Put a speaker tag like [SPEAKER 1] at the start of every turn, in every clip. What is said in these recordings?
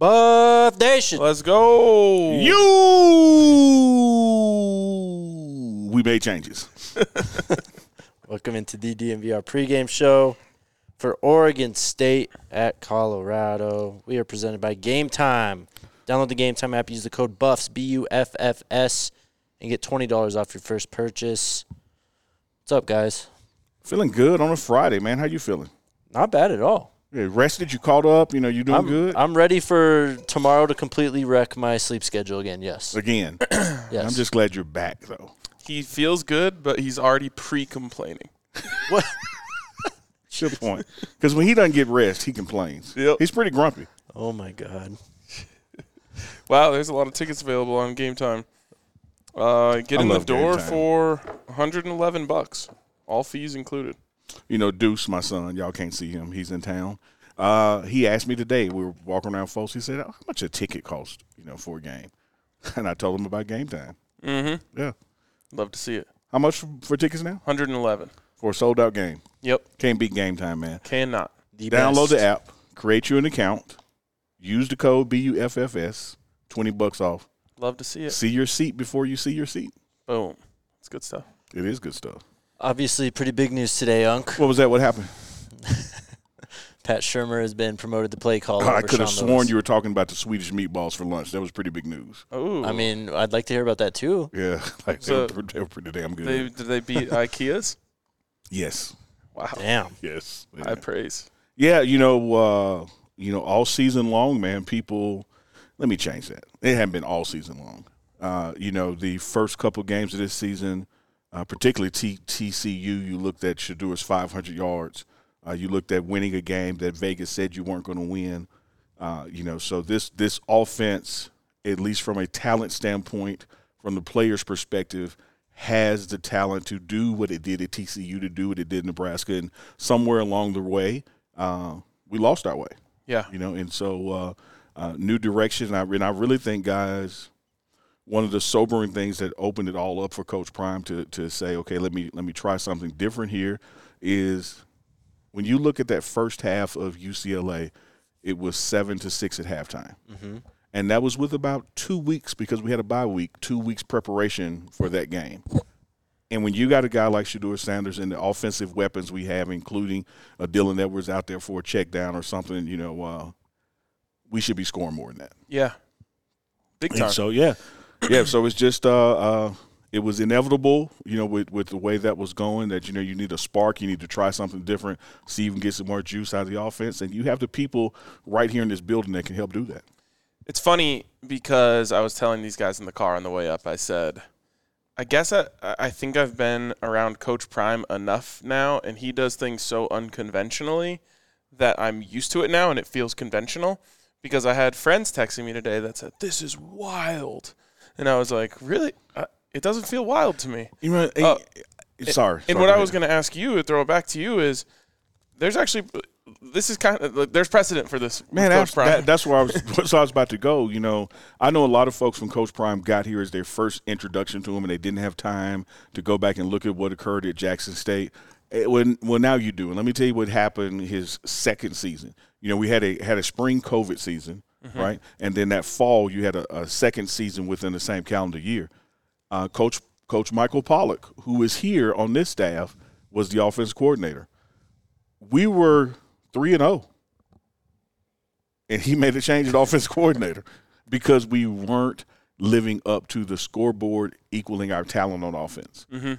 [SPEAKER 1] Buff Nation.
[SPEAKER 2] Let's go.
[SPEAKER 1] You.
[SPEAKER 2] We made changes.
[SPEAKER 1] Welcome into the DMVR pregame show for Oregon State at Colorado. We are presented by Game Time. Download the Game Time app, use the code BUFFS, B U F F S, and get $20 off your first purchase. What's up, guys?
[SPEAKER 2] Feeling good on a Friday, man. How you feeling?
[SPEAKER 1] Not bad at all.
[SPEAKER 2] You rested? You caught up? You know, you doing
[SPEAKER 1] I'm,
[SPEAKER 2] good?
[SPEAKER 1] I'm ready for tomorrow to completely wreck my sleep schedule again. Yes.
[SPEAKER 2] Again,
[SPEAKER 1] Yes.
[SPEAKER 2] I'm just glad you're back, though.
[SPEAKER 3] He feels good, but he's already pre-complaining.
[SPEAKER 1] What?
[SPEAKER 2] It's your point. Because when he doesn't get rest, he complains.
[SPEAKER 3] Yep.
[SPEAKER 2] He's pretty grumpy.
[SPEAKER 1] Oh, my God.
[SPEAKER 3] Wow, there's a lot of tickets available on Game Time. Uh, get
[SPEAKER 2] I
[SPEAKER 3] in the
[SPEAKER 2] love Game
[SPEAKER 3] door
[SPEAKER 2] Time.
[SPEAKER 3] for 111 bucks, all fees included.
[SPEAKER 2] you know, Deuce, my son, y'all can't see him. He's in town. Uh, he asked me today. We were walking around, folks. He said, "How much a ticket cost, you know, for a game?" And I told him about game time. Mm-hmm. Yeah.
[SPEAKER 3] Love to see it.
[SPEAKER 2] How much for, for tickets now
[SPEAKER 3] 111.
[SPEAKER 2] for a sold out game?
[SPEAKER 3] Yep,
[SPEAKER 2] Can't beat game time, man.
[SPEAKER 3] cannot.
[SPEAKER 1] The
[SPEAKER 2] Download
[SPEAKER 1] best.
[SPEAKER 2] the app, create you an account, use the code BUFFS, twenty bucks off.
[SPEAKER 3] Love to see it.
[SPEAKER 2] See your seat before you see your seat.
[SPEAKER 3] Boom. It's good stuff.
[SPEAKER 2] It is good stuff.
[SPEAKER 1] Obviously, pretty big news today, Unc.
[SPEAKER 2] What was that? What happened?
[SPEAKER 1] Pat Shermer has been promoted to play caller.
[SPEAKER 2] I
[SPEAKER 1] over
[SPEAKER 2] could have
[SPEAKER 1] Sean
[SPEAKER 2] sworn
[SPEAKER 1] Lewis.
[SPEAKER 2] you were talking about the Swedish meatballs for lunch. That was pretty big news.
[SPEAKER 3] Oh,
[SPEAKER 1] I mean, I'd like to hear about that too.
[SPEAKER 2] Yeah, like
[SPEAKER 3] So-
[SPEAKER 2] they, were, they were pretty damn good.
[SPEAKER 3] they, did they beat IKEA's?
[SPEAKER 2] Yes.
[SPEAKER 3] Wow.
[SPEAKER 1] Damn.
[SPEAKER 2] Yes.
[SPEAKER 3] High praise.
[SPEAKER 2] yeah, you know, uh, you know, all season long, man, people let me change that. It hadn't been all season long. Uh, you know, the first couple games of this season, uh, particularly T- TCU, you looked at Shadur's 500 yards. Uh, you looked at winning a game that Vegas said you weren't going to win. Uh, you know, so this this offense, at least from a talent standpoint, from the player's perspective, has the talent to do what it did at TCU, to do what it did in Nebraska, and somewhere along the way, uh, we lost our way
[SPEAKER 3] Yeah.
[SPEAKER 2] you know and so uh, uh, new direction and I, and I really think guys one of the sobering things that opened it all up for coach prime to, to say okay let me let me try something different here is when you look at that first half of ucla it was seven to six at halftime and that was with about two weeks because we had a bye week two weeks preparation for that game and when you got a guy like Shadur Sanders and the offensive weapons we have, including a Dylan Edwards out there for a check down or something, you know, uh, we should be scoring more than that.
[SPEAKER 3] Yeah. Big time.
[SPEAKER 2] And so yeah, yeah. So it's just uh, uh, it was inevitable, you know, with with the way that was going. That you know you need a spark, you need to try something different, see if you can get some more juice out of the offense, and you have the people right here in this building that can help do that.
[SPEAKER 3] It's funny because I was telling these guys in the car on the way up, I said, I guess I, I think I've been around Coach Prime enough now, and he does things so unconventionally that I'm used to it now and it feels conventional. Because I had friends texting me today that said, This is wild. And I was like, Really? Uh, it doesn't feel wild to me.
[SPEAKER 2] You know, eh,
[SPEAKER 3] Uh,
[SPEAKER 2] sorry.
[SPEAKER 3] And what I was going to ask you, throw it back to you, is there's actually, this is kind of, like, there's precedent for this. with
[SPEAKER 2] Man,
[SPEAKER 3] Coach
[SPEAKER 2] that's,
[SPEAKER 3] Prime.
[SPEAKER 2] that, that's where I was. That's where I was about to go. You know, I know a lot of folks from Coach Prime got here as their first introduction to him, and they didn't have time to go back and look at what occurred at Jackson State. It, when, well, now you do, and let me tell you what happened his second season. You know, we had a had a spring COVID season, right, and then that fall you had a, a second season within the same calendar year uh, coach coach Michael Pollock, who is here on this staff, was the oh. offense coordinator. We were three and zero. and he made a change at offensive coordinator because we weren't living up to the scoreboard equaling our talent on offense.
[SPEAKER 3] Mm-hmm.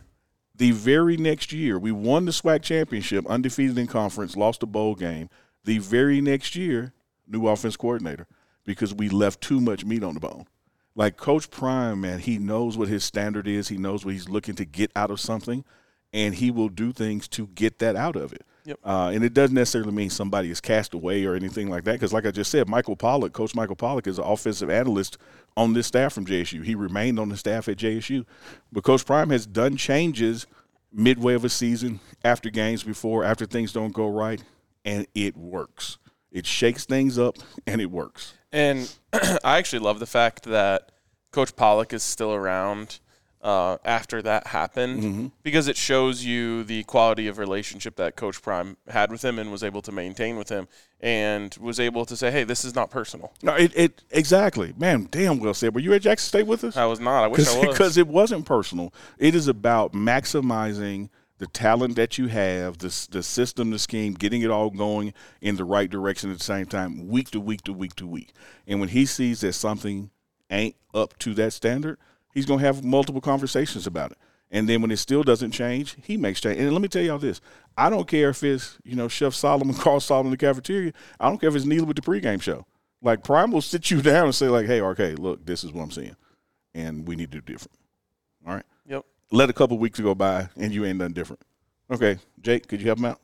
[SPEAKER 2] The very next year, we won the SWAC championship, undefeated in conference, lost a bowl game. The very next year, new offense coordinator because we left too much meat on the bone. Like Coach Prime, man, he knows what his standard is. He knows what he's looking to get out of something, and he will do things to get that out of it.
[SPEAKER 3] Yep.
[SPEAKER 2] Uh, and it doesn't necessarily mean somebody is cast away or anything like that. Because, like I just said, Michael Pollock, Coach Michael Pollock, is an offensive analyst on this staff from JSU. He remained on the staff at JSU, but Coach Prime has done changes midway of a season, after games before, after things don't go right, and it works. It shakes things up, and it works.
[SPEAKER 3] And I actually love the fact that Coach Pollock is still around uh, after that happened
[SPEAKER 2] Mm-hmm.
[SPEAKER 3] because it shows you the quality of relationship that Coach Prime had with him and was able to maintain with him and was able to say, hey, this is not personal.
[SPEAKER 2] No, it, it exactly, man. Damn well said. Were you at Jackson State with us?
[SPEAKER 3] I was not. I wish I was.
[SPEAKER 2] because it wasn't personal. It is about maximizing the talent that you have, the s- the system, the scheme, getting it all going in the right direction at the same time, week to week to week to week. And when he sees that something ain't up to that standard, he's gonna have multiple conversations about it. And then when it still doesn't change, he makes change. And let me tell y'all this: I don't care if it's you know Chef Solomon, Carl Solomon in the cafeteria. I don't care if it's Neil with the pregame show. Like Prime will sit you down and say like, "Hey, RK, look, this is what I'm seeing, and we need to do different." All right.
[SPEAKER 3] Yep.
[SPEAKER 2] Let a couple weeks go by and you ain't done different. Okay, Jake, could you help him out?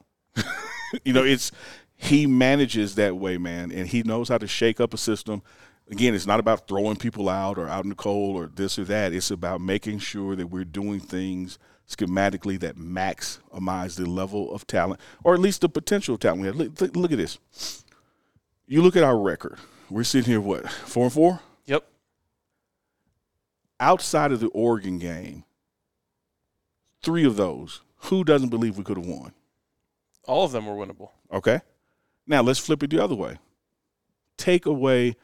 [SPEAKER 2] you know, it's he manages that way, man, and he knows how to shake up a system. Again, it's not about throwing people out or out in the cold or this or that. It's about making sure that we're doing things schematically that maximize the level of talent or at least the potential talent we have. Look, look- look at this. You look at our record. We're sitting here, what, four and four?
[SPEAKER 3] Yep.
[SPEAKER 2] outside of the Oregon game, three of those, who doesn't believe we could have won?
[SPEAKER 3] All of them were winnable.
[SPEAKER 2] Okay. Now let's flip it the other way. Take away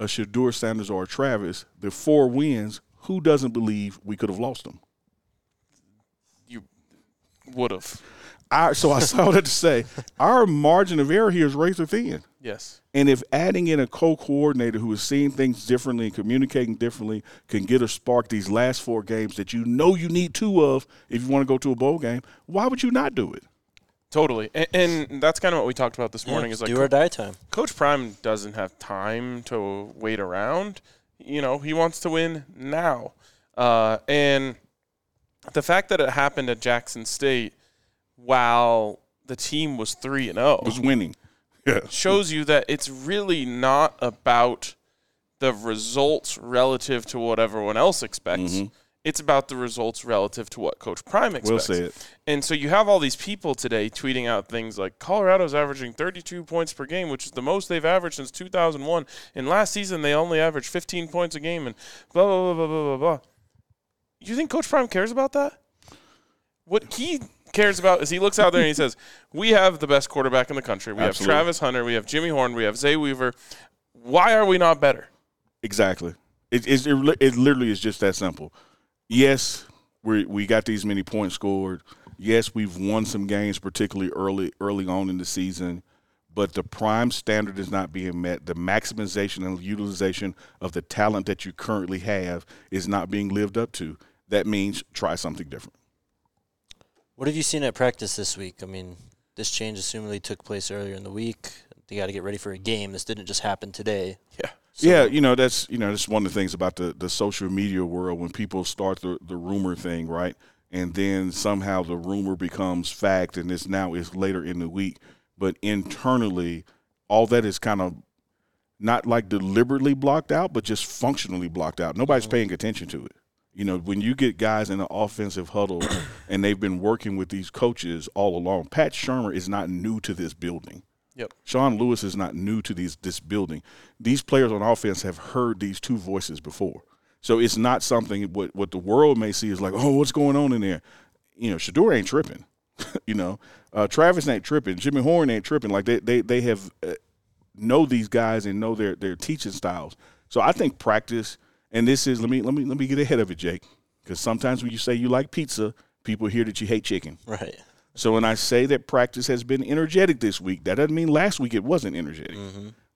[SPEAKER 2] a Shadur Sanders or a Travis, the four wins, who doesn't believe we could have lost them?
[SPEAKER 3] You would have.
[SPEAKER 2] I, so I saw that to say our margin of error here is razor thin.
[SPEAKER 3] Yes.
[SPEAKER 2] And if adding in a co-coordinator who is seeing things differently and communicating differently can get a spark these last four games that you know you need two of if you want to go to a bowl game, why would you not do it?
[SPEAKER 3] Totally. And, and that's kind of what we talked about this morning is like
[SPEAKER 1] do or die time.
[SPEAKER 3] Coach Prime doesn't have time to wait around. You know, he wants to win now. Uh, and the fact that it happened at Jackson State while the team was 3 and 0
[SPEAKER 2] Was winning. Yeah.
[SPEAKER 3] shows you that it's really not about the results relative to what everyone else expects. It's about the results relative to what Coach Prime expects.
[SPEAKER 2] Mm-hmm. We'll say it.
[SPEAKER 3] And so you have all these people today tweeting out things like Colorado's averaging 32 points per game, which is the most they've averaged since 2001. And last season they only averaged 15 points a game, and blah blah blah blah blah blah. blah. You think Coach Prime cares about that? What he cares about is he looks out there and he says, "We have the best quarterback in the country. We
[SPEAKER 2] Absolutely.
[SPEAKER 3] have Travis Hunter. We have Jimmy Horn. We have Zay Weaver. Why are we not better?"
[SPEAKER 2] Exactly. It, it's- it, li- it literally is just that simple. Yes, we we got these many points scored. Yes, we've won some games, particularly early early on in the season. But the prime standard is not being met. The maximization and utilization of the talent that you currently have is not being lived up to. That means try something different.
[SPEAKER 1] What have you seen at practice this week? I mean, this change assumedly took place earlier in the week. They got to get ready for a game. This didn't just happen today.
[SPEAKER 3] Yeah.
[SPEAKER 2] yeah, you know that's you know that's one of the things about the the social media world when people start the the rumor thing, right? And then somehow the rumor becomes fact, and it's now it's later in the week. But internally, all that is kind of not like deliberately blocked out, but just functionally blocked out. Nobody's paying attention to it. You know, when you get guys in an offensive huddle and they've been working with these coaches all along, Pat Shermer is not new to this building.
[SPEAKER 3] Yep.
[SPEAKER 2] Sean Lewis is not new to these this building. These players on offense have heard these two voices before. So it's not something what what the world may see is like, oh, what's going on in there? You know, Shador ain't tripping. you know, uh, Travis ain't tripping. Jimmy Horn ain't tripping. Like they they they have uh, know these guys and know their their teaching styles. So I think practice and this is let me let me let me get ahead of it, Jake, because sometimes when you say you like pizza, people hear that you hate chicken.
[SPEAKER 1] Right.
[SPEAKER 2] So when I say that practice has been energetic this week, that doesn't mean last week it wasn't energetic.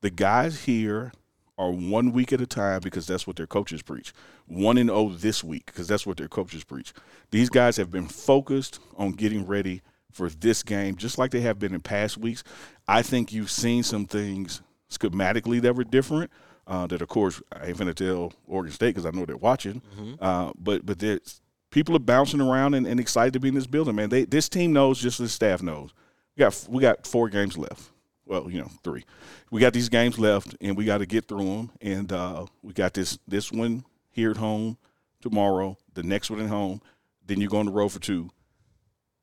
[SPEAKER 2] The guys here are one week at a time because that's what their coaches preach. One and oh this week because that's what their coaches preach. These guys have been focused on getting ready for this game, just like they have been in past weeks. I think you've seen some things schematically that were different. Uh, that of course I ain't gonna tell Oregon State because I know they're watching. Uh, but but there's people are bouncing around and, and excited to be in this building, man. They this team knows just as the staff knows. We got we got four games left. Well, you know, three. We got these games left, and we got to get through them. And uh, we got this this one here at home tomorrow. The next one at home. Then you go on the road for two.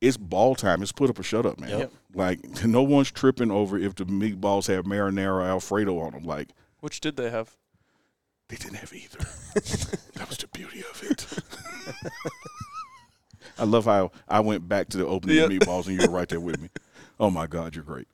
[SPEAKER 2] It's ball time. It's put up or shut up, man.
[SPEAKER 3] Yep.
[SPEAKER 2] Like no one's tripping over if the meatballs have marinara or alfredo on them. Like
[SPEAKER 3] Which did they have?
[SPEAKER 2] they didn't have either. that was the beauty of it. I love how I went back to the opening of
[SPEAKER 3] Yeah.
[SPEAKER 2] meatballs and you were right there with me. Oh my God, you're great.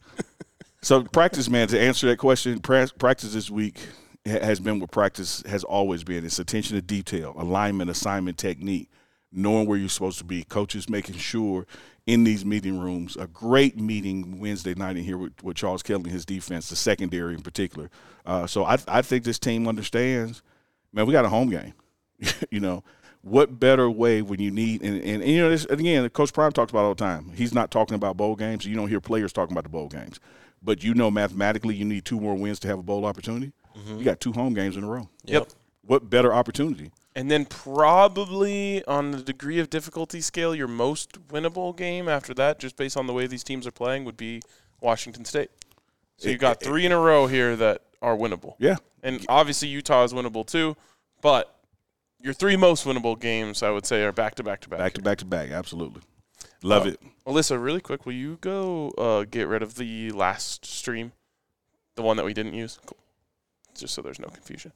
[SPEAKER 2] So practice, man. To answer that question, pra- practice this week ha- has been what practice has always been. It's attention to detail, alignment, assignment, technique, knowing where you're supposed to be. Coaches making sure in these meeting rooms. A great meeting Wednesday night in here with, with Charles Kelly and his defense, the secondary in particular. Uh, so I, I think this team understands. Man, we got a home game. you know, what better way when you need and, and, and you know this and again, Coach Prime talks about it all the time. He's not talking about bowl games. You don't hear players talking about the bowl games, but you know mathematically you need two more wins to have a bowl opportunity. You got two home games in a row.
[SPEAKER 3] Yep.
[SPEAKER 2] What better opportunity?
[SPEAKER 3] And then probably on the degree of difficulty scale, your most winnable game after that, just based on the way these teams are playing, would be Washington State. So you've got three in a row here that are winnable.
[SPEAKER 2] Yeah,
[SPEAKER 3] And obviously Utah is winnable too, but your three most winnable games, I would say, are back to back to back. Uh,
[SPEAKER 2] back to back to back. Absolutely, love it.
[SPEAKER 3] Alyssa, really quick, will you go uh, get rid of the last stream, the one that we didn't use? Cool. Just so there's no confusion.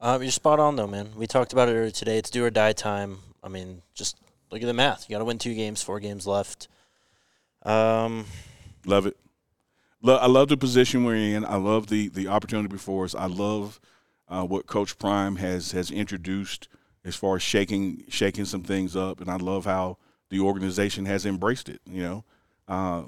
[SPEAKER 1] Um, you're spot on though, man. We talked about it earlier today. It's do or die time. I mean, just look at the math. You got to win two games, four games left. Um,
[SPEAKER 2] Love it. Lo- I love the position we're in. I love the the opportunity before us. I love uh, what Coach Prime has has introduced as far as shaking shaking some things up, and I love how the organization has embraced it. You know, uh,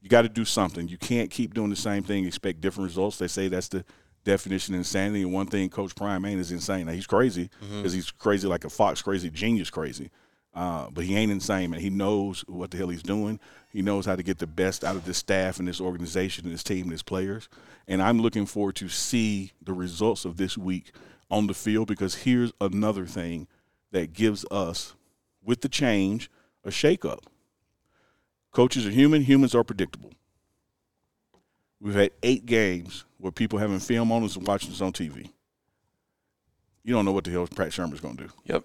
[SPEAKER 2] you got to do something. You can't keep doing the same thing, expect different results. They say that's the definition of insanity. And one thing Coach Prime ain't is insane. Now he's crazy because he's crazy like a fox, crazy genius, crazy. Uh, but he ain't insane, man. He knows what the hell he's doing. He knows how to get the best out of this staff and this organization and this team and his players. And I'm looking forward to see the results of this week on the field because here's another thing that gives us, with the change, a shakeup. Coaches are human, humans are predictable. We've had eight games where people having film on us and watching us on TV. You don't know what the hell Pat Shermer's going to do.
[SPEAKER 3] Yep.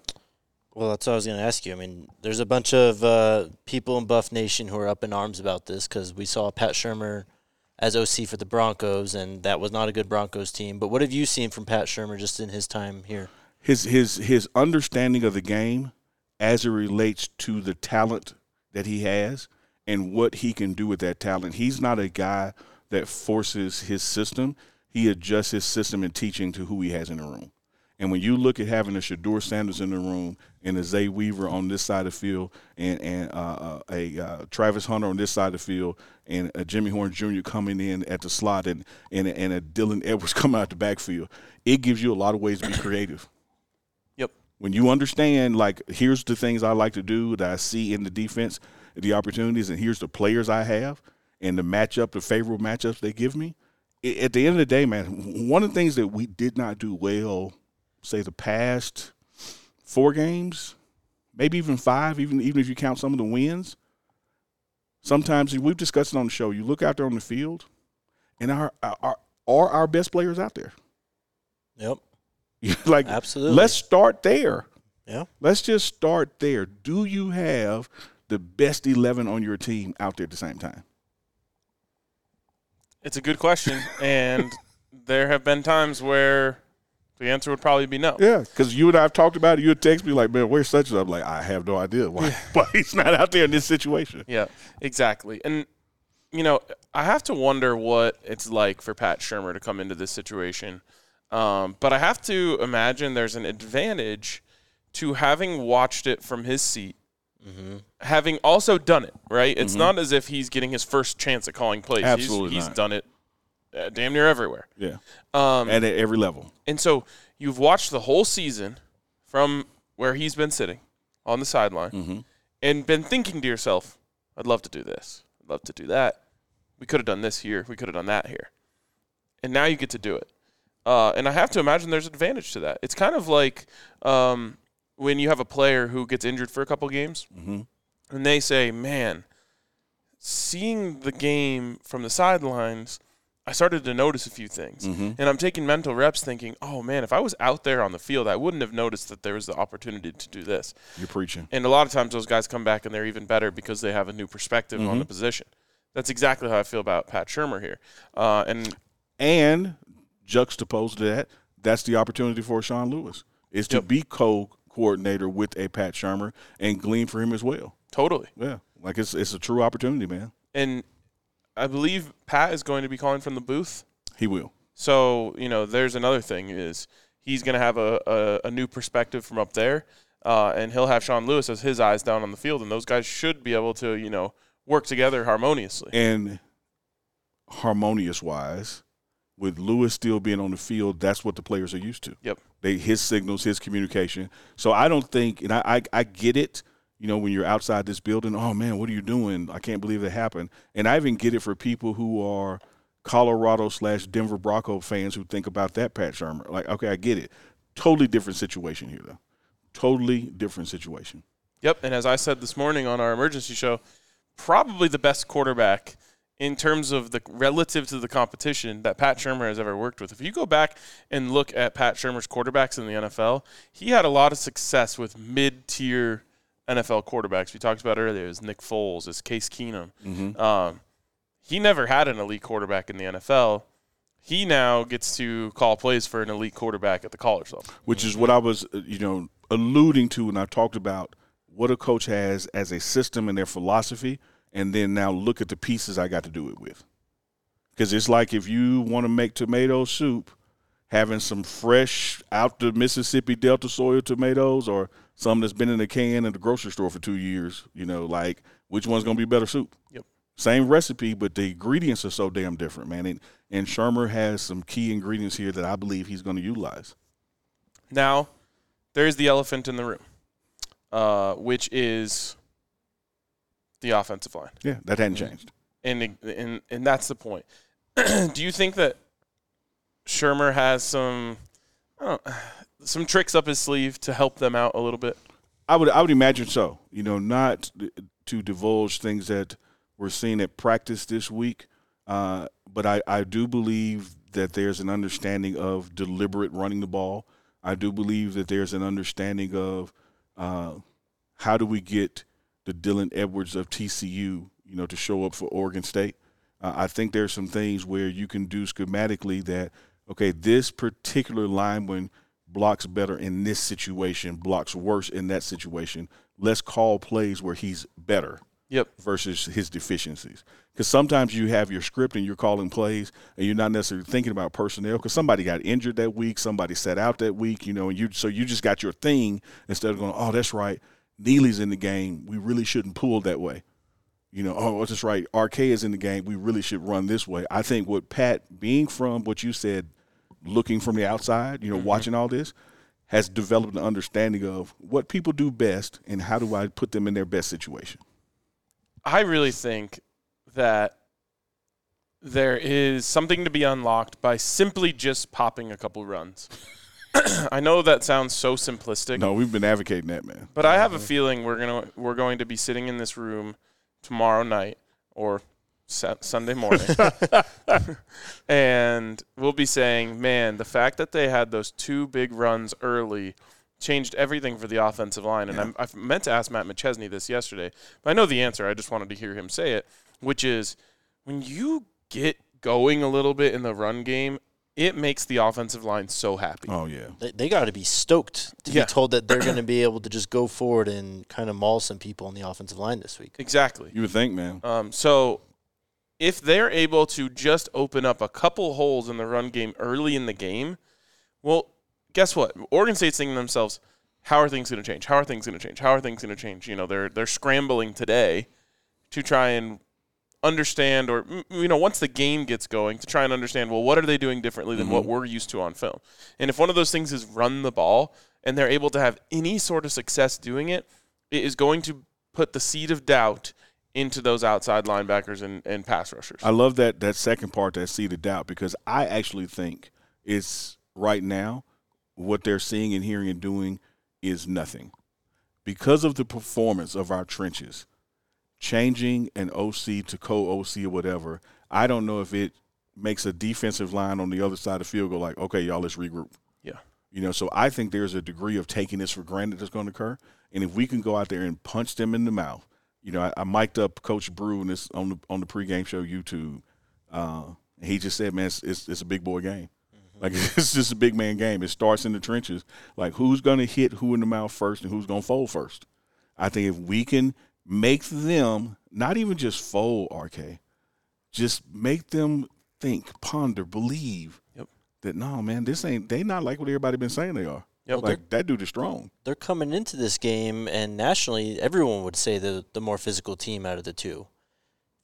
[SPEAKER 1] well, that's what I was going to ask you. I mean, there's a bunch of uh, people in Buff Nation who are up in arms about this because we saw Pat Shermer as OC for the Broncos, and that was not a good Broncos team. But what have you seen from Pat Shermer just in his time here?
[SPEAKER 2] His his his understanding of the game as it relates to the talent that he has and what he can do with that talent. He's not a guy that forces his system. He adjusts his system and teaching to who he has in the room. And when you look at having a Shador Sanders in the room and a Zay Weaver on this side of the field and, and uh, uh, a uh, Travis Hunter on this side of the field and a Jimmy Horn Jr. coming in at the slot and, and, and a Dylan Edwards coming out the backfield, it gives you a lot of ways to be creative
[SPEAKER 3] Yep.
[SPEAKER 2] when you understand like here's the things I like to do that I see in the defense, the opportunities, and here's the players I have and the matchup, the favorable matchups they give me. i- At the end of the day, man, one of the things that we did not do well, say the past four games, maybe even five, even even if you count some of the wins. Sometimes we've discussed it on the show. You look out there on the field, and our, our are our best players out there.
[SPEAKER 1] Yep.
[SPEAKER 2] like
[SPEAKER 1] Absolutely.
[SPEAKER 2] Let's start there.
[SPEAKER 1] Yeah.
[SPEAKER 2] Let's just start there. Do you have the best 11 on your team out there at the same time?
[SPEAKER 3] It's a good question, and there have been times where the answer would probably be no.
[SPEAKER 2] Yeah, because you and I have talked about it. You would text me like, man, where's such and I'm like, I have no idea why, why he's not out there in this situation.
[SPEAKER 3] Yeah, exactly. And you know, I have to wonder what it's like for Pat Shermer to come into this situation. Um, but I have to imagine there's an advantage to having watched it from his seat,
[SPEAKER 2] Mm-hmm.
[SPEAKER 3] having also done it. Right? It's not as if he's getting his first chance at calling plays.
[SPEAKER 2] Absolutely
[SPEAKER 3] he's, he's
[SPEAKER 2] not.
[SPEAKER 3] done it uh, damn near everywhere.
[SPEAKER 2] Yeah.
[SPEAKER 3] Um,
[SPEAKER 2] and at every level.
[SPEAKER 3] And so you've watched the whole season from where he's been sitting on the sideline
[SPEAKER 2] Mm-hmm.
[SPEAKER 3] and been thinking to yourself, I'd love to do this. I'd love to do that. We could have done this here. We could have done that here. And now you get to do it. Uh, and I have to imagine there's an advantage to that. It's kind of like um, when you have a player who gets injured for a couple games
[SPEAKER 2] Mm-hmm.
[SPEAKER 3] and they say, man, seeing the game from the sidelines, I started to notice a few things. And I'm taking mental reps thinking, oh man, if I was out there on the field, I wouldn't have noticed that there was the opportunity to do this.
[SPEAKER 2] You're preaching.
[SPEAKER 3] And a lot of times those guys come back and they're even better because they have a new perspective on the position. That's exactly how I feel about Pat Shermer here. Uh, and
[SPEAKER 2] And juxtaposed to that, that's the opportunity for Sean Lewis is to be co coordinator with a Pat Shermer and glean for him as well.
[SPEAKER 3] totally.
[SPEAKER 2] Yeah. Like it's it's a true opportunity, man.
[SPEAKER 3] And I believe Pat is going to be calling from the booth.
[SPEAKER 2] He will.
[SPEAKER 3] So, you know, there's another thing is he's going to have a, a, a new perspective from up there, uh, and he'll have Sean Lewis as his eyes down on the field, and those guys should be able to, you know, work together harmoniously.
[SPEAKER 2] And harmonious wise, with Lewis still being on the field, that's what the players are used to.
[SPEAKER 3] Yep.
[SPEAKER 2] They his signals, his communication. So I don't think, and I, I I get it. You know, when you're outside this building, oh man, what are you doing? I can't believe that happened. And I even get it for people who are Colorado slash Denver Bronco fans who think about that Pat Shermer. Like, okay, I get it. Totally different situation here, though. Totally different situation.
[SPEAKER 3] Yep. And as I said this morning on our emergency show, probably the best quarterback in terms of the relative to the competition that Pat Shermer has ever worked with. If you go back and look at Pat Shermer's quarterbacks in the NFL, he had a lot of success with mid tier NFL quarterbacks. We talked about earlier is Nick Foles, is Case Keenum. Um, he never had an elite quarterback in the NFL. He now gets to call plays for an elite quarterback at the college level.
[SPEAKER 2] which is what I was, uh, you know, alluding to, and I talked about what a coach has as a system and their philosophy, and then now look at the pieces I got to do it with. Because it's like if you want to make tomato soup, having some fresh out the Mississippi Delta soil tomatoes or some that's been in a can at the grocery store for two years, you know, like which one's going to be better soup?
[SPEAKER 3] Yep.
[SPEAKER 2] Same recipe, but the ingredients are so damn different, man. And, and Shermer has some key ingredients here that I believe he's going to utilize.
[SPEAKER 3] Now, there is the elephant in the room, uh, which is the offensive line,
[SPEAKER 2] Yeah, that hadn't changed.
[SPEAKER 3] and and and that's the point. Do you think that Shermer has some I don't, some tricks up his sleeve to help them out a little bit?
[SPEAKER 2] I would I would imagine so. You know, not to divulge things that we're seeing at practice this week, uh, but I, I do believe that there's an understanding of deliberate running the ball. I do believe that there's an understanding of uh, how do we get the Dylan Edwards of TCU, you know, to show up for Oregon State. Uh, I think there's some things where you can do schematically that okay, this particular lineman blocks better in this situation, blocks worse in that situation. Let's call plays where he's better
[SPEAKER 3] Yep.
[SPEAKER 2] versus his deficiencies. Because sometimes you have your script and you're calling plays and you're not necessarily thinking about personnel because somebody got injured that week, somebody sat out that week, you know, and you so you just got your thing instead of going, oh, that's right, Neely's in the game. We really shouldn't pull that way. You know, oh, that's right, RK is in the game. We really should run this way. I think what Pat, being from what you said, looking from the outside, you know, watching all this, has developed an understanding of what people do best and how do I put them in their best situation.
[SPEAKER 3] I really think that there is something to be unlocked by simply just popping a couple runs. I know that sounds so simplistic.
[SPEAKER 2] No, we've been advocating that, man.
[SPEAKER 3] But I
[SPEAKER 2] Mm-hmm.
[SPEAKER 3] have a feeling we're gonna we're going to be sitting in this room tomorrow night or Sa- Sunday morning, and we'll be saying, "Man, the fact that they had those two big runs early changed everything for the offensive line." And I'm, I meant to ask Matt McChesney this yesterday, but I know the answer. I just wanted to hear him say it, which is when you get going a little bit in the run game, it makes the offensive line so happy.
[SPEAKER 2] Oh yeah,
[SPEAKER 1] They, they got to be stoked to
[SPEAKER 3] Yeah.
[SPEAKER 1] be told that they're going to be able to just go forward and kind of maul some people on the offensive line this week.
[SPEAKER 3] Exactly.
[SPEAKER 2] you would think, man.
[SPEAKER 3] Um, so if they're able to just open up a couple holes in the run game early in the game, well, guess what? Oregon State's thinking to themselves, how are things going to change? How are things going to change? How are things going to change? You know, they're they're scrambling today to try and understand or mm, you know once the game gets going to try and understand well what are they doing differently than what we're used to on film and if one of those things is run the ball and they're able to have any sort of success doing it it is going to put the seed of doubt into those outside linebackers and, and pass rushers
[SPEAKER 2] I love that that second part, that seed of doubt, because I actually think it's right now what they're seeing and hearing and doing is nothing. Because of the performance of our trenches, changing an OC to co OC or whatever, I don't know if it makes a defensive line on the other side of the field go like, okay, y'all, let's regroup.
[SPEAKER 3] yeah
[SPEAKER 2] You know, so I think there's a degree of taking this for granted that's going to occur. And if we can go out there and punch them in the mouth, you know, I, I mic'd up Coach Brew and this on the on the pregame show YouTube. Uh, and he just said, man, it's, it's, it's a big boy game. Like it's just a big man game. It starts in the trenches. Like who's going to hit who in the mouth first and who's going to fold first? I think if we can make them not even just fold, RK, just make them think, ponder, believe
[SPEAKER 3] Yep.
[SPEAKER 2] that no, man, this ain't. They not like what everybody been saying they are.
[SPEAKER 3] Yep.
[SPEAKER 2] Like that dude is strong.
[SPEAKER 1] They're coming into this game, and nationally, everyone would say the the more physical team out of the two.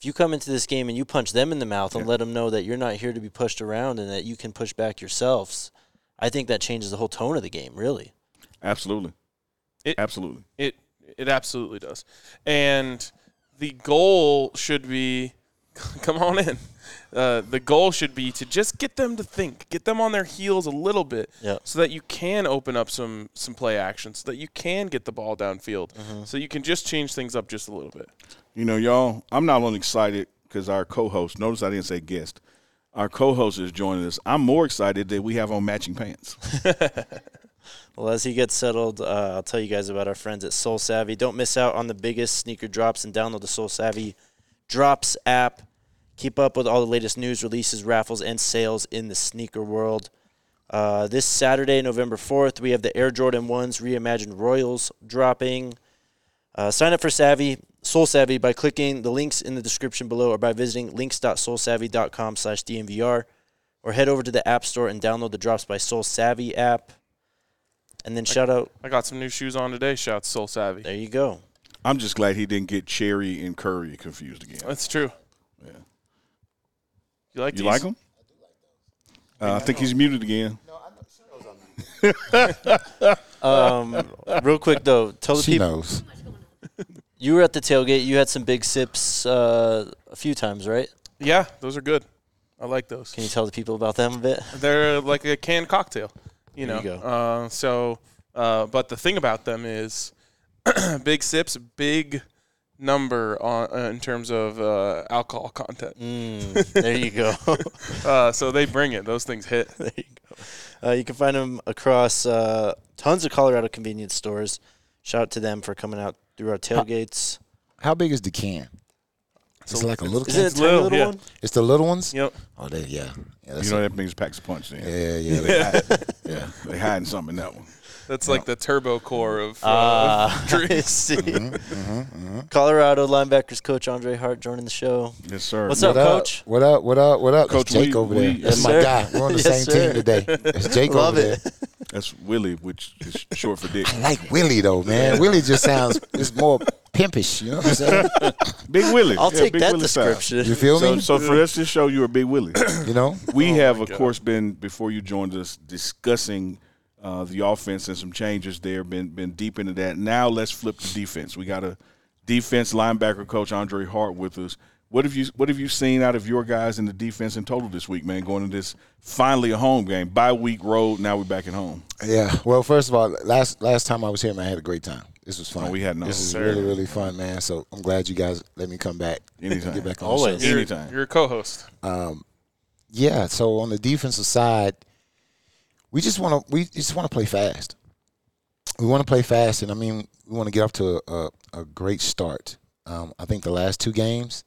[SPEAKER 1] If you come into this game and you punch them in the mouth and let them know that you're not here to be pushed around and that you can push back yourselves, I think that changes the whole tone of the game. Really,
[SPEAKER 2] Absolutely.
[SPEAKER 3] It-
[SPEAKER 2] Absolutely.
[SPEAKER 3] It it absolutely does. And the goal should be come on in. Uh, the goal should be to just get them to think, get them on their heels a little bit,
[SPEAKER 1] Yeah.
[SPEAKER 3] so that you can open up some some play action, so that you can get the ball downfield, so you can just change things up just a little bit.
[SPEAKER 2] You know, y'all, I'm not only excited because our co-host. Notice I didn't say guest. Our co-host is joining us. I'm more excited that we have on matching pants.
[SPEAKER 1] Well, as he gets settled, uh, I'll tell you guys about our friends at Soul Savvy. Don't miss out on the biggest sneaker drops and download the Soul Savvy Drops app. Keep up with all the latest news, releases, raffles, and sales in the sneaker world. Uh, this Saturday, November 4th, we have the Air Jordan 1s Reimagined Royals dropping. Uh, sign up for Savvy, Soul Savvy by clicking the links in the description below or by visiting links.soulsavvy.com slash DMVR or head over to the App Store and download the Drops by Soul Savvy app. And then shout out
[SPEAKER 3] I got some new shoes on today. Shouts Soul Savvy.
[SPEAKER 1] there you go.
[SPEAKER 2] I'm just glad he didn't get Cherry and Curry confused again.
[SPEAKER 3] That's true.
[SPEAKER 2] Yeah.
[SPEAKER 3] You like
[SPEAKER 2] You
[SPEAKER 3] these?
[SPEAKER 2] like him? Uh, I think he's muted again.
[SPEAKER 1] Um, real quick though, tell the
[SPEAKER 4] She
[SPEAKER 1] people
[SPEAKER 4] knows.
[SPEAKER 1] you were at the tailgate. You had some big sips uh, a few times, right?
[SPEAKER 3] Yeah, those are good. I like those.
[SPEAKER 1] Can you tell the people about them a bit?
[SPEAKER 3] They're like a canned cocktail, you
[SPEAKER 1] There
[SPEAKER 3] know.
[SPEAKER 1] you go.
[SPEAKER 3] Uh, so, uh, but the thing about them is, big sips, big number on uh, in terms of uh, alcohol content.
[SPEAKER 1] Mm, there you go.
[SPEAKER 3] Uh, so they bring it. Those things hit.
[SPEAKER 1] there you go. Uh, you can find them across uh, tons of Colorado convenience stores. Shout out to them for coming out through our tailgates.
[SPEAKER 4] How big is the can? It's like a little
[SPEAKER 1] Is it
[SPEAKER 4] can.
[SPEAKER 1] a tiny
[SPEAKER 3] little,
[SPEAKER 1] little,
[SPEAKER 3] yeah.
[SPEAKER 1] one?
[SPEAKER 4] It's the little ones.
[SPEAKER 3] Yep.
[SPEAKER 4] Oh, they, yeah. Yeah, that's
[SPEAKER 2] You know that means packs a punch. Then
[SPEAKER 4] yeah, yeah. They,
[SPEAKER 2] yeah, they hiding something in that one.
[SPEAKER 3] That's like the turbo core of, uh,
[SPEAKER 1] Ah,
[SPEAKER 3] of
[SPEAKER 1] I
[SPEAKER 3] drinks.
[SPEAKER 1] see.
[SPEAKER 4] Mm-hmm,
[SPEAKER 1] Colorado linebackers coach Andre Hart joining the show.
[SPEAKER 2] Yes, sir.
[SPEAKER 1] What's up,
[SPEAKER 4] what up,
[SPEAKER 1] coach?
[SPEAKER 4] What up? What up? What up?
[SPEAKER 2] Coach,
[SPEAKER 4] That's Jake
[SPEAKER 2] we-
[SPEAKER 4] over there.
[SPEAKER 2] we-
[SPEAKER 4] That's
[SPEAKER 1] Yes,
[SPEAKER 4] my
[SPEAKER 1] sir.
[SPEAKER 4] guy. We're on the
[SPEAKER 1] Yes,
[SPEAKER 4] same team
[SPEAKER 1] sir.
[SPEAKER 4] today. It's Jake
[SPEAKER 1] Love
[SPEAKER 4] over
[SPEAKER 1] it.
[SPEAKER 4] there.
[SPEAKER 2] That's Willie, which is short for Dick.
[SPEAKER 4] I like Willie though, man. Willie just sounds it's more pimpish. You know what I'm saying?
[SPEAKER 2] Big Willie.
[SPEAKER 1] I'll
[SPEAKER 2] Yeah,
[SPEAKER 1] take
[SPEAKER 2] Big
[SPEAKER 1] that
[SPEAKER 2] Willie style.
[SPEAKER 1] description.
[SPEAKER 4] You feel
[SPEAKER 2] So,
[SPEAKER 4] me?
[SPEAKER 2] so for us to show you a Big Willie,
[SPEAKER 4] you know?
[SPEAKER 2] we have, of course, been before you joined us discussing uh, the offense and some changes there. Been been deep into that. Now let's flip to defense. We got a defense linebacker coach Andre Hart with us. What have you What have you seen out of your guys in the defense in total this week, man? Going into this finally a home game, bye week road. Now we're back at home.
[SPEAKER 4] Yeah. Well, first of all, last last time I was here, man, I had a great time. This was fun.
[SPEAKER 2] Oh, we had no-
[SPEAKER 4] This is
[SPEAKER 2] Sir.
[SPEAKER 4] really really fun, man. So I'm glad you guys let me come back.
[SPEAKER 2] Anytime.
[SPEAKER 4] Get back on The
[SPEAKER 1] Always.
[SPEAKER 4] show. Um,
[SPEAKER 3] You're,
[SPEAKER 2] Anytime.
[SPEAKER 3] you're a co-host.
[SPEAKER 4] Yeah. So on the defensive side, we just want to we just want to play fast. We want to play fast, and I mean we want to get off to a, a, a great start. Um, I think the last two games,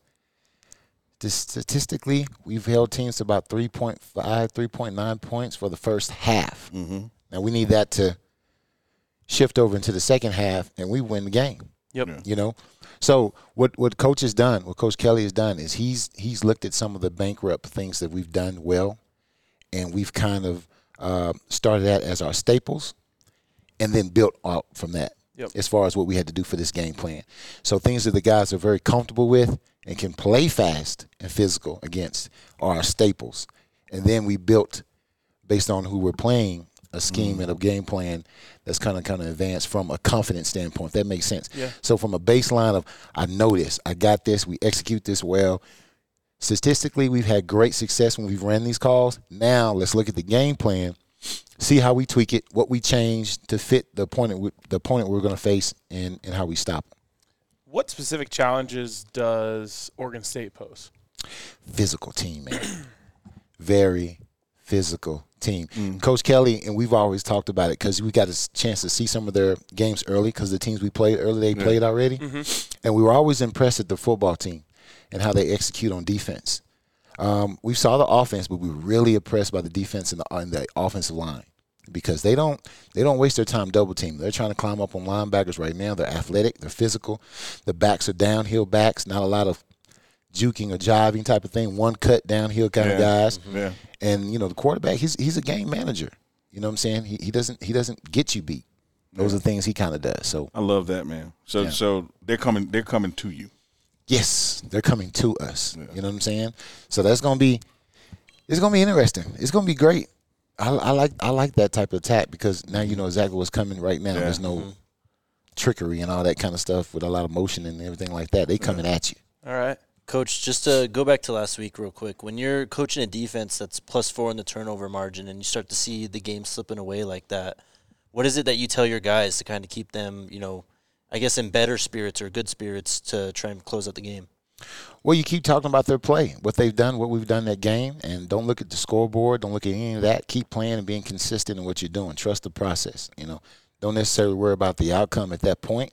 [SPEAKER 4] just statistically, we've held teams to about 3.5, 3.9 points for the first half. Mm-hmm. Now we need that to shift over into the second half, and we win the game
[SPEAKER 3] Yep.
[SPEAKER 4] you know so what what coach has done what coach kelly has done is he's he's looked at some of the bankrupt things that we've done well and we've kind of uh, started that as our staples and then built out from that
[SPEAKER 3] Yep.
[SPEAKER 4] as far as what we had to do for this game plan so things that the guys are very comfortable with and can play fast and physical against are our staples. And then we built based on who we're playing a scheme and a game plan that's kind of kind of advanced from a confidence standpoint. If that makes sense.
[SPEAKER 3] Yeah.
[SPEAKER 4] So from a baseline of I know this, I got this, we execute this well. Statistically, we've had great success when we've ran these calls. Now let's look at the game plan, see how we tweak it, what we change to fit the opponent we- the opponent we're going to face, and and how we stop 'em.
[SPEAKER 3] What specific challenges does Oregon State pose?
[SPEAKER 4] physical team, man. Very physical team. Coach Kelly, and we've always talked about it because we got a s- chance to see some of their games early because the teams we played early, they played already. And we were always impressed at the football team and how they execute on defense. Um, we saw the offense, but we were really impressed by the defense and the, and the offensive line because they don't they don't waste their time double team. They're trying to climb up on linebackers right now. They're athletic, they're physical. The backs are downhill backs, not a lot of juking or jiving type of thing, one cut downhill kind
[SPEAKER 2] Yeah.
[SPEAKER 4] of
[SPEAKER 2] Mm-hmm.
[SPEAKER 4] guys.
[SPEAKER 2] Yeah.
[SPEAKER 4] And you know, the quarterback, he's he's a game manager. You know what I'm saying? He, he doesn't he doesn't get you beat. Those are things he kind of does. So
[SPEAKER 2] I love that, man. So so they're coming they're coming to you.
[SPEAKER 4] yes, they're coming to us. You know what I'm saying? So that's gonna be it's gonna be interesting. It's gonna be great. I, I like I like that type of attack because now you know exactly what's coming right now. There's no trickery and all that kind of stuff with a lot of motion and everything like that. They coming at you.
[SPEAKER 3] All right.
[SPEAKER 1] Coach, just to go back to last week real quick, when you're coaching a defense that's plus four in the turnover margin and you start to see the game slipping away like that, what is it that you tell your guys to kind of keep them, you know, I guess in better spirits or good spirits to try and close out the game?
[SPEAKER 4] Well, you keep talking about their play, what they've done, what we've done that game, and don't look at the scoreboard, don't look at any of that. Keep playing and being consistent in what you're doing. Trust the process. You know, don't necessarily worry about the outcome at that point.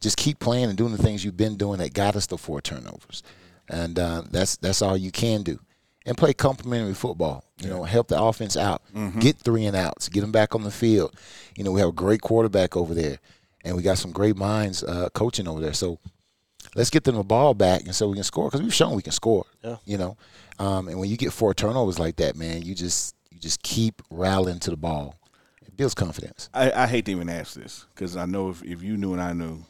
[SPEAKER 4] Just keep playing and doing the things you've been doing that got us the four turnovers, and uh, that's that's all you can do. And play complementary football. You know, help the offense out. Get three and outs. Get them back on the field. You know, we have a great quarterback over there, and we got some great minds uh, coaching over there. So let's get them the ball back and so we can score because we've shown we can score.
[SPEAKER 1] Yeah.
[SPEAKER 4] You know, um, and when you get four turnovers like that, man, you just you just keep rallying to the ball. It builds confidence.
[SPEAKER 2] I, I hate to even ask this because I know if, if you knew and I knew,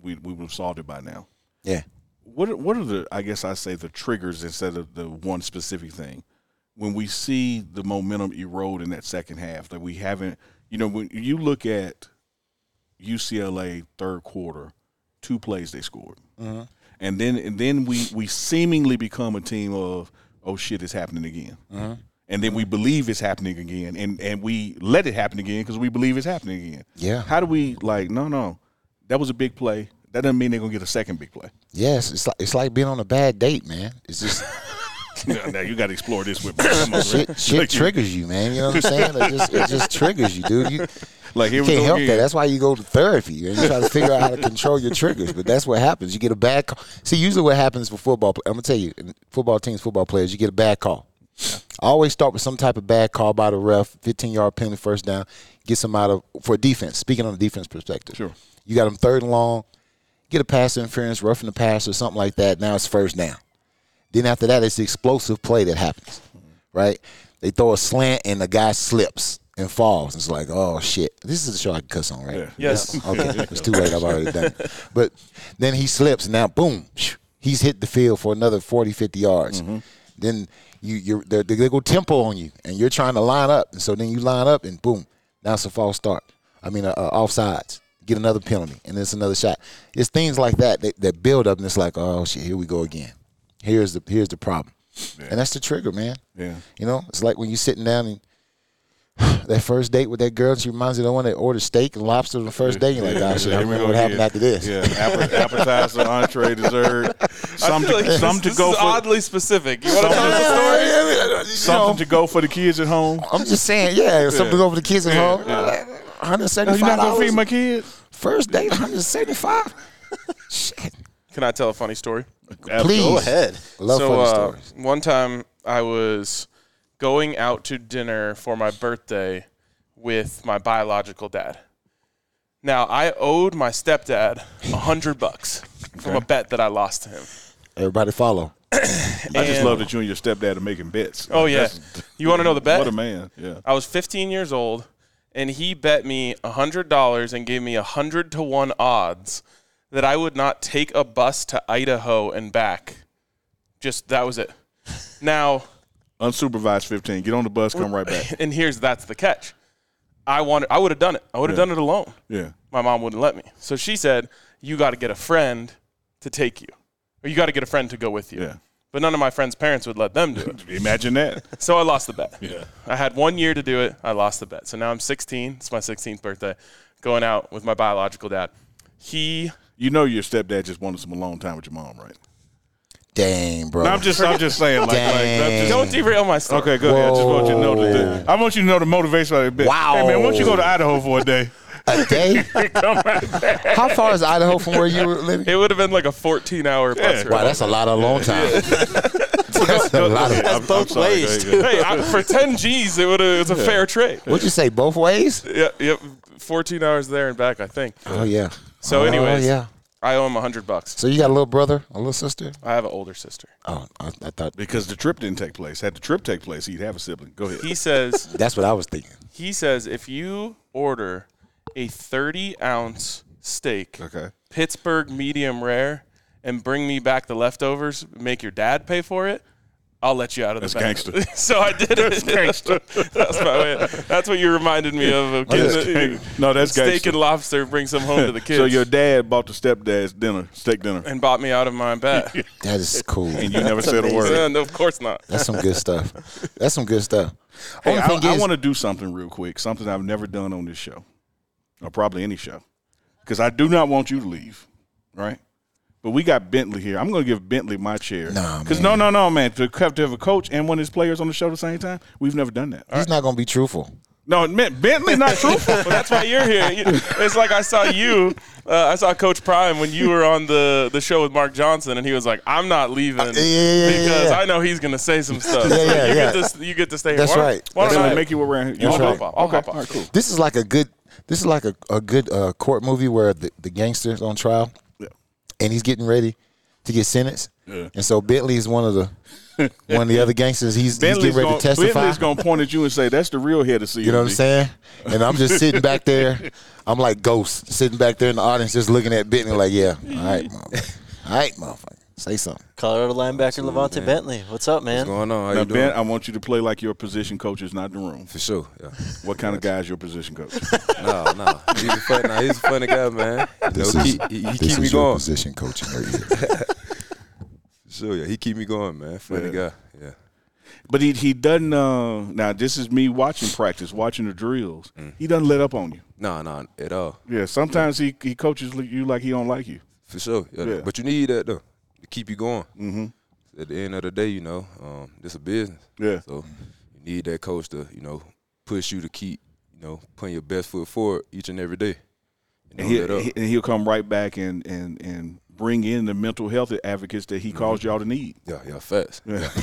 [SPEAKER 2] we we would have solved it by now.
[SPEAKER 4] Yeah.
[SPEAKER 2] What are, what are the I guess I say the triggers instead of the one specific thing when we see the momentum erode in that second half that we haven't you know when you look at UCLA third quarter two plays they scored and then and then we we seemingly become a team of oh shit it's happening again
[SPEAKER 4] Uh-huh.
[SPEAKER 2] and then we believe it's happening again and and we let it happen again because we believe it's happening again
[SPEAKER 4] Yeah.
[SPEAKER 2] how do we like no no that was a big play that doesn't mean they're gonna get a second big play
[SPEAKER 4] Yes, it's like it's like being on a bad date, man. It's just
[SPEAKER 2] now, now you got to explore this with me. Come on, man.
[SPEAKER 4] shit shit triggers you, man. You know what I'm saying? It just it just triggers you, dude. You,
[SPEAKER 2] Like here
[SPEAKER 4] you
[SPEAKER 2] we
[SPEAKER 4] can't
[SPEAKER 2] go
[SPEAKER 4] help
[SPEAKER 2] again.
[SPEAKER 4] that. That's why you go to therapy and you try to figure out how to control your triggers. But that's what happens. You get a bad call. See, usually what happens for football, I'm gonna tell you, in football teams, football players, you get a bad call. I always start with some type of bad call by the ref, 15 yard penalty, first down, gets them out of for defense. Speaking on the defense perspective,
[SPEAKER 2] Sure.
[SPEAKER 4] You got them third and long, get a pass interference, roughing the pass or something like that. Now it's first down. Then after that, it's the explosive play that happens, right? They throw a slant and the guy slips and falls. It's like, oh shit, this is a show I can cuss on, right?
[SPEAKER 3] Yes.
[SPEAKER 4] Okay, it's too late. I've already done it. But then he slips, and now boom, phew, he's hit the field for another 40, 50 yards.
[SPEAKER 2] Mm-hmm.
[SPEAKER 4] Then you you're, they're, they go tempo on you, and you're trying to line up, and so then you line up, and boom, now it's a false start. I mean, uh, uh, offsides. Get another penalty, and it's another shot. It's things like that that, that build up, and it's like, oh shit, here we go again. Here's the here's the problem, and that's the trigger, man.
[SPEAKER 2] Yeah.
[SPEAKER 4] You know, it's like when you're sitting down and that first date with that girl, she reminds you of the one that ordered steak and lobster on the first date. You're like,
[SPEAKER 2] Yeah,
[SPEAKER 4] oh, shit,
[SPEAKER 2] yeah,
[SPEAKER 4] I
[SPEAKER 2] here we
[SPEAKER 4] remember
[SPEAKER 2] go
[SPEAKER 4] what happened
[SPEAKER 2] again.
[SPEAKER 4] after this.
[SPEAKER 2] Yeah, app- appetizer, entree, dessert. Some
[SPEAKER 3] I feel
[SPEAKER 2] to,
[SPEAKER 3] like this,
[SPEAKER 2] some to
[SPEAKER 3] this
[SPEAKER 2] go
[SPEAKER 3] is
[SPEAKER 2] for
[SPEAKER 3] oddly specific. You want to
[SPEAKER 2] Some
[SPEAKER 3] tell
[SPEAKER 2] to-
[SPEAKER 3] the story?
[SPEAKER 4] Yeah,
[SPEAKER 2] something to go for the kids at home.
[SPEAKER 4] I'm just saying, yeah, something over the kids at
[SPEAKER 2] Yeah,
[SPEAKER 4] home.
[SPEAKER 2] yeah. No, you're not gonna feed
[SPEAKER 4] $175.
[SPEAKER 2] my kids.
[SPEAKER 4] first date, 175 Shit.
[SPEAKER 3] Can I tell a funny story?
[SPEAKER 4] Please.
[SPEAKER 1] Go ahead.
[SPEAKER 4] Love
[SPEAKER 3] so
[SPEAKER 4] funny
[SPEAKER 3] uh,
[SPEAKER 4] stories.
[SPEAKER 3] one time I was going out to dinner for my birthday with my biological dad. Now I owed my stepdad a hundred bucks from a bet that I lost to him.
[SPEAKER 4] Everybody follow.
[SPEAKER 2] I just
[SPEAKER 3] And-
[SPEAKER 2] love that you and your stepdad are making bets.
[SPEAKER 3] Oh yeah,
[SPEAKER 2] That's-
[SPEAKER 3] you want to know the bet?
[SPEAKER 2] What a man. Yeah.
[SPEAKER 3] I was 15 years old, and he bet me $100 and gave me a 100 to 1 odds that I would not take a bus to Idaho and back. Just that was it. Now,
[SPEAKER 2] Unsupervised 15. Get on the bus, come right back.
[SPEAKER 3] and here's that's the catch. I wanted I would have done it. I would have done it alone.
[SPEAKER 2] Yeah.
[SPEAKER 3] My mom wouldn't let me. So she said, "You got to get a friend to take you, or you got to get a friend to go with you."
[SPEAKER 2] Yeah.
[SPEAKER 3] But none of my friends' parents would let them do it.
[SPEAKER 2] Imagine that.
[SPEAKER 3] So I lost the bet.
[SPEAKER 2] Yeah.
[SPEAKER 3] I had one year to do it. I lost the bet. So now I'm 16. It's my 16th birthday. Going out with my biological dad. He
[SPEAKER 2] You know your stepdad just wanted some alone time with your mom, right?
[SPEAKER 4] Dang, bro.
[SPEAKER 2] No, I'm just I'm just saying like, like I'm just,
[SPEAKER 3] don't derail my story.
[SPEAKER 2] Okay, good. Yeah, I just want you to know the, the- I want you to know the motivation of that bit.
[SPEAKER 4] Wow.
[SPEAKER 2] Hey man, why don't you go to Idaho for a day?
[SPEAKER 4] a day. How far is Idaho from where you were living?
[SPEAKER 3] It would have been like a 14 hour bus ride.
[SPEAKER 4] Wow, that's a lot of long time. that's a lot of.
[SPEAKER 1] That's both ways.
[SPEAKER 2] There you go.
[SPEAKER 3] hey, I, for 10 G's, it would have. It's a fair trade.
[SPEAKER 4] What'd you say? Both ways?
[SPEAKER 3] Yeah, yep. 14 hours there and back, I think.
[SPEAKER 4] Oh yeah.
[SPEAKER 3] So,
[SPEAKER 4] oh,
[SPEAKER 3] anyways,
[SPEAKER 4] yeah.
[SPEAKER 3] I owe him 100 bucks.
[SPEAKER 4] So you got a little brother, a little sister?
[SPEAKER 3] I have an older sister.
[SPEAKER 4] Oh, I, I thought
[SPEAKER 2] Because the trip didn't take place. Had the trip take place, he'd have a sibling. Go ahead.
[SPEAKER 3] He says
[SPEAKER 4] that's what I was thinking.
[SPEAKER 3] He says if you order a 30 ounce steak,
[SPEAKER 2] Okay.
[SPEAKER 3] Pittsburgh medium rare, and bring me back the leftovers, make your dad pay for it. I'll let you out of the
[SPEAKER 2] That's
[SPEAKER 3] benefit."
[SPEAKER 2] gangster.
[SPEAKER 3] so I did it. That's gangster. That's my way. That's what you reminded me of. of
[SPEAKER 2] Oh, That's
[SPEAKER 3] getting the-
[SPEAKER 2] gang- no, that's
[SPEAKER 3] steak
[SPEAKER 2] gangster.
[SPEAKER 3] and lobster. Bring some home to the kids.
[SPEAKER 2] So your dad bought the stepdad's dinner, steak dinner,
[SPEAKER 3] and bought me out of my bet.
[SPEAKER 4] That is cool.
[SPEAKER 2] and you never said a word.
[SPEAKER 3] no, no, of course not.
[SPEAKER 4] That's some good stuff. That's some good stuff.
[SPEAKER 2] Hey,
[SPEAKER 4] Only
[SPEAKER 2] I,
[SPEAKER 4] thing
[SPEAKER 2] I
[SPEAKER 4] is-
[SPEAKER 2] want to do something real quick, something I've never done on this show, or probably any show, because I do not want you to leave, right? But we got Bentley here. I'm going to give Bentley my chair.
[SPEAKER 4] Nah,
[SPEAKER 2] because no, no, no, man. To have to have a coach and one of his players on the show at the same time, we've never done that.
[SPEAKER 4] he's not gonna be truthful.
[SPEAKER 2] No, it meant Bentley not truthful.
[SPEAKER 3] Well, that's why you're here. You- It's like I saw you. Uh, I saw Coach Prime when you were on the, the show with Mark Johnson, and he was like, "I'm not leaving
[SPEAKER 4] Uh, yeah, yeah, yeah,
[SPEAKER 3] because
[SPEAKER 4] yeah.
[SPEAKER 3] I know he's gonna say some stuff.
[SPEAKER 4] Yeah,
[SPEAKER 3] So
[SPEAKER 4] yeah,
[SPEAKER 3] you
[SPEAKER 4] yeah.
[SPEAKER 3] Get to, s- you get to stay. here.
[SPEAKER 4] That's
[SPEAKER 3] Why don't-
[SPEAKER 4] right.
[SPEAKER 3] Why don't
[SPEAKER 2] Bentley,
[SPEAKER 3] I
[SPEAKER 2] make you around here. You
[SPEAKER 3] I'll
[SPEAKER 2] want
[SPEAKER 3] hop
[SPEAKER 2] to?
[SPEAKER 3] off. I'll hop off.
[SPEAKER 4] This is like a good. This is like a a good uh, court movie where the, the gangster's on trial, and he's getting ready to get sentenced. And so Bentley is one of the one of the other gangsters. He's, he's
[SPEAKER 2] Bentley's
[SPEAKER 4] getting ready
[SPEAKER 2] gonna,
[SPEAKER 4] to testify.
[SPEAKER 2] Bentley's going to point at you and say, "That's the real head of CMD."
[SPEAKER 4] You know what I'm saying? And I'm just sitting back there. I'm like ghost sitting back there in the audience, just looking at Bentley like, yeah, all right, motherfucker. all right, motherfucker, say something.
[SPEAKER 1] Colorado linebacker Levante Bentley. What's up, man?
[SPEAKER 5] What's going on? How
[SPEAKER 2] Now,
[SPEAKER 5] you doing?
[SPEAKER 2] Ben, I want you to play like your position coach is not in the room.
[SPEAKER 5] For sure. Yeah.
[SPEAKER 2] What kind of guy is your position coach?
[SPEAKER 5] no, no. He's a fun, nah, he's a funny guy, man. You know, he, he, he keep me going. For
[SPEAKER 4] position coaching
[SPEAKER 5] sure, yeah. He keep me going, man. Funny
[SPEAKER 2] Yeah.
[SPEAKER 5] guy. Yeah.
[SPEAKER 2] But he he doesn't. Uh, now this is me watching practice, watching the drills. He doesn't let up on you.
[SPEAKER 5] No, no, Mm. at all.
[SPEAKER 2] Yeah, sometimes he he coaches li- you like he don't like you.
[SPEAKER 5] For sure. Yeah.
[SPEAKER 2] Yeah.
[SPEAKER 5] But you need that though to keep you going. Mm-hmm. At the end of the day, you know, um, this a business.
[SPEAKER 2] Yeah.
[SPEAKER 5] So you need that coach to, you know, push you to keep, you know, putting your best foot forward each and every day. And
[SPEAKER 2] And,
[SPEAKER 5] don't
[SPEAKER 2] he,
[SPEAKER 5] let up.
[SPEAKER 2] he- and he'll come right back and and and bring in the mental health advocates that he calls y'all to need.
[SPEAKER 5] Mm-hmm. yeah, yeah, facts.
[SPEAKER 2] Yeah.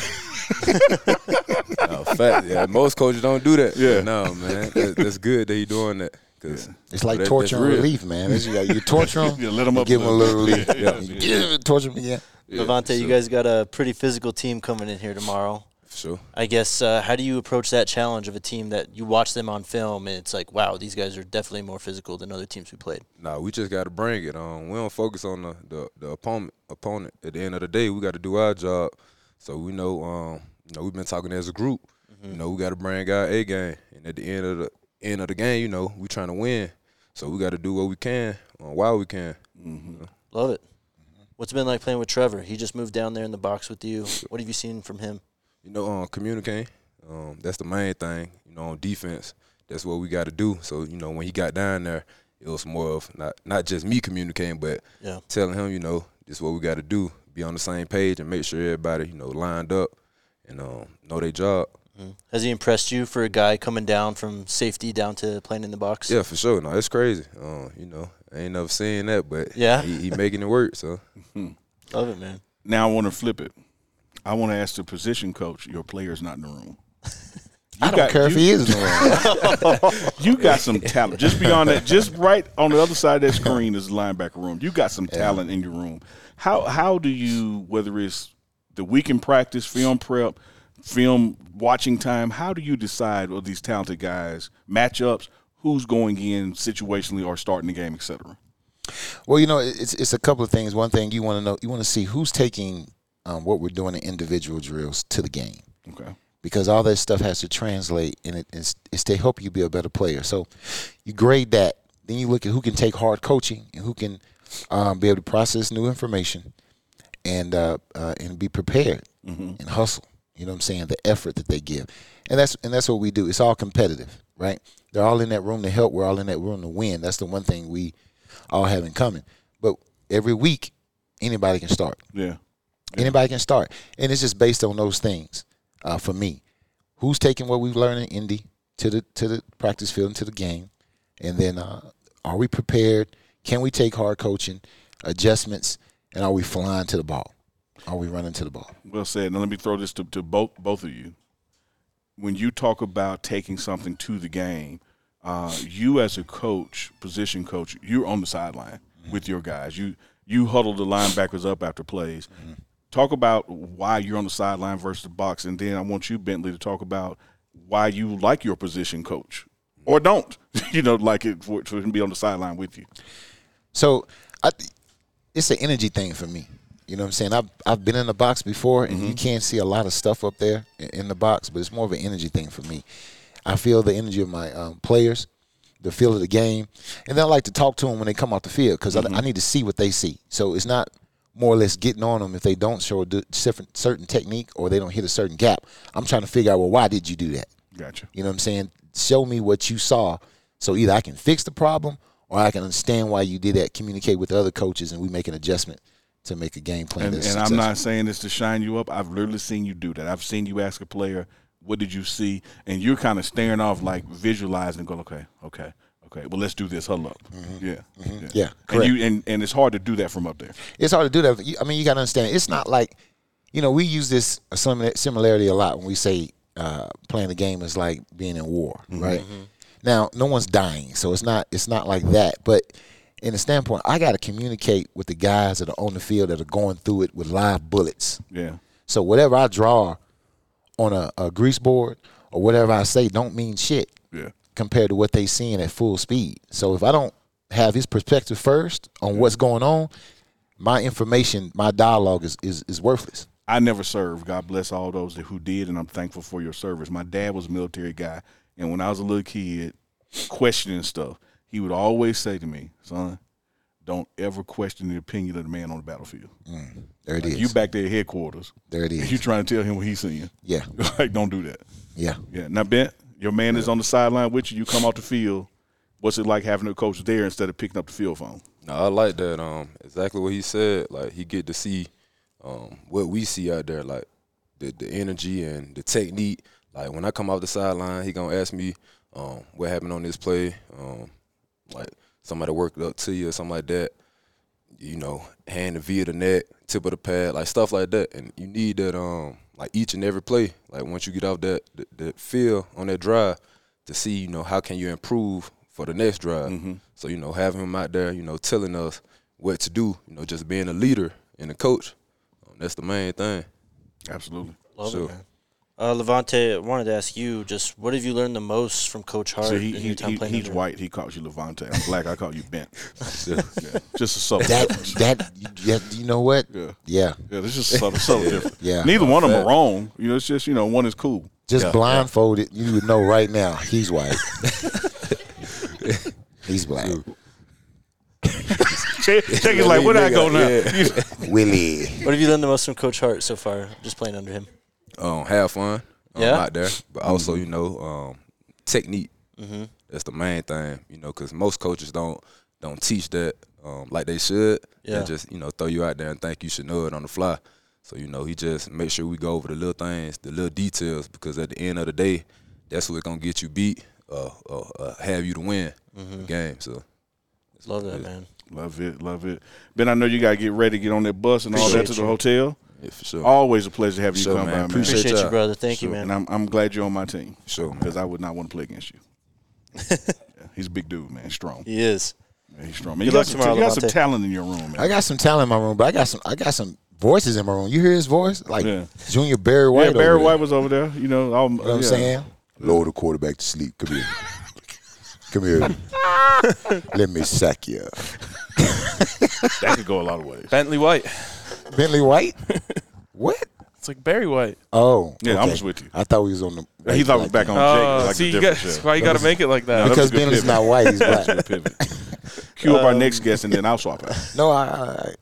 [SPEAKER 5] Yeah, facts. Yeah, most coaches don't do that.
[SPEAKER 2] Yeah.
[SPEAKER 5] No, man. That, that's good that he doing that. 'cause
[SPEAKER 4] It's like
[SPEAKER 5] that- that's
[SPEAKER 4] torture and
[SPEAKER 5] real.
[SPEAKER 4] relief, man. It's- you, you torture them,
[SPEAKER 2] Yeah, let 'em
[SPEAKER 4] you
[SPEAKER 2] up a
[SPEAKER 4] give them a
[SPEAKER 2] little.
[SPEAKER 4] little relief.
[SPEAKER 5] Yeah.
[SPEAKER 4] You give- torture them again.
[SPEAKER 1] Levante, you guys got a pretty physical team coming in here tomorrow.
[SPEAKER 5] For sure.
[SPEAKER 1] I guess uh, how do you approach that challenge of a team that you watch them on film and it's like, wow, these guys are definitely more physical than other teams we played.
[SPEAKER 5] Nah, we just got to bring it. Um, we don't focus on the, the, the opponent. Opponent. At the end of the day, we got to do our job. So we know, um, you know, we've been talking as a group. You know, we got to bring our A game, and at the end of the end of the game, you know, we trying to win. So we got to do what we can uh, while we can.
[SPEAKER 1] Mm-hmm. Love it. Mm-hmm. What's it been like playing with Trevor? He just moved down there in the box with you. What have you seen from him?
[SPEAKER 5] You know, um, communicating. Um, that's the main thing. You know, on defense, that's what we got to do. So you know, when he got down there, it was more of not not just me communicating, but
[SPEAKER 1] Yeah.
[SPEAKER 5] telling him, you know, this is what we got to do. Be on the same page and make sure everybody, you know, lined up and um, know their job.
[SPEAKER 1] Mm. Has he impressed you for a guy coming down from safety down to playing in the box?
[SPEAKER 5] Yeah, for sure. No, it's crazy. Um, you know, I ain't never seen that, but
[SPEAKER 1] Yeah.
[SPEAKER 5] he, he making it work. So
[SPEAKER 1] Love it, man.
[SPEAKER 2] Now I want to flip it. I want to ask the position coach, your player's not in the room.
[SPEAKER 4] I don't
[SPEAKER 2] got-
[SPEAKER 4] care if
[SPEAKER 2] you-
[SPEAKER 4] he is. in the wrong.
[SPEAKER 2] You got some talent. Just beyond that, just right on the other side of that screen is the linebacker room. You got some talent in your room. How how do you whether it's the weekend practice, film prep, film watching time, how do you decide well these talented guys, matchups, who's going in situationally or starting the game, etc.
[SPEAKER 4] Well, you know, it- it's it's a couple of things. One thing you want to know, you want to see who's taking um, what we're doing in individual drills to the game
[SPEAKER 2] Okay.
[SPEAKER 4] because all that stuff has to translate and it, it's, it's to help you be a better player. So you grade that. Then you look at who can take hard coaching and who can um, be able to process new information and uh, uh, and be prepared and hustle. You know what I'm saying? The effort that they give, and that's and that's what we do. It's all competitive, right? They're all in that room to help. We're all in that room to win. That's the one thing we all have in common. But every week, anybody can start.
[SPEAKER 2] Yeah.
[SPEAKER 4] Anybody can start, and it's just based on those things. Uh, for me, who's taking what we've learned in Indy to the to the practice field and to the game, and then uh, are we prepared? Can we take hard coaching, adjustments, and are we flying to the ball? Are we running to the ball?
[SPEAKER 2] Well said. Now let me throw this to, to both both of you. When you talk about taking something to the game, uh, you as a coach, position coach, you're on the sideline with your guys. You you huddle the linebackers up after plays. Talk about why you're on the sideline versus the box, and then I want you, Bentley, to talk about why you like your position coach or don't. you know, like it for, for him to be on the sideline with you.
[SPEAKER 4] So, I, it's an energy thing for me. You know what I'm saying? I've I've been in the box before, and you can't see a lot of stuff up there i- in the box, but it's more of an energy thing for me. I feel the energy of my um, players, the feel of the game, and then I like to talk to them when they come off the field because I, I need to see what they see. So it's not more or less getting on them if they don't show a d- certain certain technique or they don't hit a certain gap. I'm trying to figure out well why did you do that?
[SPEAKER 2] Gotcha.
[SPEAKER 4] You know what I'm saying? Show me what you saw. So either I can fix the problem or I can understand why you did that, communicate with the other coaches, and we make an adjustment to make a game plan.
[SPEAKER 2] And,
[SPEAKER 4] that's
[SPEAKER 2] and I'm
[SPEAKER 4] successful.
[SPEAKER 2] not saying this to shine you up. I've literally seen you do that. I've seen you ask a player, "What did you see?" And you're kind of staring off, like visualizing, going, "Okay, okay, okay. Well, let's do this. Huddle up." Yeah, yeah,
[SPEAKER 4] Mm-hmm. Yeah,
[SPEAKER 2] And
[SPEAKER 4] correct.
[SPEAKER 2] you and, and it's hard to do that from up there.
[SPEAKER 4] It's hard to do that. You- I mean, you got to understand. It's not like, you know, we use this similar- similarity a lot when we say uh, playing the game is like being in war,
[SPEAKER 2] Mm-hmm.
[SPEAKER 4] right? Now, no one's dying, so it's not it's not like that. But in the standpoint, I got to communicate with the guys that are on the field that are going through it with live bullets.
[SPEAKER 2] Yeah,
[SPEAKER 4] So whatever I draw on a, a grease board or whatever I say don't mean shit
[SPEAKER 2] yeah,
[SPEAKER 4] compared to what they seeing at full speed. So if I don't have his perspective first on what's going on, my information, my dialogue is, is, is worthless.
[SPEAKER 2] I never served. God bless all those that, who did, and I'm thankful for your service. My dad was a military guy, and when I was a little kid, questioning stuff, he would always say to me, "Son, don't ever question the opinion of the man on the battlefield.
[SPEAKER 4] Mm, There it is.
[SPEAKER 2] You back there at headquarters."
[SPEAKER 4] there it
[SPEAKER 2] You
[SPEAKER 4] is.
[SPEAKER 2] trying to tell him what he's seeing?
[SPEAKER 4] Yeah.
[SPEAKER 2] like, don't do that.
[SPEAKER 4] Yeah.
[SPEAKER 2] Yeah. Now, Ben, your man is on the sideline with you. You come off the field. What's it like having a coach there instead of picking up the field phone?
[SPEAKER 5] No, I like that. Um, exactly what he said. Like he get to see, um, what we see out there. Like the the energy and the technique. Like when I come off the sideline, he gonna ask me, um, what happened on this play. Um, like somebody worked up to you or something like that. You know, hand the V of the net, tip of the pad, like stuff like that. And you need that. Um, like each and every play. Like once you get off that that, that field on that drive, to see you know how can you improve for the next drive. So you know having him out there, you know telling us what to do. You know just being a leader and a coach. Um, that's the main thing.
[SPEAKER 2] Absolutely.
[SPEAKER 1] Love
[SPEAKER 5] So-
[SPEAKER 1] it, man. Uh, Levante, I wanted to ask you just what have you learned the most from Coach Hart?
[SPEAKER 2] So he,
[SPEAKER 1] in
[SPEAKER 2] he,
[SPEAKER 1] your time
[SPEAKER 2] he-
[SPEAKER 1] playing
[SPEAKER 2] he's
[SPEAKER 1] under him?
[SPEAKER 2] white. He calls you Levante. I'm black. I call you Bent. yeah. yeah. Just a subtle
[SPEAKER 4] That,
[SPEAKER 2] difference.
[SPEAKER 4] that, yeah, you know what?
[SPEAKER 2] Yeah.
[SPEAKER 4] Yeah.
[SPEAKER 2] Yeah, this is subtle, subtle difference.
[SPEAKER 4] Yeah.
[SPEAKER 2] Neither one of them are wrong. You know, it's just you know one is cool.
[SPEAKER 4] Just blindfolded, you would know right now he's white. he's black.
[SPEAKER 2] Check is like, where I go now?
[SPEAKER 4] Willie.
[SPEAKER 1] What have you learned the most from Coach Hart so far, just playing under him?
[SPEAKER 5] Um, have fun. Um,
[SPEAKER 1] Yeah.
[SPEAKER 5] out there, but also you know um, technique.
[SPEAKER 1] Mm-hmm.
[SPEAKER 5] That's the main thing. You know, because most coaches don't don't teach that um, like they should.
[SPEAKER 1] Yeah.
[SPEAKER 5] They just you know throw you out there and think you should know it on the fly. So you know he just make sure we go over the little things, the little details, because at the end of the day, that's what's gonna get you beat or, or, or have you to win
[SPEAKER 1] Mm-hmm.
[SPEAKER 5] the game. So
[SPEAKER 1] Love that, man.
[SPEAKER 2] Love it, love it. Ben, I know you gotta get ready, get on that bus and all that to
[SPEAKER 1] Appreciate
[SPEAKER 2] the
[SPEAKER 1] you.
[SPEAKER 2] hotel.
[SPEAKER 5] yeah, for sure.
[SPEAKER 2] Always a pleasure to have you
[SPEAKER 5] Sure,
[SPEAKER 2] come
[SPEAKER 5] man.
[SPEAKER 2] by, man.
[SPEAKER 5] Appreciate
[SPEAKER 1] Appreciate you,
[SPEAKER 5] y'all.
[SPEAKER 1] brother. Thank you,
[SPEAKER 2] Sure.
[SPEAKER 1] man.
[SPEAKER 2] And I'm, I'm glad you're on my team.
[SPEAKER 5] Sure, man.
[SPEAKER 2] Because I would not want to play against you. Yeah, he's a big dude, man. Strong.
[SPEAKER 1] He is.
[SPEAKER 2] Man, he's strong. Man, you
[SPEAKER 1] Good luck
[SPEAKER 2] got, some,
[SPEAKER 1] tomorrow,
[SPEAKER 2] you got some
[SPEAKER 1] Levante.
[SPEAKER 2] talent in your room, man.
[SPEAKER 4] I got some talent in my room, but I got some I got some voices in my room. You hear his voice? Like
[SPEAKER 2] Yeah.
[SPEAKER 4] Junior Barry White.
[SPEAKER 2] yeah, Barry
[SPEAKER 4] over there.
[SPEAKER 2] White was over there. You know, all,
[SPEAKER 4] You know what I'm saying? Lower the quarterback to sleep. Come here. Come here. Let me sack you.
[SPEAKER 2] that could go a lot of ways.
[SPEAKER 3] Bentley White.
[SPEAKER 4] Bentley White? what?
[SPEAKER 3] It's like Barry White.
[SPEAKER 4] Oh.
[SPEAKER 2] Yeah, I'm
[SPEAKER 4] okay.
[SPEAKER 2] just with you.
[SPEAKER 4] I thought we was on the.
[SPEAKER 2] He thought we was back on Jake.
[SPEAKER 3] Oh,
[SPEAKER 2] like
[SPEAKER 3] see,
[SPEAKER 2] the
[SPEAKER 3] you got,
[SPEAKER 2] difference, yeah.
[SPEAKER 3] why you got to make it like that?
[SPEAKER 2] That
[SPEAKER 4] Because
[SPEAKER 2] was a good
[SPEAKER 4] Bentley's
[SPEAKER 2] pivot.
[SPEAKER 4] not white, he's black. Um,
[SPEAKER 2] pivot. Cue up our next guest, and then I'll swap out.
[SPEAKER 4] no, I,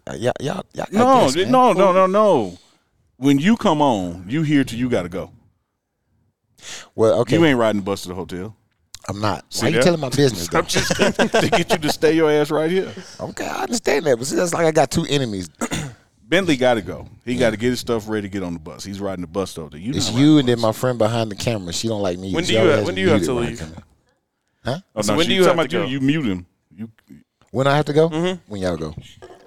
[SPEAKER 4] I, I, yeah, yeah, yeah, I
[SPEAKER 2] No,
[SPEAKER 4] guess, man.
[SPEAKER 2] no, no, no, no. When you come on, you here till you got to go.
[SPEAKER 4] Well, okay,
[SPEAKER 2] You ain't riding the bus to the hotel.
[SPEAKER 4] I'm not.
[SPEAKER 2] See
[SPEAKER 4] Why you
[SPEAKER 2] that?
[SPEAKER 4] telling my business? Though?
[SPEAKER 2] I'm just to get you to stay your ass right here.
[SPEAKER 4] Okay, I understand that, but see, that's like I got two enemies.
[SPEAKER 2] Bentley got to go. He got to get his stuff ready to get on the bus. He's riding the bus though. You
[SPEAKER 4] It's
[SPEAKER 2] not
[SPEAKER 4] you
[SPEAKER 2] riding
[SPEAKER 4] and
[SPEAKER 2] the
[SPEAKER 4] then my friend behind the camera. She don't like me.
[SPEAKER 3] When do
[SPEAKER 4] She
[SPEAKER 3] you-
[SPEAKER 4] always has
[SPEAKER 3] when
[SPEAKER 4] me
[SPEAKER 3] do you have
[SPEAKER 4] muted
[SPEAKER 3] to
[SPEAKER 4] when I
[SPEAKER 3] leave?
[SPEAKER 4] come in.
[SPEAKER 2] bus.
[SPEAKER 3] So
[SPEAKER 2] Oh, no,
[SPEAKER 3] when
[SPEAKER 2] she-
[SPEAKER 3] do
[SPEAKER 2] you
[SPEAKER 3] you
[SPEAKER 2] talking
[SPEAKER 3] have to
[SPEAKER 2] about
[SPEAKER 3] go?
[SPEAKER 2] You, you mute him. You, Mm-hmm.
[SPEAKER 4] When I have to go? When y'all go?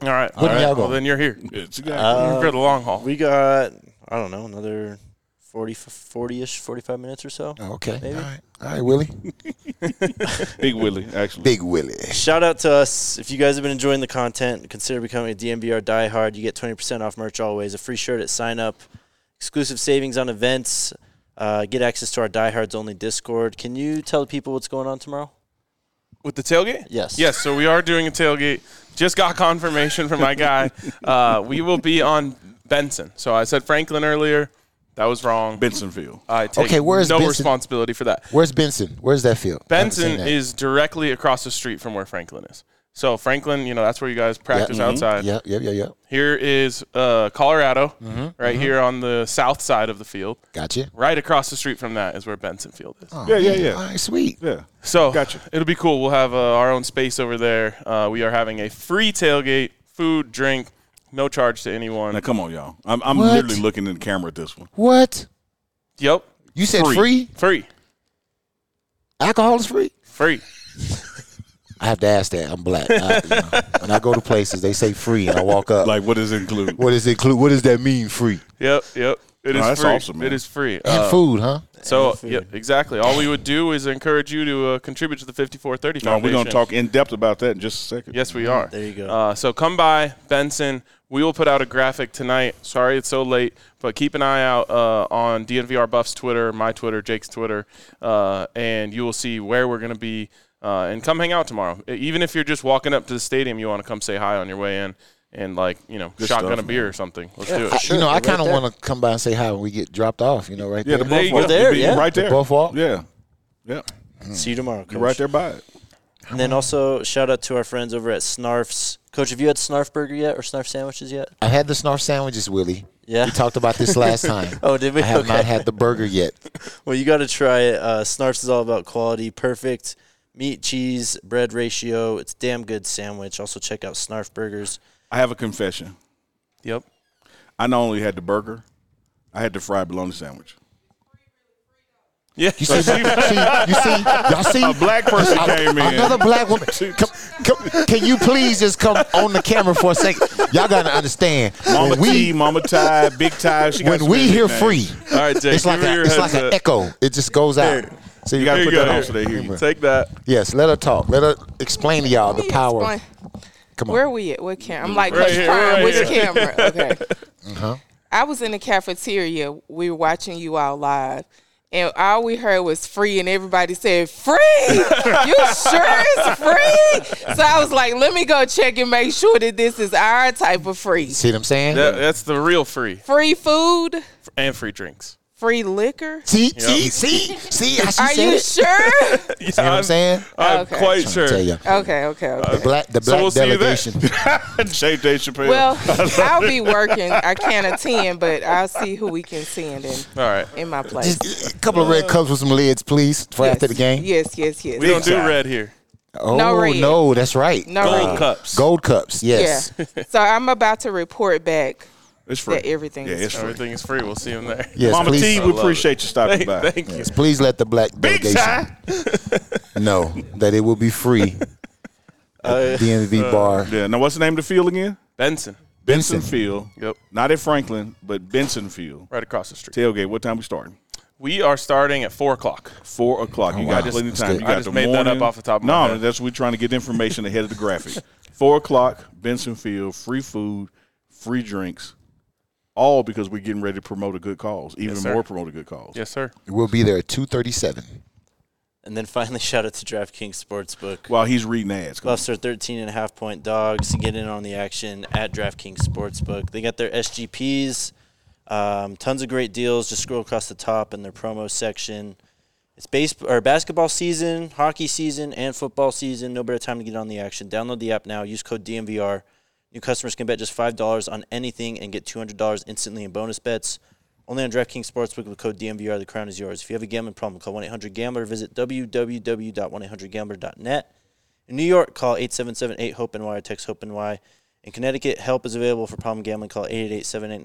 [SPEAKER 3] All right.
[SPEAKER 4] When
[SPEAKER 3] All right.
[SPEAKER 4] y'all go?
[SPEAKER 3] Well, then you're here.
[SPEAKER 2] it's a guy.
[SPEAKER 3] you're for the long haul.
[SPEAKER 1] Uh, We got, I don't know, another 40, 40-ish, 45 minutes or so.
[SPEAKER 4] Oh, okay.
[SPEAKER 1] Maybe.
[SPEAKER 4] All right. All right, Willie.
[SPEAKER 2] Big Willie, actually.
[SPEAKER 4] Big Willie.
[SPEAKER 1] Shout out to us. If you guys have been enjoying the content, consider becoming a DMVR diehard. You get 20% off merch always, a free shirt at sign up, exclusive savings on events, uh, get access to our diehards only Discord. Can you tell people what's going on tomorrow?
[SPEAKER 3] With the tailgate?
[SPEAKER 1] Yes.
[SPEAKER 3] Yes, so we are doing a tailgate. Just got confirmation from my guy. Uh, we will be on Benson. So I said Franklin earlier. That was wrong.
[SPEAKER 2] Bensonfield.
[SPEAKER 3] I take
[SPEAKER 4] Okay, where is
[SPEAKER 3] no
[SPEAKER 4] Benson?
[SPEAKER 3] responsibility for that.
[SPEAKER 4] Where's Benson? Where's that field? I haven't seen
[SPEAKER 3] Benson
[SPEAKER 4] that.
[SPEAKER 3] is directly across the street from where Franklin is. So Franklin, you know, that's where you guys practice
[SPEAKER 4] mm-hmm.
[SPEAKER 3] outside.
[SPEAKER 4] Yep, yep, yep, yep.
[SPEAKER 3] Here is uh, Colorado, right here on the south side of the field.
[SPEAKER 4] Mm-hmm. Gotcha.
[SPEAKER 3] Right across the street from that is where Benson Field is.
[SPEAKER 4] Oh,
[SPEAKER 2] Yeah, yeah,
[SPEAKER 4] man.
[SPEAKER 2] yeah.
[SPEAKER 4] All right, sweet.
[SPEAKER 2] Yeah.
[SPEAKER 3] So
[SPEAKER 2] Gotcha.
[SPEAKER 3] it'll be cool. We'll have uh, our own space over there. Uh, we are having a free tailgate, food, drink, no charge to anyone.
[SPEAKER 2] Now come on, y'all. I'm, I'm
[SPEAKER 4] What?
[SPEAKER 2] literally looking in the camera at this one.
[SPEAKER 4] What?
[SPEAKER 3] yep,
[SPEAKER 4] You said free.
[SPEAKER 2] Free.
[SPEAKER 3] free,
[SPEAKER 4] E. Alcohol is free?
[SPEAKER 3] free.
[SPEAKER 4] I have to ask that. I'm black. I, you know, when I go to places, they say free, and I walk up.
[SPEAKER 2] Like, what does it include?
[SPEAKER 4] what does it include? What does that mean? Free
[SPEAKER 3] Yep, yep. It
[SPEAKER 2] Oh,
[SPEAKER 3] is
[SPEAKER 2] that's
[SPEAKER 3] free.
[SPEAKER 2] awesome, man.
[SPEAKER 3] It is free.
[SPEAKER 4] and
[SPEAKER 3] Uh,
[SPEAKER 4] food, huh?
[SPEAKER 3] So yep, exactly. All we would do is encourage you to uh, contribute to the 5430
[SPEAKER 2] No,
[SPEAKER 3] Foundation.
[SPEAKER 2] we're gonna talk in depth about that in just a second.
[SPEAKER 3] Yes, we are. There
[SPEAKER 1] you go.
[SPEAKER 3] Uh, so come by Benson. We will put out a graphic tonight. Sorry it's so late, but keep an eye out uh, on DNVR Buff's Twitter, my Twitter, Jake's Twitter, uh, and you will see where we're going to be. Uh, and come hang out tomorrow. E- Even if you're just walking up to the stadium, you want to come say hi on your way in and like you know shotgun
[SPEAKER 2] stuff,
[SPEAKER 3] a beer or something. Let's do it.
[SPEAKER 4] I- you know, I
[SPEAKER 1] Right
[SPEAKER 4] kind of
[SPEAKER 1] there.
[SPEAKER 4] want to come by and say hi when we get dropped off. You know, right
[SPEAKER 2] Yeah, the
[SPEAKER 4] there.
[SPEAKER 3] There
[SPEAKER 2] buff
[SPEAKER 3] you
[SPEAKER 2] walk.
[SPEAKER 3] go.
[SPEAKER 1] There, yeah.
[SPEAKER 2] Right
[SPEAKER 4] The
[SPEAKER 2] there.
[SPEAKER 4] buff walk?
[SPEAKER 2] Yeah. Yeah.
[SPEAKER 1] See you tomorrow, Coach.
[SPEAKER 2] You're right there by it.
[SPEAKER 1] And then also shout out to our friends over at Snarf's. Coach, have you had Snarf Burger yet or Snarf sandwiches yet?
[SPEAKER 4] I had the snarf sandwiches, Willie.
[SPEAKER 1] Yeah.
[SPEAKER 4] we talked about this last time.
[SPEAKER 1] Oh, did we?
[SPEAKER 4] I have
[SPEAKER 1] Okay.
[SPEAKER 4] not had the burger yet.
[SPEAKER 1] Well, you got to try it. Uh, Snarf's is all about quality, perfect meat, cheese, bread ratio. It's a damn good sandwich. Also, check out Snarf Burgers.
[SPEAKER 2] I have a confession.
[SPEAKER 3] Yep.
[SPEAKER 2] I not only had the burger, I had the fried bologna sandwich.
[SPEAKER 3] Yeah.
[SPEAKER 4] You see, see, you see, y'all see.
[SPEAKER 2] A black person
[SPEAKER 4] A-
[SPEAKER 2] came in.
[SPEAKER 4] Another black woman. Come, come, can you please just come on the camera for a second? Y'all gotta understand.
[SPEAKER 2] Mama
[SPEAKER 4] when we
[SPEAKER 2] T, Mama Ty, Big Ty. She got
[SPEAKER 4] when
[SPEAKER 2] some
[SPEAKER 4] we
[SPEAKER 2] good
[SPEAKER 4] hear
[SPEAKER 2] nicknames.
[SPEAKER 4] free,
[SPEAKER 3] All right, Jake.
[SPEAKER 4] it's like
[SPEAKER 3] give her
[SPEAKER 4] a,
[SPEAKER 3] your
[SPEAKER 4] it's like an
[SPEAKER 3] headset.
[SPEAKER 4] echo. It just goes out. So you
[SPEAKER 2] You gotta
[SPEAKER 3] Here
[SPEAKER 2] put
[SPEAKER 3] you
[SPEAKER 2] that
[SPEAKER 3] go.
[SPEAKER 2] on so they hear you.
[SPEAKER 3] Take that.
[SPEAKER 4] Yes, let her talk. Let her explain to y'all the
[SPEAKER 6] Let me
[SPEAKER 4] power.
[SPEAKER 6] explain.
[SPEAKER 4] Come
[SPEAKER 6] Where
[SPEAKER 4] on.
[SPEAKER 6] are we at? What camera? I'm like,
[SPEAKER 3] Right
[SPEAKER 6] Coach
[SPEAKER 3] here,
[SPEAKER 6] Prime,
[SPEAKER 3] right
[SPEAKER 6] which
[SPEAKER 3] here.
[SPEAKER 6] camera? Okay.
[SPEAKER 4] Uh-huh.
[SPEAKER 6] I was in the cafeteria. We were watching you all live. And all we heard was free, and everybody said, Free! you sure it's free? So I was like, Let me go check and make sure that this is our type of free.
[SPEAKER 4] See what I'm saying?
[SPEAKER 3] That, that's the real free
[SPEAKER 6] Free food,
[SPEAKER 3] and free drinks.
[SPEAKER 6] free liquor.
[SPEAKER 4] See, see, see, see how she
[SPEAKER 6] Are
[SPEAKER 4] said
[SPEAKER 6] you
[SPEAKER 4] it?
[SPEAKER 6] sure?
[SPEAKER 3] Yeah,
[SPEAKER 4] See what I'm saying?
[SPEAKER 3] I'm
[SPEAKER 6] Okay.
[SPEAKER 3] quite
[SPEAKER 4] Tryna
[SPEAKER 3] sure. Uh,
[SPEAKER 4] Tell you.
[SPEAKER 6] Okay, okay, okay.
[SPEAKER 4] The black, the
[SPEAKER 3] So
[SPEAKER 4] black
[SPEAKER 3] we'll see you there.
[SPEAKER 4] delegation.
[SPEAKER 2] Jay Dave Chappelle.
[SPEAKER 6] Well, I'll be working. I can't attend, but I'll see who we can send in,
[SPEAKER 3] All right.
[SPEAKER 6] in my place.
[SPEAKER 4] Just a couple of red cups with some lids, please, for
[SPEAKER 6] Yes.
[SPEAKER 4] after the game.
[SPEAKER 6] Yes, yes, yes.
[SPEAKER 3] We don't do red here.
[SPEAKER 4] Oh
[SPEAKER 6] No red.
[SPEAKER 4] no, that's right.
[SPEAKER 6] No
[SPEAKER 3] Gold
[SPEAKER 6] red.
[SPEAKER 3] cups.
[SPEAKER 4] Gold cups, yes.
[SPEAKER 6] Yeah. so I'm about to report back
[SPEAKER 2] it's free.
[SPEAKER 6] that everything
[SPEAKER 2] yeah,
[SPEAKER 6] is
[SPEAKER 2] it's free.
[SPEAKER 3] Everything is free. We'll see him there.
[SPEAKER 4] Yes,
[SPEAKER 2] Mama
[SPEAKER 4] please.
[SPEAKER 2] T,
[SPEAKER 3] I
[SPEAKER 2] we
[SPEAKER 3] love
[SPEAKER 2] appreciate you stopping
[SPEAKER 3] Thank,
[SPEAKER 2] by.
[SPEAKER 3] thank you.
[SPEAKER 4] Yes, please let the black
[SPEAKER 2] Big
[SPEAKER 4] delegation
[SPEAKER 2] Ty.
[SPEAKER 4] know that it will be free. at DMV bar.
[SPEAKER 2] Yeah. Now, what's the name of the field again?
[SPEAKER 3] Uh, Benson,
[SPEAKER 2] Benson Field.
[SPEAKER 3] Yep.
[SPEAKER 2] Not at Franklin, but Benson Field.
[SPEAKER 3] right across the street.
[SPEAKER 2] Tailgate. What time we starting?
[SPEAKER 3] We are starting at four o'clock.
[SPEAKER 2] Four o'clock.
[SPEAKER 3] Oh,
[SPEAKER 2] You
[SPEAKER 4] wow.
[SPEAKER 2] got plenty of
[SPEAKER 4] That's
[SPEAKER 2] time.
[SPEAKER 4] good.
[SPEAKER 2] You
[SPEAKER 3] I
[SPEAKER 2] got
[SPEAKER 3] just
[SPEAKER 2] the
[SPEAKER 3] made that
[SPEAKER 2] morning.
[SPEAKER 3] up off the top of
[SPEAKER 2] no,
[SPEAKER 3] my head.
[SPEAKER 2] that's we're trying to get information ahead of the graphic. Four o'clock, Benson Field, free food, free drinks, all because we're getting ready to promote a good cause. Even
[SPEAKER 3] Yes, sir.
[SPEAKER 2] more promote a good cause.
[SPEAKER 3] Yes, sir.
[SPEAKER 4] We'll be there at two thirty-seven.
[SPEAKER 1] And then finally, shout out to DraftKings Sportsbook.
[SPEAKER 2] While he's reading ads, Go-
[SPEAKER 1] Buffs are 13 and a half point dogs. Get in on the action at DraftKings Sportsbook. They got their SGPs, um, tons of great deals. Just scroll across the top in their promo section. It's base or basketball season, hockey season, and football season. No better time to get on the action. Download the app now. Use code DMVR. New customers can bet just five dollars on anything and get two hundred dollars instantly in bonus bets. Only on DraftKings Sportsbook with code DMVR. The crown is yours. If you have a gambling problem, call one eight hundred Gambler. Visit www.1800gambler.net. In New York, call 877-8-HOPE-NY or text HOPE-NY. In Connecticut, help is available for problem gambling. Call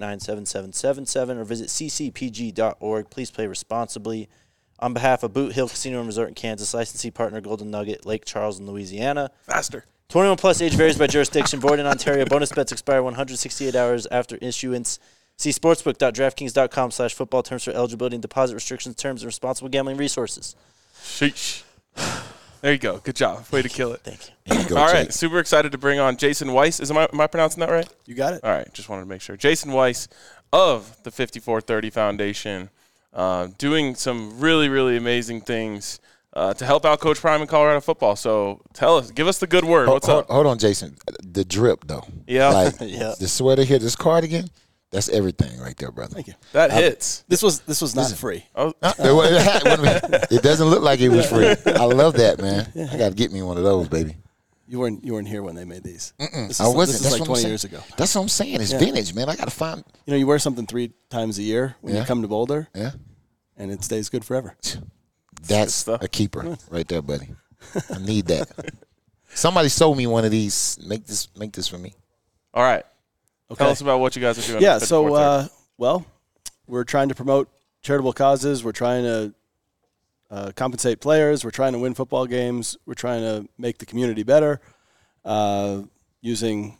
[SPEAKER 1] 888-789-7777 or visit ccpg.org. Please play responsibly. On behalf of Boot Hill Casino and Resort in Kansas, licensee partner Golden Nugget, Lake Charles in Louisiana.
[SPEAKER 3] Faster.
[SPEAKER 1] 21 plus age varies by jurisdiction. Void in Ontario. Bonus bets expire 168 hours after issuance. See sportsbook.draftkings.com slash football terms for eligibility and deposit restrictions, terms, and responsible gambling resources.
[SPEAKER 3] Sheesh. There you go. Good job. Way to kill it.
[SPEAKER 1] Thank you.
[SPEAKER 4] Here you go,
[SPEAKER 3] All right,
[SPEAKER 4] Jake.
[SPEAKER 3] super excited to bring on Jason Weiss. Is am I, am I pronouncing that right?
[SPEAKER 7] You got it.
[SPEAKER 3] All right, just wanted to make sure. Jason Weiss of the 5430 Foundation, uh, doing some really, really amazing things uh, to help out Coach Prime in Colorado football. So tell us, give us the good word.
[SPEAKER 4] Ho-
[SPEAKER 3] What's
[SPEAKER 4] ho-
[SPEAKER 3] up?
[SPEAKER 4] Hold on, Jason. The drip though.
[SPEAKER 3] Yeah.
[SPEAKER 4] Like
[SPEAKER 1] Yeah.
[SPEAKER 4] the sweater here, this cardigan, that's everything right there, brother.
[SPEAKER 7] Thank you.
[SPEAKER 3] That hits.
[SPEAKER 7] This was this was not free.
[SPEAKER 3] Oh,
[SPEAKER 4] Uh, it wa- it doesn't look like it was free. I love that, man. I gotta get me one of those, baby.
[SPEAKER 7] You weren't you weren't here when they made these. This is,
[SPEAKER 4] I wasn't.
[SPEAKER 7] This
[SPEAKER 4] That's
[SPEAKER 7] is like
[SPEAKER 4] what I'm
[SPEAKER 7] 20
[SPEAKER 4] saying.
[SPEAKER 7] years ago.
[SPEAKER 4] That's what I'm saying. It's
[SPEAKER 7] Yeah.
[SPEAKER 4] vintage, man. I gotta find.
[SPEAKER 7] You know, you wear something three times a year when
[SPEAKER 4] Yeah.
[SPEAKER 7] you come to Boulder,
[SPEAKER 4] Yeah,
[SPEAKER 7] and it stays good forever.
[SPEAKER 4] that's
[SPEAKER 3] stuff.
[SPEAKER 4] a keeper right there, buddy. I need that. Somebody sold me one of these. Make this, make this for me.
[SPEAKER 3] all right.
[SPEAKER 7] Okay.
[SPEAKER 3] Tell us about what you guys are doing.
[SPEAKER 7] yeah.
[SPEAKER 3] at
[SPEAKER 7] So,
[SPEAKER 3] 5430.
[SPEAKER 7] uh, well, we're trying to promote charitable causes. We're trying to uh, compensate players. We're trying to win football games. We're trying to make the community better uh, using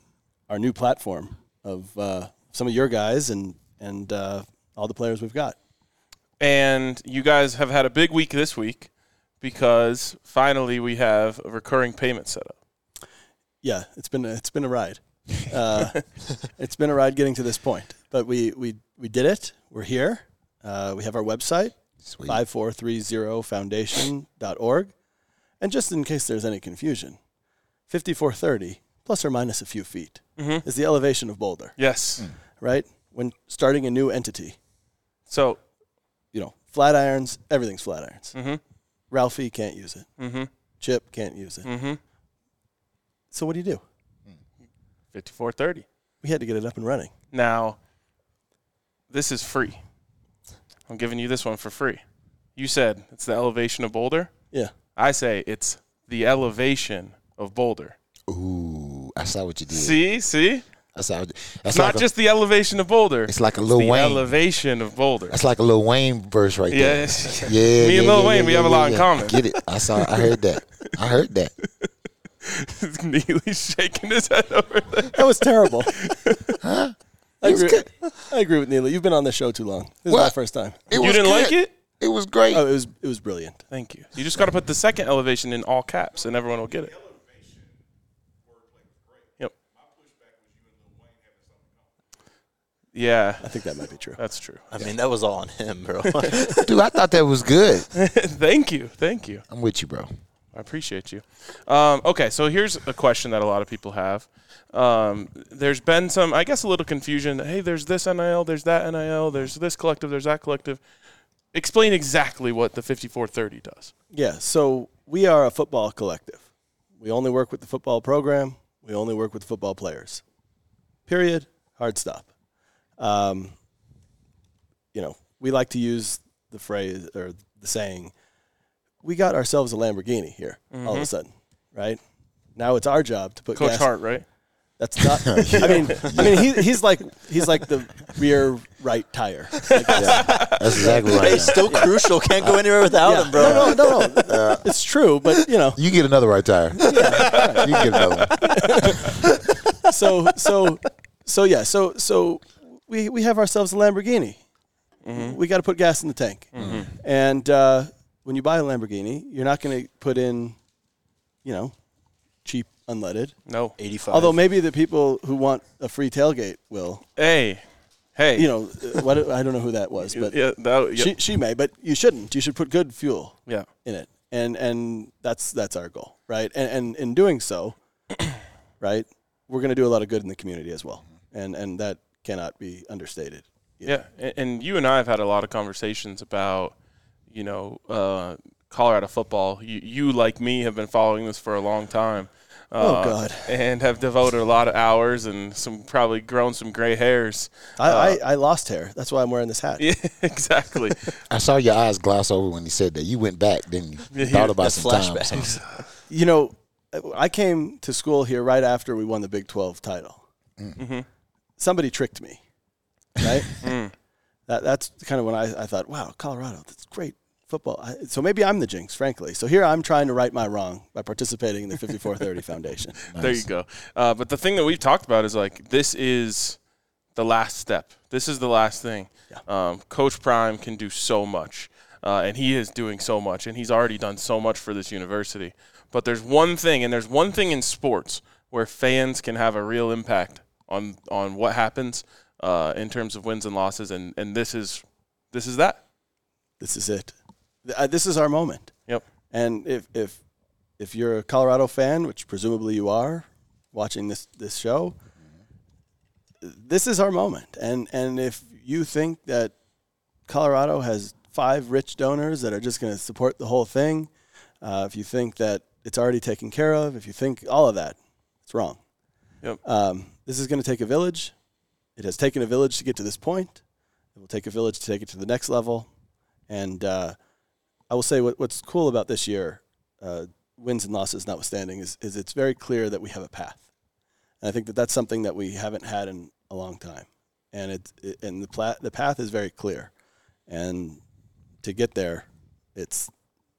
[SPEAKER 7] our new platform of uh, some of your guys and and uh, all the players we've got.
[SPEAKER 3] and you guys have had a big week this week because finally we have a recurring payment set up.
[SPEAKER 7] yeah, it's been a, it's been a ride. Uh, it's been a ride getting to this point, but we we we did it. We're here. Uh, we have our website
[SPEAKER 4] Sweet.
[SPEAKER 7] 5430foundation.org. And just in case there's any confusion, 5430 plus or minus a few feet is the elevation of Boulder, Mm.
[SPEAKER 3] Yes.
[SPEAKER 7] right? When starting a new entity,
[SPEAKER 3] So Mm-hmm.
[SPEAKER 7] you know, flat irons, everything's flat irons. Ralphie can't use it. Chip can't use it.
[SPEAKER 3] Mm-hmm.
[SPEAKER 7] So what do you do?
[SPEAKER 3] 5430.
[SPEAKER 7] We had to get it up and running.
[SPEAKER 3] Now, this is free. I'm giving you this one for free. You said it's the elevation of Boulder.
[SPEAKER 7] Yeah.
[SPEAKER 3] I say it's the elevation of Boulder.
[SPEAKER 4] Ooh, I saw what you did.
[SPEAKER 3] See, see,
[SPEAKER 4] I saw. What, that's
[SPEAKER 3] not
[SPEAKER 4] like
[SPEAKER 3] just the elevation of Boulder.
[SPEAKER 4] A, it's like a
[SPEAKER 3] the
[SPEAKER 4] Lil Wayne.
[SPEAKER 3] elevation of Boulder.
[SPEAKER 4] that's like a Lil Wayne verse right there.
[SPEAKER 3] Yes.
[SPEAKER 4] Yeah,
[SPEAKER 3] Me and
[SPEAKER 4] yeah,
[SPEAKER 3] Lil
[SPEAKER 4] yeah,
[SPEAKER 3] Wayne,
[SPEAKER 4] yeah,
[SPEAKER 3] we have a
[SPEAKER 4] yeah,
[SPEAKER 3] lot in
[SPEAKER 4] yeah.
[SPEAKER 3] common.
[SPEAKER 4] Get it? I saw. I heard that. I heard that.
[SPEAKER 3] Neely's shaking his head over there.
[SPEAKER 7] That was terrible. I,
[SPEAKER 4] was
[SPEAKER 7] agree,
[SPEAKER 4] good.
[SPEAKER 7] I agree with Neely. You've been on this show too long. This is my
[SPEAKER 4] What?
[SPEAKER 7] first time.
[SPEAKER 4] It
[SPEAKER 3] you
[SPEAKER 4] was
[SPEAKER 3] didn't like
[SPEAKER 4] good.
[SPEAKER 3] it?
[SPEAKER 4] It was great.
[SPEAKER 7] Oh, it was it was brilliant.
[SPEAKER 3] Thank you. You just got to put the second elevation in all caps, and everyone will get it. Yep. Yeah,
[SPEAKER 7] I think that might be true.
[SPEAKER 3] that's true.
[SPEAKER 1] I mean, that was all on him, bro.
[SPEAKER 4] Dude, I thought that was good.
[SPEAKER 3] thank you, thank you.
[SPEAKER 4] I'm with you, bro.
[SPEAKER 3] I appreciate you. Um, okay, so here's a question that a lot of people have. Um, there's been some, I guess, a little confusion. Hey, there's this NIL, there's that NIL, there's this collective, there's that collective. Explain exactly what the 5430 does.
[SPEAKER 7] Yeah. So we are a football collective. We only work with the football program. We only work with football players. Period. Hard stop. Um, you know, we like to use the phrase or the saying, "We got ourselves a Lamborghini here." All of a sudden, right? Now it's our job to put
[SPEAKER 3] Mm-hmm. Coach
[SPEAKER 7] gas-
[SPEAKER 3] Hart, right?
[SPEAKER 7] That's not. I mean, I mean, he, he's like he's like the rear right tire.
[SPEAKER 4] That's exactly right. Uh,
[SPEAKER 1] Still crucial. Can't go anywhere without
[SPEAKER 7] Yeah.
[SPEAKER 1] him, bro.
[SPEAKER 7] No, no, no, no. It's true, but you know,
[SPEAKER 4] You get another right tire. You get another one.
[SPEAKER 7] so so so yeah, so so we we have ourselves a Lamborghini. We got to put gas in the tank, and uh, when you buy a Lamborghini, you're not going to put in, you know, cheap unleaded.
[SPEAKER 3] No.
[SPEAKER 1] 85.
[SPEAKER 7] Although maybe the people who want a free tailgate will,
[SPEAKER 3] Hey, hey.
[SPEAKER 7] you know, uh, what I don't know who that was, but
[SPEAKER 3] yeah, that, yep.
[SPEAKER 7] she she may, but you shouldn't. You should put good fuel
[SPEAKER 3] yeah.
[SPEAKER 7] in it. and and that's that's our goal, right? And and in doing so, right, we're going to do a lot of good in the community as well, and and that cannot be understated.
[SPEAKER 3] Yeah, a- and you and I have had a lot of conversations about, you know, uh, Colorado football. You, you, like me, have been following this for a long time.
[SPEAKER 7] Oh,
[SPEAKER 3] uh,
[SPEAKER 7] God.
[SPEAKER 3] And have devoted a lot of hours and some probably grown some gray hairs. Uh,
[SPEAKER 7] I, I, I lost hair. That's why I'm wearing this hat.
[SPEAKER 3] Yeah, exactly.
[SPEAKER 4] I saw your eyes gloss over when you said that. You went back, then you
[SPEAKER 3] Yeah,
[SPEAKER 4] thought about
[SPEAKER 1] That's
[SPEAKER 4] some time. so-
[SPEAKER 1] flashbacks.
[SPEAKER 7] You know, I came to school here right after we won the Big 12 title.
[SPEAKER 4] Mm.
[SPEAKER 7] Somebody tricked me, right?
[SPEAKER 4] Mm.
[SPEAKER 7] that, that's kind of when I, I thought, wow, Colorado, that's great football. I, so maybe I'm the jinx, frankly. So here I'm trying to right my wrong by participating in the 5430 Foundation.
[SPEAKER 3] There you go. Uh, but the thing that we've talked about is like this is the last step. This is the last thing. Um, Coach Prime can do so much, uh, and he is doing so much, and he's already done so much for this university. But there's one thing, and there's one thing in sports where fans can have a real impact on on what happens uh, in terms of wins and losses, and and this is this is that.
[SPEAKER 7] This is it. Th- uh, This is our moment.
[SPEAKER 3] Yep.
[SPEAKER 7] And if if if you're a Colorado fan, which presumably you are, watching this this show, this is our moment. And and if you think that Colorado has five rich donors that are just going to support the whole thing, uh, if you think that it's already taken care of, if you think all of that, it's wrong.
[SPEAKER 3] Yep.
[SPEAKER 7] Um, this is going to take a village. It has taken a village to get to this point. It will take a village to take it to the next level. And uh, I will say what, what's cool about this year, uh, wins and losses notwithstanding, is, is it's very clear that we have a path. And I think that that's something that we haven't had in a long time. And it's it, and the pla- the path is very clear. And to get there, it's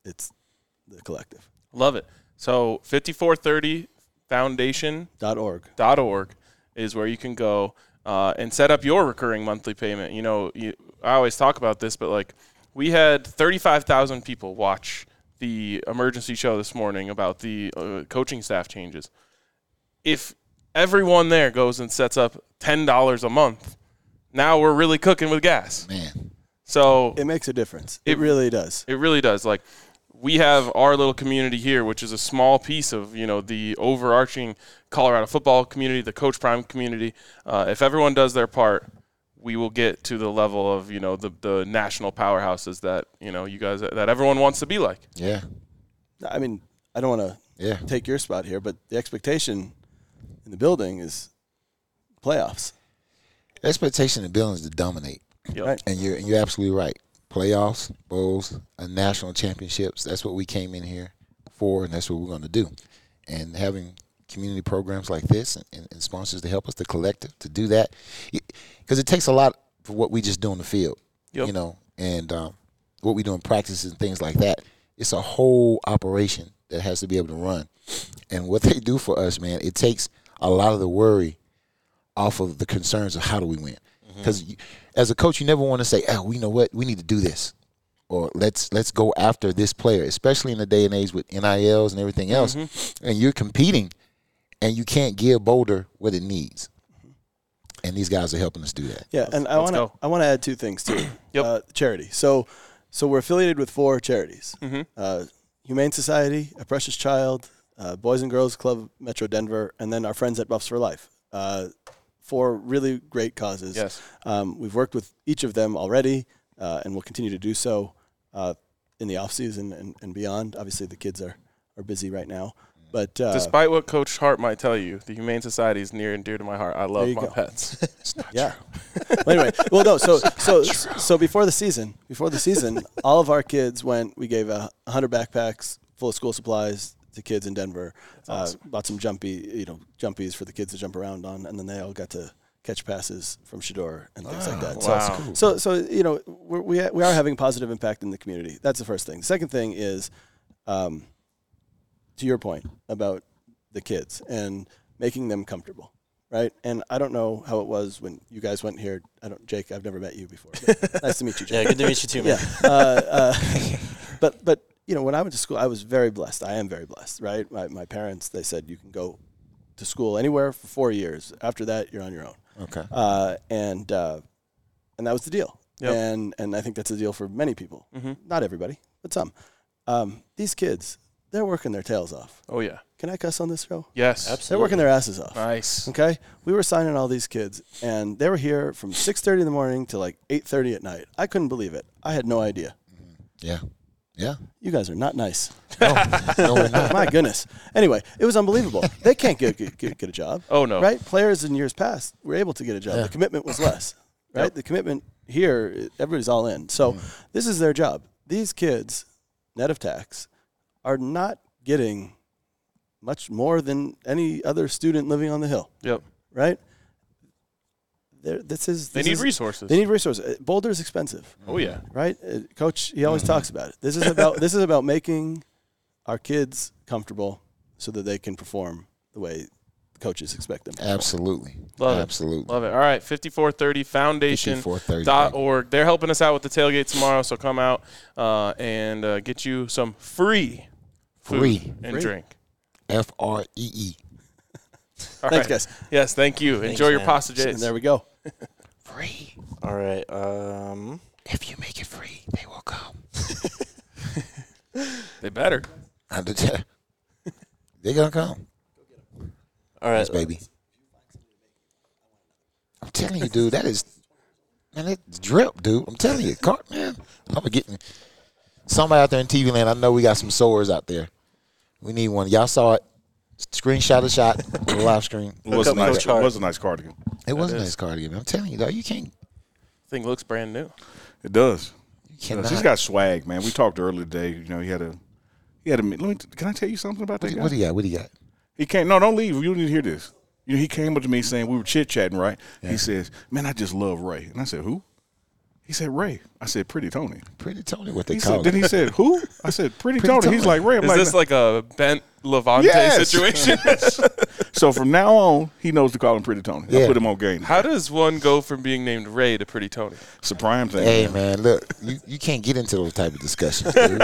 [SPEAKER 7] it's the collective
[SPEAKER 3] Love it. So 5430 Foundation
[SPEAKER 7] dot org.
[SPEAKER 3] org is where you can go uh, and set up your recurring monthly payment. You know, you, I always talk about this, but like we had 35,000 people watch the emergency show this morning about the uh, coaching staff changes. If everyone there goes and sets up $10 a month, now we're really cooking with gas.
[SPEAKER 4] Man,
[SPEAKER 3] So
[SPEAKER 7] It makes a difference.
[SPEAKER 3] It-
[SPEAKER 7] it really does.
[SPEAKER 3] it really does. Like we have our little community here, which is a small piece of you know the overarching Colorado football community, the Coach Prime community. Uh, if everyone does their part, we will get to the level of you know the the national powerhouses that you know you guys that everyone wants to be like.
[SPEAKER 4] yeah,
[SPEAKER 7] I mean, I don't want to
[SPEAKER 4] Yeah.
[SPEAKER 7] take your spot here, but the expectation in the building is playoffs.
[SPEAKER 4] expectation of buildings to dominate,
[SPEAKER 3] Yep.
[SPEAKER 7] Right.
[SPEAKER 4] and you're and you're absolutely right. Playoffs, bowls, uh, national championships—that's what we came in here for, and that's what we're going to do. And having community programs like this and, and, and sponsors to help us, the collective, to do that, because it takes a lot for what we just do on the field,
[SPEAKER 3] Yep.
[SPEAKER 4] you know, and um, what we do in practices and things like that. It's a whole operation that has to be able to run, and what they do for us, man, it takes a lot of the worry off of the concerns of how do we win. Because as a coach, you never want to say, "Oh, we know what we need to do this," or "Let's let's go after this player," especially in the day and age with NILs and everything else. And you're competing, and you can't give Boulder what it needs. And these guys are helping us do that.
[SPEAKER 7] Yeah, and I
[SPEAKER 3] let's
[SPEAKER 7] want to
[SPEAKER 3] go.
[SPEAKER 7] I want to add two things too.
[SPEAKER 3] Yep.
[SPEAKER 7] Uh, charity. So, so we're affiliated with four charities:
[SPEAKER 3] Mm-hmm.
[SPEAKER 7] uh, Humane Society, A Precious Child, uh, Boys and Girls Club of Metro Denver, and then our friends at Buffs for Life. Uh, four really great causes.
[SPEAKER 3] Yes.
[SPEAKER 7] Um, we've worked with each of them already, uh, and we'll continue to do so uh, in the off season and, and beyond. Obviously, the kids are are busy right now, but uh,
[SPEAKER 3] Despite what Coach Hart might tell you, the Humane Society is near and dear to my heart. I love
[SPEAKER 7] you
[SPEAKER 3] my
[SPEAKER 7] go.
[SPEAKER 3] pets.
[SPEAKER 7] yeah. Well, anyway, well, no. So, so, so before the season, before the season, all of our kids went. We gave a hundred backpacks full of school supplies to kids in Denver. Uh, bought some jumpy, you know, jumpies for the kids to jump around on, and then they all got to catch passes from Shador and things like that. So,
[SPEAKER 3] Wow.
[SPEAKER 7] so, so you know, we're, we we are having positive impact in the community. That's the first thing. The second thing is, um, to your point about the kids and making them comfortable, right? And I don't know how it was when you guys went here. I don't, Jake. I've never met you before. but nice to meet you, Jake.
[SPEAKER 1] yeah, good to meet you too, man.
[SPEAKER 7] Yeah. Uh, uh, but but you know, when I went to school, I was very blessed. I am very blessed, right? My my parents they said you can go to school anywhere for four years. After that, you're on your own.
[SPEAKER 4] Okay.
[SPEAKER 7] Uh, and uh, and that was the deal.
[SPEAKER 3] Yep. Mm-hmm.
[SPEAKER 7] And and I think that's a deal for many people. Not everybody, but some. Um, these kids, they're working their tails off.
[SPEAKER 3] Oh yeah.
[SPEAKER 7] Can I cuss on this show?
[SPEAKER 3] Yes.
[SPEAKER 7] They're working their asses off.
[SPEAKER 3] Nice.
[SPEAKER 7] Okay, we were signing all these kids, and they were here from six thirty in the morning to like eight thirty at night. I couldn't believe it. I had no idea.
[SPEAKER 4] Yeah. Yeah.
[SPEAKER 7] You guys are not nice.
[SPEAKER 4] No, we're not.
[SPEAKER 7] My goodness. Anyway, it was unbelievable. They can't get, get, get, get a job.
[SPEAKER 3] Oh, no.
[SPEAKER 7] Right? Players in years past were able to get a job. The commitment was less. Right? The commitment here, it- everybody's all in. So this is their job. These kids, net of tax, are not getting much more than any other student living on the hill.
[SPEAKER 3] Yep.
[SPEAKER 7] Right? They're, this is
[SPEAKER 3] They
[SPEAKER 7] this
[SPEAKER 3] need
[SPEAKER 7] is-
[SPEAKER 3] resources.
[SPEAKER 7] They need resources. Uh, Boulder's expensive
[SPEAKER 3] Oh yeah.
[SPEAKER 7] right? Uh, Coach, he always talks about it. This is about this is about making our kids comfortable so that they can perform the way the coaches expect them. to.
[SPEAKER 4] Absolutely.
[SPEAKER 3] Love it.
[SPEAKER 4] Absolutely.
[SPEAKER 3] Love it. All right, 5430 Foundation
[SPEAKER 4] 5430.
[SPEAKER 3] dot org. They're helping us out with the tailgate tomorrow, so come out uh, and uh, get you some free food
[SPEAKER 4] Free.
[SPEAKER 3] and drink.
[SPEAKER 4] F R E E.
[SPEAKER 3] All
[SPEAKER 7] Thanks,
[SPEAKER 3] right.
[SPEAKER 7] guys.
[SPEAKER 3] Yes, thank you. Enjoy your
[SPEAKER 1] man.
[SPEAKER 3] pasta
[SPEAKER 7] And
[SPEAKER 3] Jays.
[SPEAKER 7] there we go.
[SPEAKER 4] Free.
[SPEAKER 1] All right. Um,
[SPEAKER 4] If you make it free, they will come.
[SPEAKER 3] They better.
[SPEAKER 4] I do tell. They're gonna come,
[SPEAKER 1] all right.
[SPEAKER 4] baby. I'm telling you, dude. That is, man. That drip, dude. I'm telling you, cart man. I'm getting somebody out there in TV land. I know we got some sores out there. We need one. Y'all saw it. Screenshot a shot, live screen.
[SPEAKER 2] It was, a
[SPEAKER 1] Hook up
[SPEAKER 2] nice,
[SPEAKER 1] Coach
[SPEAKER 2] it
[SPEAKER 1] Hart.
[SPEAKER 2] was a nice cardigan.
[SPEAKER 4] It was a nice cardigan. I'm telling you, though, you can't.
[SPEAKER 3] Thing looks brand new.
[SPEAKER 2] It does.
[SPEAKER 4] You
[SPEAKER 2] It
[SPEAKER 4] cannot.
[SPEAKER 2] does. He's got swag, man. We talked earlier today. You know, he had a. He had a. Let me. Can I tell you something about that guy?
[SPEAKER 4] what do you got? What do you got?
[SPEAKER 2] He came. No, don't leave. You need to hear this. You know, he came up to me saying we were chit chatting, right? He says, "Man, I just love Ray." And I said, "Who?" He said, "Ray." I said, "Pretty Tony."
[SPEAKER 4] Pretty Tony, what they
[SPEAKER 2] He
[SPEAKER 4] call
[SPEAKER 2] said, then
[SPEAKER 4] it.
[SPEAKER 2] he said, "Who?" I said, "Pretty, Tony. He's
[SPEAKER 4] Tony.
[SPEAKER 2] like Ray. I'm
[SPEAKER 3] Is
[SPEAKER 2] like,
[SPEAKER 3] this like a bent Levante
[SPEAKER 2] Yes.
[SPEAKER 3] situation?
[SPEAKER 2] so from now on, he knows to call him Pretty Tony. I
[SPEAKER 4] Yeah.
[SPEAKER 2] put him on game.
[SPEAKER 3] How does one go from being named Ray to Pretty Tony?
[SPEAKER 2] It's a prime thing.
[SPEAKER 4] Hey man, look, you, you can't get into those type of discussions. Dude.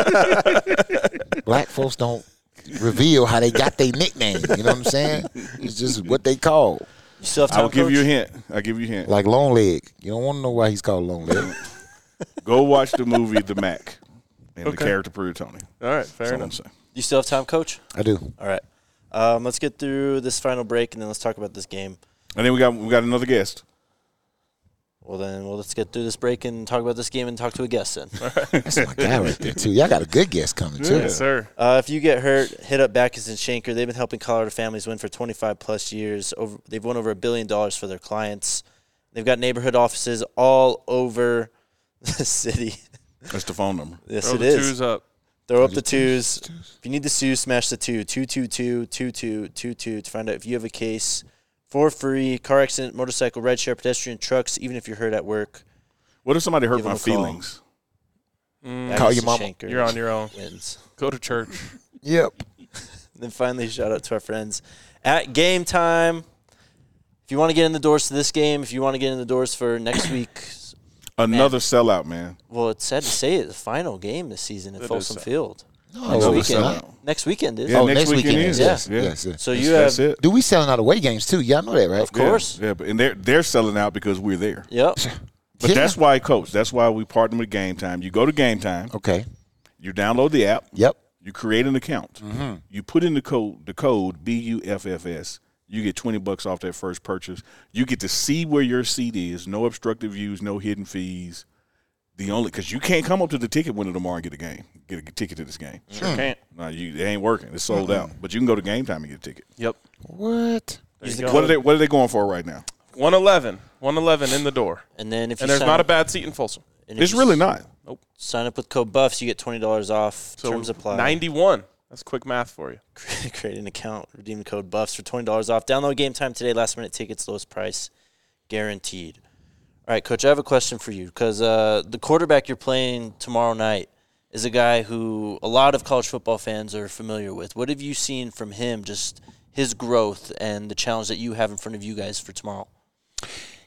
[SPEAKER 4] Black folks don't reveal how they got their nickname. You know what I'm saying? It's just what they call.
[SPEAKER 1] You still have time,
[SPEAKER 2] I will give
[SPEAKER 1] Coach?
[SPEAKER 2] you a hint. I'll give you a hint.
[SPEAKER 4] Like long leg. You don't want to know why he's called long leg.
[SPEAKER 2] Go watch the movie The Mac and the
[SPEAKER 3] Okay.
[SPEAKER 2] character Pretty Tony.
[SPEAKER 3] All right, fair
[SPEAKER 2] That's all I'm
[SPEAKER 3] enough.
[SPEAKER 2] saying.
[SPEAKER 1] You still have time, Coach?
[SPEAKER 4] I do.
[SPEAKER 1] All right. Um, let's get through this final break and then let's talk about this game.
[SPEAKER 2] And then we got we got another guest.
[SPEAKER 1] Well, then, well, let's get through this break and talk about this game and talk to a guest then.
[SPEAKER 4] That's my guy right there too. Y'all got a good guest coming too.
[SPEAKER 3] Yes, sir.
[SPEAKER 1] Uh, if you get hurt, hit up Backus and Shanker. They've been helping Colorado families win for 25 plus years. Over, they've won over a billion dollars for their clients. They've got neighborhood offices all over the city.
[SPEAKER 2] That's the phone number.
[SPEAKER 1] Yes,
[SPEAKER 3] Throw
[SPEAKER 1] it
[SPEAKER 3] the
[SPEAKER 1] is.
[SPEAKER 3] twos up.
[SPEAKER 1] Throw up the twos. If you need the two, smash the two. Two, two, two, two, two, two, two to find out if you have a case for free. Car accident, motorcycle, ride share, pedestrian, trucks, even if you're hurt at work.
[SPEAKER 2] What if somebody hurt
[SPEAKER 1] Give
[SPEAKER 2] my
[SPEAKER 1] him a call.
[SPEAKER 2] feelings?
[SPEAKER 1] Backus
[SPEAKER 4] your
[SPEAKER 1] and
[SPEAKER 4] mama.
[SPEAKER 1] Shanker
[SPEAKER 3] Mm. You're on your own.
[SPEAKER 1] Wins.
[SPEAKER 3] Go to church.
[SPEAKER 4] Yep.
[SPEAKER 1] And then finally, shout out to our friends at Game Time. If you want to get in the doors to this game, if you want to get in the doors for next week,
[SPEAKER 2] Another sellout, man.
[SPEAKER 1] well, it's sad to say it, the final game this season at Folsom
[SPEAKER 3] sad.
[SPEAKER 1] Field.
[SPEAKER 4] No,
[SPEAKER 1] Oh, Next
[SPEAKER 4] we're
[SPEAKER 1] weekend.
[SPEAKER 4] selling out.
[SPEAKER 1] Next weekend is.
[SPEAKER 2] Yeah,
[SPEAKER 4] Oh,
[SPEAKER 2] next
[SPEAKER 4] next
[SPEAKER 2] weekend
[SPEAKER 4] weekend.
[SPEAKER 2] is.
[SPEAKER 4] is. Yes,
[SPEAKER 2] Yeah.
[SPEAKER 4] yes, yes.
[SPEAKER 1] So you
[SPEAKER 2] That's
[SPEAKER 1] have,
[SPEAKER 2] it.
[SPEAKER 4] Do we selling out away games too? Y'all know that, right?
[SPEAKER 1] of course.
[SPEAKER 2] Yeah, but and they're they're selling out because we're there.
[SPEAKER 1] Yep.
[SPEAKER 2] But
[SPEAKER 4] Yeah.
[SPEAKER 2] that's why, coach. That's why we partner with Game Time. You go to Game Time.
[SPEAKER 4] Okay.
[SPEAKER 2] You download the app.
[SPEAKER 4] Yep. Mm-hmm.
[SPEAKER 2] You create an account. You put in the code the code BUFFS. You get 20 bucks off that first purchase. You get to see where your seat is. No obstructive views, no hidden fees. The only cuz you can't come up to the ticket window tomorrow and get a game. Get a ticket to this game.
[SPEAKER 3] Sure
[SPEAKER 4] Hmm.
[SPEAKER 3] can't.
[SPEAKER 2] No, you it ain't working. It's sold out. But you can go to Game Time and get a ticket.
[SPEAKER 3] Yep.
[SPEAKER 4] What?
[SPEAKER 1] Use the
[SPEAKER 2] What are
[SPEAKER 1] code.
[SPEAKER 2] they what are they going for right now?
[SPEAKER 3] 111. 111 in the door.
[SPEAKER 1] And then if you
[SPEAKER 3] And there's
[SPEAKER 1] sign
[SPEAKER 3] not a
[SPEAKER 1] up,
[SPEAKER 3] bad seat in Folsom.
[SPEAKER 1] and if
[SPEAKER 2] It's
[SPEAKER 1] you
[SPEAKER 2] really not.
[SPEAKER 1] Sign up with code Buffs, you get twenty dollars off.
[SPEAKER 3] So
[SPEAKER 1] Terms apply.
[SPEAKER 3] 91. That's quick math for you.
[SPEAKER 1] Create an account, redeem the code Buffs for twenty dollars off. Download Game Time today. Last minute tickets, lowest price guaranteed. All right, Coach, I have a question for you because uh, the quarterback you're playing tomorrow night is a guy who a lot of college football fans are familiar with. What have you seen from him? Just his growth and the challenge that you have in front of you guys for tomorrow.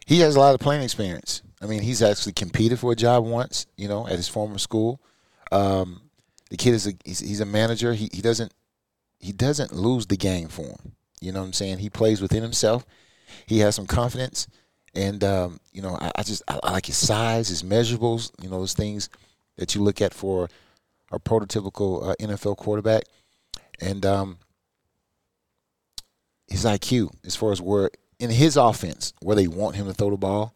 [SPEAKER 4] he has a lot of playing experience. I mean, he's actually competed for a job once, you know, at his former school. Um, the kid is a he's, he's a manager. He he doesn't he doesn't lose the game for him. You know what I'm saying? He plays within himself. He has some confidence, and um, you know, I, I just I, I like his size, his measurables. You know, those things that you look at for or prototypical uh, NFL quarterback, and um, his IQ as far as where in his offense where they want him to throw the ball.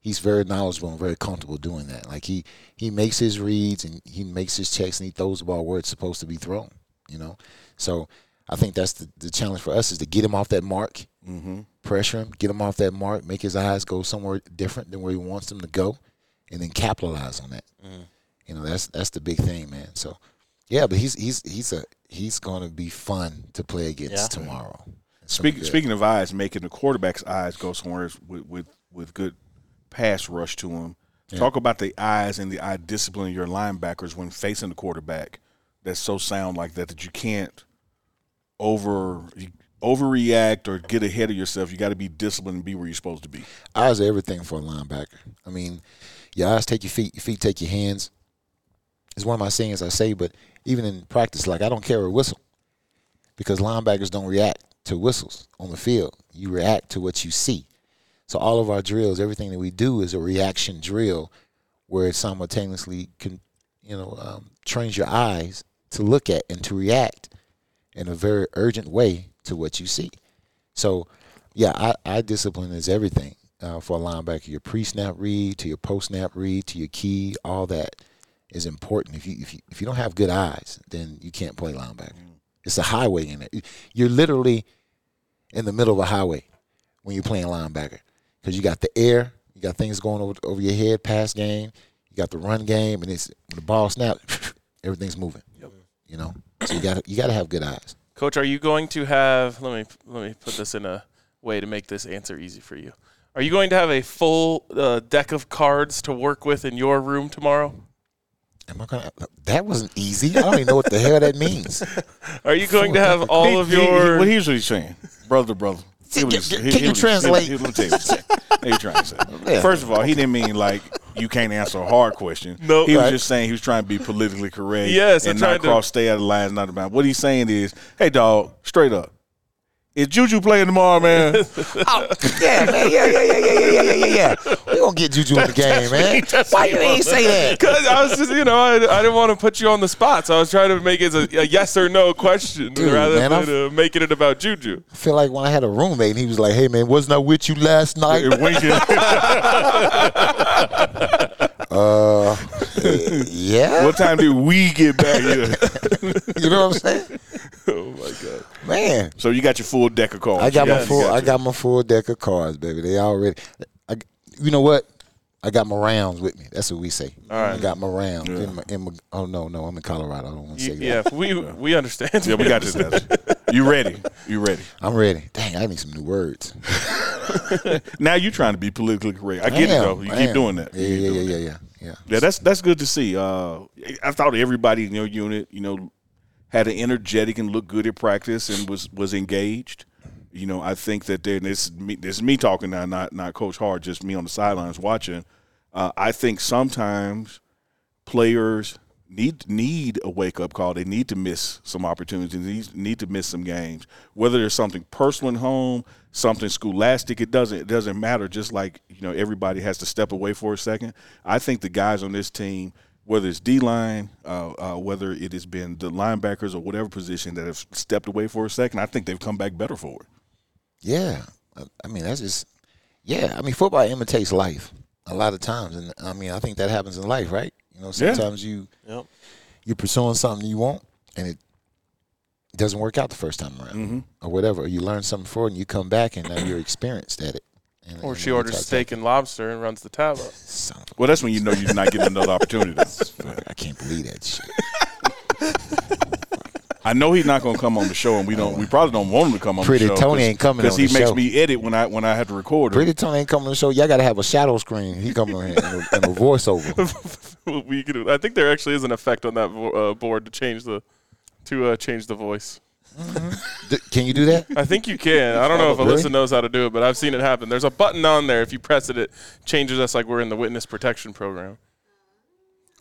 [SPEAKER 4] He's very knowledgeable and very comfortable doing that. Like he he makes his reads and he makes his checks and he throws the ball where it's supposed to be thrown. You know, so I think that's the, the challenge for us is to get him off that mark, mm-hmm. pressure him, get him off that mark, make his eyes go somewhere different than where he wants them to go, and then capitalize on that. You know, that's that's the big thing, man. So yeah, but he's he's he's a he's going to be fun to play against
[SPEAKER 1] Yeah.
[SPEAKER 4] tomorrow. It's gonna be
[SPEAKER 2] Speaking
[SPEAKER 4] good.
[SPEAKER 2] speaking of eyes, making the quarterback's eyes go somewhere is with with, with good pass rush to him. Talk about the eyes and the eye discipline of your linebackers when facing the quarterback. That's so sound like that that you can't over you overreact or get ahead of yourself. You got to be disciplined and be where you're supposed to be.
[SPEAKER 4] eyes are everything for a linebacker. I mean, your eyes take your feet, your feet take your hands. It's one of my sayings I say, but even in practice, like I don't carry a whistle because linebackers don't react to whistles on the field. You react to what you see. So all of our drills, everything that we do is a reaction drill where it simultaneously can, you know, um, trains your eyes to look at and to react in a very urgent way to what you see. So, yeah, I, I discipline is everything uh, for a linebacker. Your pre-snap read to your post-snap read to your key, all that is important. If you if you, if you don't have good eyes, then you can't play linebacker. It's a highway in it. You're literally in the middle of a highway when you're playing linebacker because you got the air, you got things going over, over your head, pass game, you got the run game, and it's when the ball snaps, everything's moving. You know, so you got you got to have good eyes.
[SPEAKER 3] Coach, are you going to have? Let me let me put this in a way to make this answer easy for you. Are you going to have a full uh, deck of cards to work with in your room tomorrow?
[SPEAKER 4] Am I gonna? That wasn't easy. I don't even know what the hell that means.
[SPEAKER 3] Are you going to have all of
[SPEAKER 2] He- he- he-
[SPEAKER 3] your?
[SPEAKER 2] well, here's what he's saying, brother, to brother. He was-
[SPEAKER 4] Can-
[SPEAKER 2] he-
[SPEAKER 4] can
[SPEAKER 2] he
[SPEAKER 4] you
[SPEAKER 2] was- he-
[SPEAKER 4] translate?
[SPEAKER 2] he- let me tell you what he's saying. He was trying to say.
[SPEAKER 4] Yeah.
[SPEAKER 2] First of all, he didn't mean like you can't answer a hard question.
[SPEAKER 3] Nope.
[SPEAKER 2] he was
[SPEAKER 3] Right.
[SPEAKER 2] just saying he was trying to be politically correct.
[SPEAKER 3] Yes, I
[SPEAKER 2] and not
[SPEAKER 3] tried to-
[SPEAKER 2] cross, stay out of lines, not about. What he's saying is, hey, dog, straight up, is Juju playing tomorrow, man?
[SPEAKER 4] Oh, yeah, man. Yeah, yeah, yeah, yeah, yeah, yeah, yeah, yeah. We're going to get Juju in the game, man. Why you didn't say that?
[SPEAKER 3] Because I was just, you know, I, I didn't want to put you on the spot, so I was trying to make it a, a yes or no question
[SPEAKER 4] Dude,
[SPEAKER 3] rather
[SPEAKER 4] man,
[SPEAKER 3] than uh, making it about Juju.
[SPEAKER 4] I feel like when I had a roommate and he was like, hey, man, wasn't I with you last night?
[SPEAKER 2] It winked.
[SPEAKER 4] Uh, yeah.
[SPEAKER 2] what time did we get back here?
[SPEAKER 4] You know what I'm saying?
[SPEAKER 3] Oh my God!
[SPEAKER 4] Man.
[SPEAKER 2] So you got your full deck of cards.
[SPEAKER 4] I got my
[SPEAKER 3] Yes.
[SPEAKER 4] full.
[SPEAKER 3] Gotcha.
[SPEAKER 4] I got my full deck of cards, baby. They already. I, you know what? I got my rounds with me. That's what we say. I got my rounds. In my, in my, oh no, no, I'm in Colorado. I don't want to
[SPEAKER 3] You-
[SPEAKER 4] say that.
[SPEAKER 3] yeah, we we understand.
[SPEAKER 2] Yeah, we got this. You ready? You ready?
[SPEAKER 4] I'm ready. Dang, I need some new words.
[SPEAKER 2] Now you trying to be politically correct. I get
[SPEAKER 4] Damn,
[SPEAKER 2] it though. You
[SPEAKER 4] man.
[SPEAKER 2] keep doing that. You
[SPEAKER 4] Yeah,
[SPEAKER 2] keep
[SPEAKER 4] yeah,
[SPEAKER 2] doing
[SPEAKER 4] yeah,
[SPEAKER 2] that.
[SPEAKER 4] yeah, yeah, yeah.
[SPEAKER 2] Yeah, that's that's good to see. Uh, I thought everybody in your unit, you know, had an energetic and looked good at practice and was was engaged. You know, I think that there. and This is me, this is me talking now, not not Coach Hard, just me on the sidelines watching. Uh, I think sometimes players need need a wake up call. They need to miss some opportunities. They need, need to miss some games. Whether there's something personal at home, something scholastic, it doesn't it doesn't matter. Just like you know, everybody has to step away for a second. I think the guys on this team, whether it's D line, uh, uh, whether it has been the linebackers or whatever position that have stepped away for a second, I think they've come back better for it.
[SPEAKER 4] Yeah. I, I mean, that's just, yeah. I mean, football imitates life a lot of times. And I mean, I think that happens in life, right? You know,
[SPEAKER 2] Yeah.
[SPEAKER 4] sometimes you,
[SPEAKER 1] Yep.
[SPEAKER 4] you're pursuing something you want and it doesn't work out the first time around
[SPEAKER 2] Mm-hmm.
[SPEAKER 4] or whatever. Or you learn something for it and you come back and now you're experienced at it. And,
[SPEAKER 3] Or
[SPEAKER 4] and
[SPEAKER 3] she
[SPEAKER 4] it
[SPEAKER 3] orders
[SPEAKER 4] works out.
[SPEAKER 3] steak and lobster and runs the tab up.
[SPEAKER 4] Son of
[SPEAKER 2] Well, that's when you know you're not getting another opportunity.
[SPEAKER 4] a- I can't believe that shit.
[SPEAKER 2] I know he's not going to come on the show, and we don't. We probably don't want him to come on.
[SPEAKER 4] Pretty
[SPEAKER 2] the show
[SPEAKER 4] Tony ain't coming
[SPEAKER 2] because
[SPEAKER 4] on
[SPEAKER 2] he
[SPEAKER 4] the
[SPEAKER 2] makes
[SPEAKER 4] show.
[SPEAKER 2] me edit when I when I have to record. him.
[SPEAKER 4] Pretty Tony ain't coming on the show. Y'all got to have a shadow screen. He coming on here and a, and a voiceover.
[SPEAKER 3] we could, I think there actually is an effect on that vo- uh, board to change the to uh, change the voice.
[SPEAKER 4] Mm-hmm. D- can you do that?
[SPEAKER 3] I think you can. I don't know if
[SPEAKER 4] Really?
[SPEAKER 3] Alyssa knows how to do it, but I've seen it happen. There's a button on there. If you press it, it changes us like we're in the witness protection program.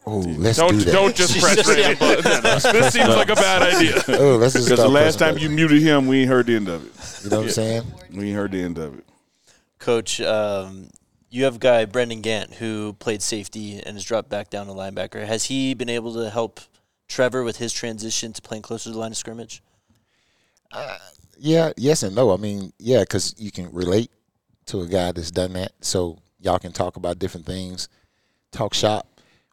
[SPEAKER 4] Oh, let's
[SPEAKER 3] Don't
[SPEAKER 4] do that.
[SPEAKER 3] don't just press random buttons. this seems like a bad idea.
[SPEAKER 4] Oh, let's just
[SPEAKER 2] Because the
[SPEAKER 4] start
[SPEAKER 2] last
[SPEAKER 4] pressing
[SPEAKER 2] time you muted him, we ain't heard the end of it.
[SPEAKER 4] buttons. you know what I'm saying?
[SPEAKER 2] We ain't heard the end of it.
[SPEAKER 1] Coach, um, you have a guy, Brendan Gant, who played safety and has dropped back down to linebacker. Has he been able to help Trevor with his transition to playing closer to the line of scrimmage?
[SPEAKER 4] Yeah, yes and no. I mean, yeah, because you can relate to a guy that's done that, so y'all can talk about different things, talk shop,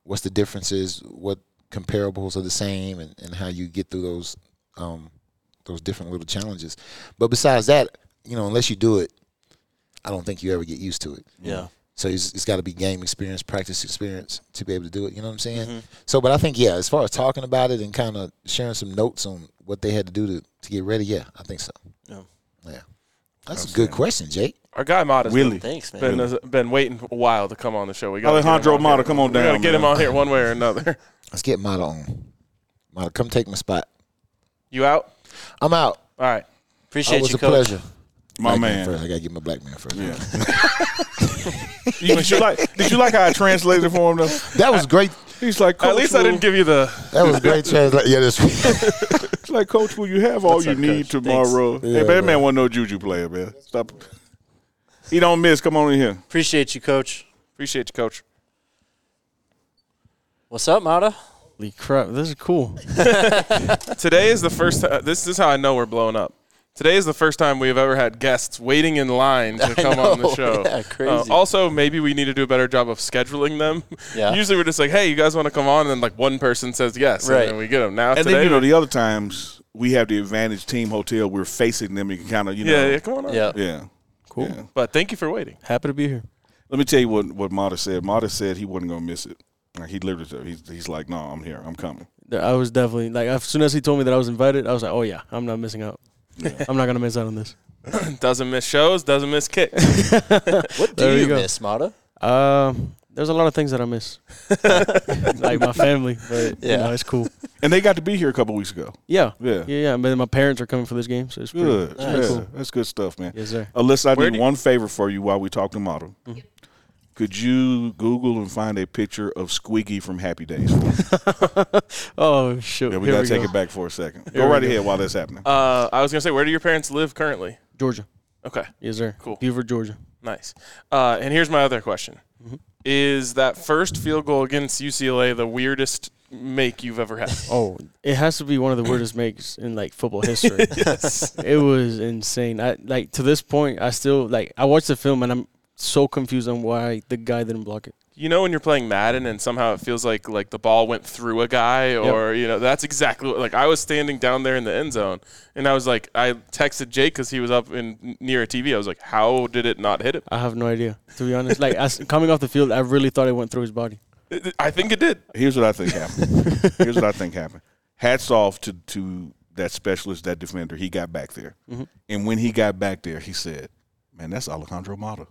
[SPEAKER 4] what's the differences, what comparables are the same, and, and how you get through those um, those different little challenges. But besides that, you know, unless you do it, I don't think you ever get used to it.
[SPEAKER 1] Yeah.
[SPEAKER 4] So it's, it's got to be game experience, practice experience to be able to do it. You know what I'm saying?
[SPEAKER 1] Mm-hmm.
[SPEAKER 4] So, but I think yeah, as far as talking about it and kind of sharing some notes on what they had to do to, to get ready, yeah, I think so.
[SPEAKER 1] Yeah.
[SPEAKER 4] Yeah, that's a good question, Jake.
[SPEAKER 3] Our guy Mott has
[SPEAKER 2] Willie.
[SPEAKER 1] Thanks,
[SPEAKER 3] been,
[SPEAKER 1] man.
[SPEAKER 3] been, been waiting a while to come on the show. We gotta get him
[SPEAKER 2] Alejandro
[SPEAKER 3] on here.
[SPEAKER 2] Mata, come on
[SPEAKER 3] We gotta
[SPEAKER 2] down,
[SPEAKER 3] get him
[SPEAKER 2] man.
[SPEAKER 3] on here one way or another.
[SPEAKER 4] Let's get Mata on. Mata, come take my spot.
[SPEAKER 3] You out?
[SPEAKER 4] I'm out.
[SPEAKER 3] All right.
[SPEAKER 1] Appreciate
[SPEAKER 4] it was
[SPEAKER 1] you,
[SPEAKER 4] a
[SPEAKER 1] coach.
[SPEAKER 4] pleasure.
[SPEAKER 2] My
[SPEAKER 4] Black
[SPEAKER 2] man.
[SPEAKER 4] first. I gotta get my black man first.
[SPEAKER 2] Yeah. You- did you like? Did you like how I translated it for him? Though
[SPEAKER 4] That was great.
[SPEAKER 2] he's like, Coach,
[SPEAKER 3] At least I didn't give you the.
[SPEAKER 4] That was great translation. Yeah, this.
[SPEAKER 2] It's like, Coach, will you have all you need tomorrow? Hey, man, that man wasn't no juju player, man. Stop. He don't miss. Come on in here.
[SPEAKER 1] Appreciate you, coach.
[SPEAKER 3] Appreciate you, coach.
[SPEAKER 1] What's up, Mata?
[SPEAKER 8] Holy crap, this is cool.
[SPEAKER 3] Today is the first. ti- this is how I know we're blowing up. Today is the first time we have ever had guests waiting in line to come on the
[SPEAKER 1] know,
[SPEAKER 3] show. Uh,
[SPEAKER 1] yeah, crazy.
[SPEAKER 3] also, maybe we need to do a better job of scheduling them.
[SPEAKER 1] Yeah.
[SPEAKER 3] Usually, we're just like, "Hey, you guys want to come on?" And then like one person says yes,
[SPEAKER 1] Right.
[SPEAKER 3] and then we get them. Now
[SPEAKER 2] And
[SPEAKER 3] today,
[SPEAKER 2] then you know the other times we have the advantage team hotel. We're facing them. You can kind of you
[SPEAKER 3] yeah,
[SPEAKER 2] know
[SPEAKER 3] yeah, come on. Up.
[SPEAKER 1] Yeah.
[SPEAKER 2] yeah.
[SPEAKER 8] Cool.
[SPEAKER 2] Yeah.
[SPEAKER 3] But thank you for waiting.
[SPEAKER 8] Happy to be here.
[SPEAKER 2] Let me tell you what what Mata said. Mata said he wasn't gonna miss it. Like he literally said, he's he's like, no, I'm here. I'm coming.
[SPEAKER 8] There- I was definitely like as soon as he told me that I was invited, I was like, oh yeah, I'm not missing out. I'm not gonna miss out on this.
[SPEAKER 3] Doesn't miss shows. Doesn't miss kicks.
[SPEAKER 1] What do
[SPEAKER 8] There you
[SPEAKER 1] you
[SPEAKER 8] go.
[SPEAKER 1] miss, Mata?
[SPEAKER 8] Um, there's a lot of things that I miss, like my family. But
[SPEAKER 1] Yeah.
[SPEAKER 8] you know, it's cool.
[SPEAKER 2] And they got to be here a couple weeks ago.
[SPEAKER 8] Yeah,
[SPEAKER 2] Yeah.
[SPEAKER 8] yeah, yeah. But then my parents are coming for this game, so it's pretty,
[SPEAKER 2] Good.
[SPEAKER 8] it's pretty
[SPEAKER 2] Yeah.
[SPEAKER 8] cool.
[SPEAKER 2] That's good stuff, man.
[SPEAKER 8] Yes, sir.
[SPEAKER 2] Alyssa, I
[SPEAKER 3] Where
[SPEAKER 2] need
[SPEAKER 3] do- Mm-hmm.
[SPEAKER 2] one favor for you while we talk to Model. Could you Google and find a picture of Squeaky from Happy Days? for us?
[SPEAKER 8] Oh shoot,
[SPEAKER 2] yeah, we
[SPEAKER 8] Here
[SPEAKER 2] gotta take
[SPEAKER 8] go.
[SPEAKER 2] it back for a second. go right ahead while that's happening.
[SPEAKER 3] uh, I was gonna say, where do your parents live currently?
[SPEAKER 8] Georgia.
[SPEAKER 3] Okay.
[SPEAKER 8] Yes, sir.
[SPEAKER 3] Cool.
[SPEAKER 8] Beaufort, Georgia.
[SPEAKER 3] Nice. Uh, and here's my other question:
[SPEAKER 8] Mm-hmm.
[SPEAKER 3] Is that first field goal against UCLA the weirdest make you've ever had?
[SPEAKER 8] Oh, it has to be one of the weirdest makes in like football history. It was insane. I like to this point, I still like I watched the film and I'm so confused on why the guy didn't block it.
[SPEAKER 3] You know when you're playing Madden and somehow it feels like like the ball went through a guy or you know that's exactly what, like I was standing down there in the end zone and I was like I texted Jake because he was up in near a TV I was like how did it not hit him
[SPEAKER 8] I have no idea to be honest. Like as, coming off the field, I really thought it went through his body.
[SPEAKER 3] It- it- I think it did
[SPEAKER 2] Here's what I think happened. Here's what I think happened. Hats off to to that specialist, that defender. He got back there,
[SPEAKER 8] Mm-hmm.
[SPEAKER 2] and when he got back there, he said, "Man, that's Alejandro Mata."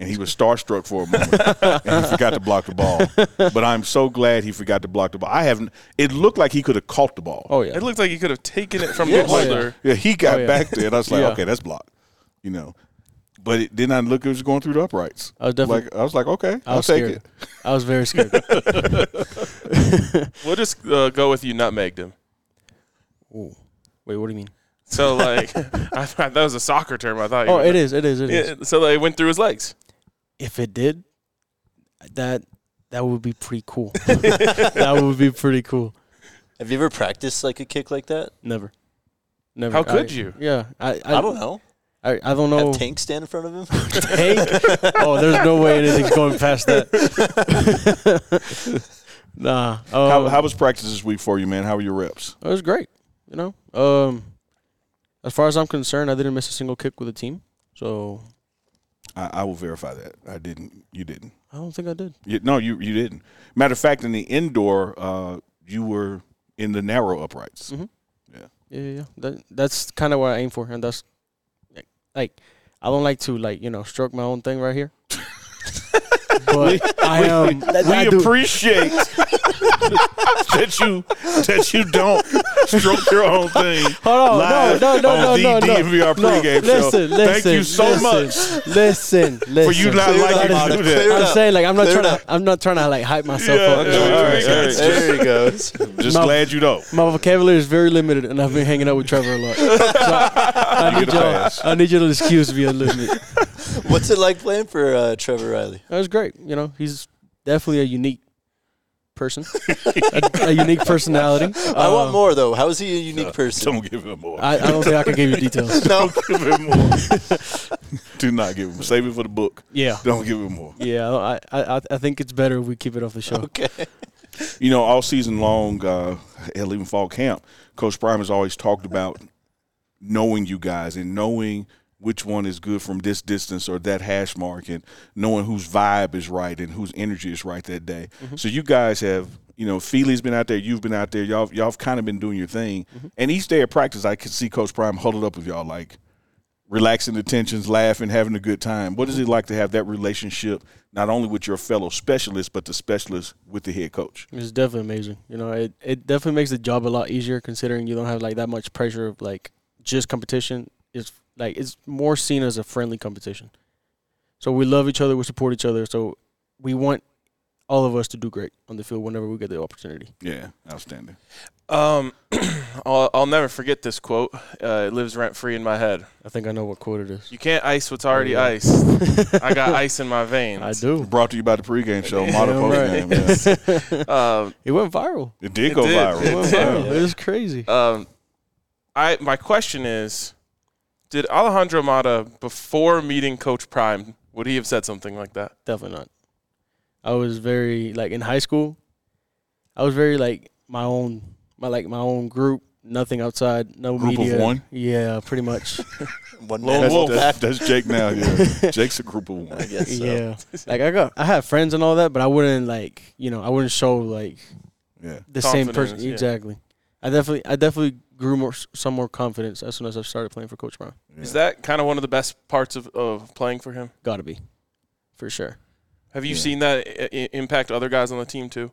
[SPEAKER 2] And he was starstruck for a moment, and he forgot to block the ball. But I'm so glad he forgot to block the ball. I haven't. It looked like he could have caught the ball.
[SPEAKER 8] Oh yeah.
[SPEAKER 3] it looked like he could have taken it from
[SPEAKER 8] Yeah.
[SPEAKER 3] the holder
[SPEAKER 2] Yeah, he got
[SPEAKER 8] Oh, yeah.
[SPEAKER 2] back there, and I was like,
[SPEAKER 8] Yeah.
[SPEAKER 2] okay, that's blocked, you know. But it, then I look, it was going through the uprights.
[SPEAKER 8] I was definitely-
[SPEAKER 2] like, I was like, okay,
[SPEAKER 8] I
[SPEAKER 2] I'll
[SPEAKER 8] was
[SPEAKER 2] take
[SPEAKER 8] scared.
[SPEAKER 2] it.
[SPEAKER 8] I was very scared.
[SPEAKER 3] we'll just uh, go with you nutmegged him
[SPEAKER 8] Wait, what do you mean?
[SPEAKER 3] so like I thought that was a soccer term I thought you
[SPEAKER 8] Oh,
[SPEAKER 3] were-
[SPEAKER 8] it is. It is. It is.
[SPEAKER 3] Yeah, so they went through his legs
[SPEAKER 8] If it did, that that would be pretty cool. that would be pretty cool.
[SPEAKER 1] Have you ever practiced like a kick like that?
[SPEAKER 8] Never. Never.
[SPEAKER 3] How
[SPEAKER 8] I-
[SPEAKER 3] could you?
[SPEAKER 8] Yeah. I.
[SPEAKER 1] I, don't know.
[SPEAKER 8] I, I don't know.
[SPEAKER 1] Have Tank stand in front of him?
[SPEAKER 8] Tank? oh, there's no way anything's going past that. nah. Um,
[SPEAKER 2] How, how was practice this week for you, man? How were your reps?
[SPEAKER 8] it was great. You know. Um, as far as I'm concerned, I didn't miss a single kick with the team. So
[SPEAKER 2] I, I will verify that. I didn't. You didn't.
[SPEAKER 8] I don't think I did.
[SPEAKER 2] You, no, you you didn't. Matter of fact, in the indoor, uh, you were in the narrow uprights.
[SPEAKER 8] Mm-hmm. Yeah, yeah, yeah. That that's kind of what I aim for, and that's like, like I don't like to like you know stroke my own thing right here. but I am. I
[SPEAKER 2] We
[SPEAKER 8] do-
[SPEAKER 2] appreciate that you that you don't stroke your own thing.
[SPEAKER 8] Hold on,
[SPEAKER 2] live
[SPEAKER 8] no, no, no,
[SPEAKER 2] on
[SPEAKER 8] no,
[SPEAKER 2] the
[SPEAKER 8] no, no.
[SPEAKER 2] DNVR
[SPEAKER 8] No,
[SPEAKER 2] pregame show.
[SPEAKER 8] listen,
[SPEAKER 2] Thank you
[SPEAKER 8] listen,
[SPEAKER 2] so
[SPEAKER 8] listen,
[SPEAKER 2] much
[SPEAKER 8] Listen, listen.
[SPEAKER 2] for you not
[SPEAKER 1] Clear it
[SPEAKER 2] liking
[SPEAKER 1] up.
[SPEAKER 2] to do that.
[SPEAKER 1] Clear it
[SPEAKER 8] I'm
[SPEAKER 1] up.
[SPEAKER 8] saying like I'm not
[SPEAKER 1] Clear it
[SPEAKER 8] trying to.
[SPEAKER 1] up.
[SPEAKER 8] I'm not trying to like hype myself up.
[SPEAKER 2] Yeah, all right, all right.
[SPEAKER 1] there he goes.
[SPEAKER 2] Just glad you don't.
[SPEAKER 8] My vocabulary is very limited, and I've been hanging out with Trevor a lot. So I, I
[SPEAKER 2] You
[SPEAKER 8] need
[SPEAKER 2] get a
[SPEAKER 8] y'all.
[SPEAKER 2] pass.
[SPEAKER 8] I need you to excuse me a little bit.
[SPEAKER 1] What's it like playing for uh, Trevor Riley?
[SPEAKER 8] That was great. You know, he's definitely a unique person, a, a unique personality. Um,
[SPEAKER 1] I want more though. How is he a unique person?
[SPEAKER 2] Don't give him more.
[SPEAKER 8] I, I don't think I can give you details.
[SPEAKER 2] Don't give him more. Do not give him. Save it for the book.
[SPEAKER 8] Yeah.
[SPEAKER 2] Don't give him more.
[SPEAKER 8] Yeah, I, I, I think it's better if we keep it off the show.
[SPEAKER 2] You know, all season long, uh, hell, even fall camp, Coach Prime has always talked about knowing you guys and knowing which one is good from this distance or that hash mark and knowing whose vibe is right and whose energy is right that day. So you guys have, you know, Feely's been out there, you've been out there, y'all y'all have kind of been doing your thing. And each day of practice I could see Coach Prime huddled up with y'all like relaxing the tensions, laughing, having a good time. What is it like to have that relationship not only with your fellow specialists, but the specialists with the head coach?
[SPEAKER 8] It's definitely amazing. You know, it, it definitely makes the job a lot easier considering you don't have like that much pressure of like just competition. It's like it's more seen as a friendly competition. So we love each other, we support each other. So we want all of us to do great on the field whenever we get the opportunity.
[SPEAKER 2] Yeah, outstanding.
[SPEAKER 3] Um, I'll, I'll never forget this quote. Uh, it lives rent free in my head.
[SPEAKER 8] I think I know what quote it is. Oh,
[SPEAKER 3] You can't ice what's already iced. I got ice in my veins.
[SPEAKER 8] I do.
[SPEAKER 2] Brought to you by the pregame show, Model
[SPEAKER 8] Damn right.
[SPEAKER 2] Postgame. Yeah.
[SPEAKER 3] Um,
[SPEAKER 8] It went viral.
[SPEAKER 2] It did
[SPEAKER 3] It
[SPEAKER 2] go
[SPEAKER 3] did.
[SPEAKER 2] viral.
[SPEAKER 3] It
[SPEAKER 8] It went
[SPEAKER 3] did.
[SPEAKER 8] viral. It was crazy.
[SPEAKER 3] Um, I my question is, did Alejandro Mata before meeting Coach Prime would he have said something like that?
[SPEAKER 8] Definitely not. I was very like in high school. I was very like my own, my like my own group. Nothing outside, no
[SPEAKER 2] Group of
[SPEAKER 8] media.
[SPEAKER 2] one?
[SPEAKER 8] Yeah, pretty much.
[SPEAKER 1] One
[SPEAKER 2] That's,
[SPEAKER 1] man wolf.
[SPEAKER 2] that's- that's Jake now. Yeah, Jake's a group of one.
[SPEAKER 1] I guess so.
[SPEAKER 8] Yeah, like I got, I had friends and all that, but I wouldn't like, you know, I wouldn't show like
[SPEAKER 2] Yeah,
[SPEAKER 8] the same person
[SPEAKER 3] Confidence, yeah.
[SPEAKER 8] exactly. I definitely, I definitely grew more some more confidence as soon as I started playing for Coach Brown.
[SPEAKER 3] Is that kind of one of the best parts of, of playing for him?
[SPEAKER 8] Got to be, for sure.
[SPEAKER 3] Have you
[SPEAKER 2] Yeah.
[SPEAKER 3] seen that I- I- impact other guys on the team too?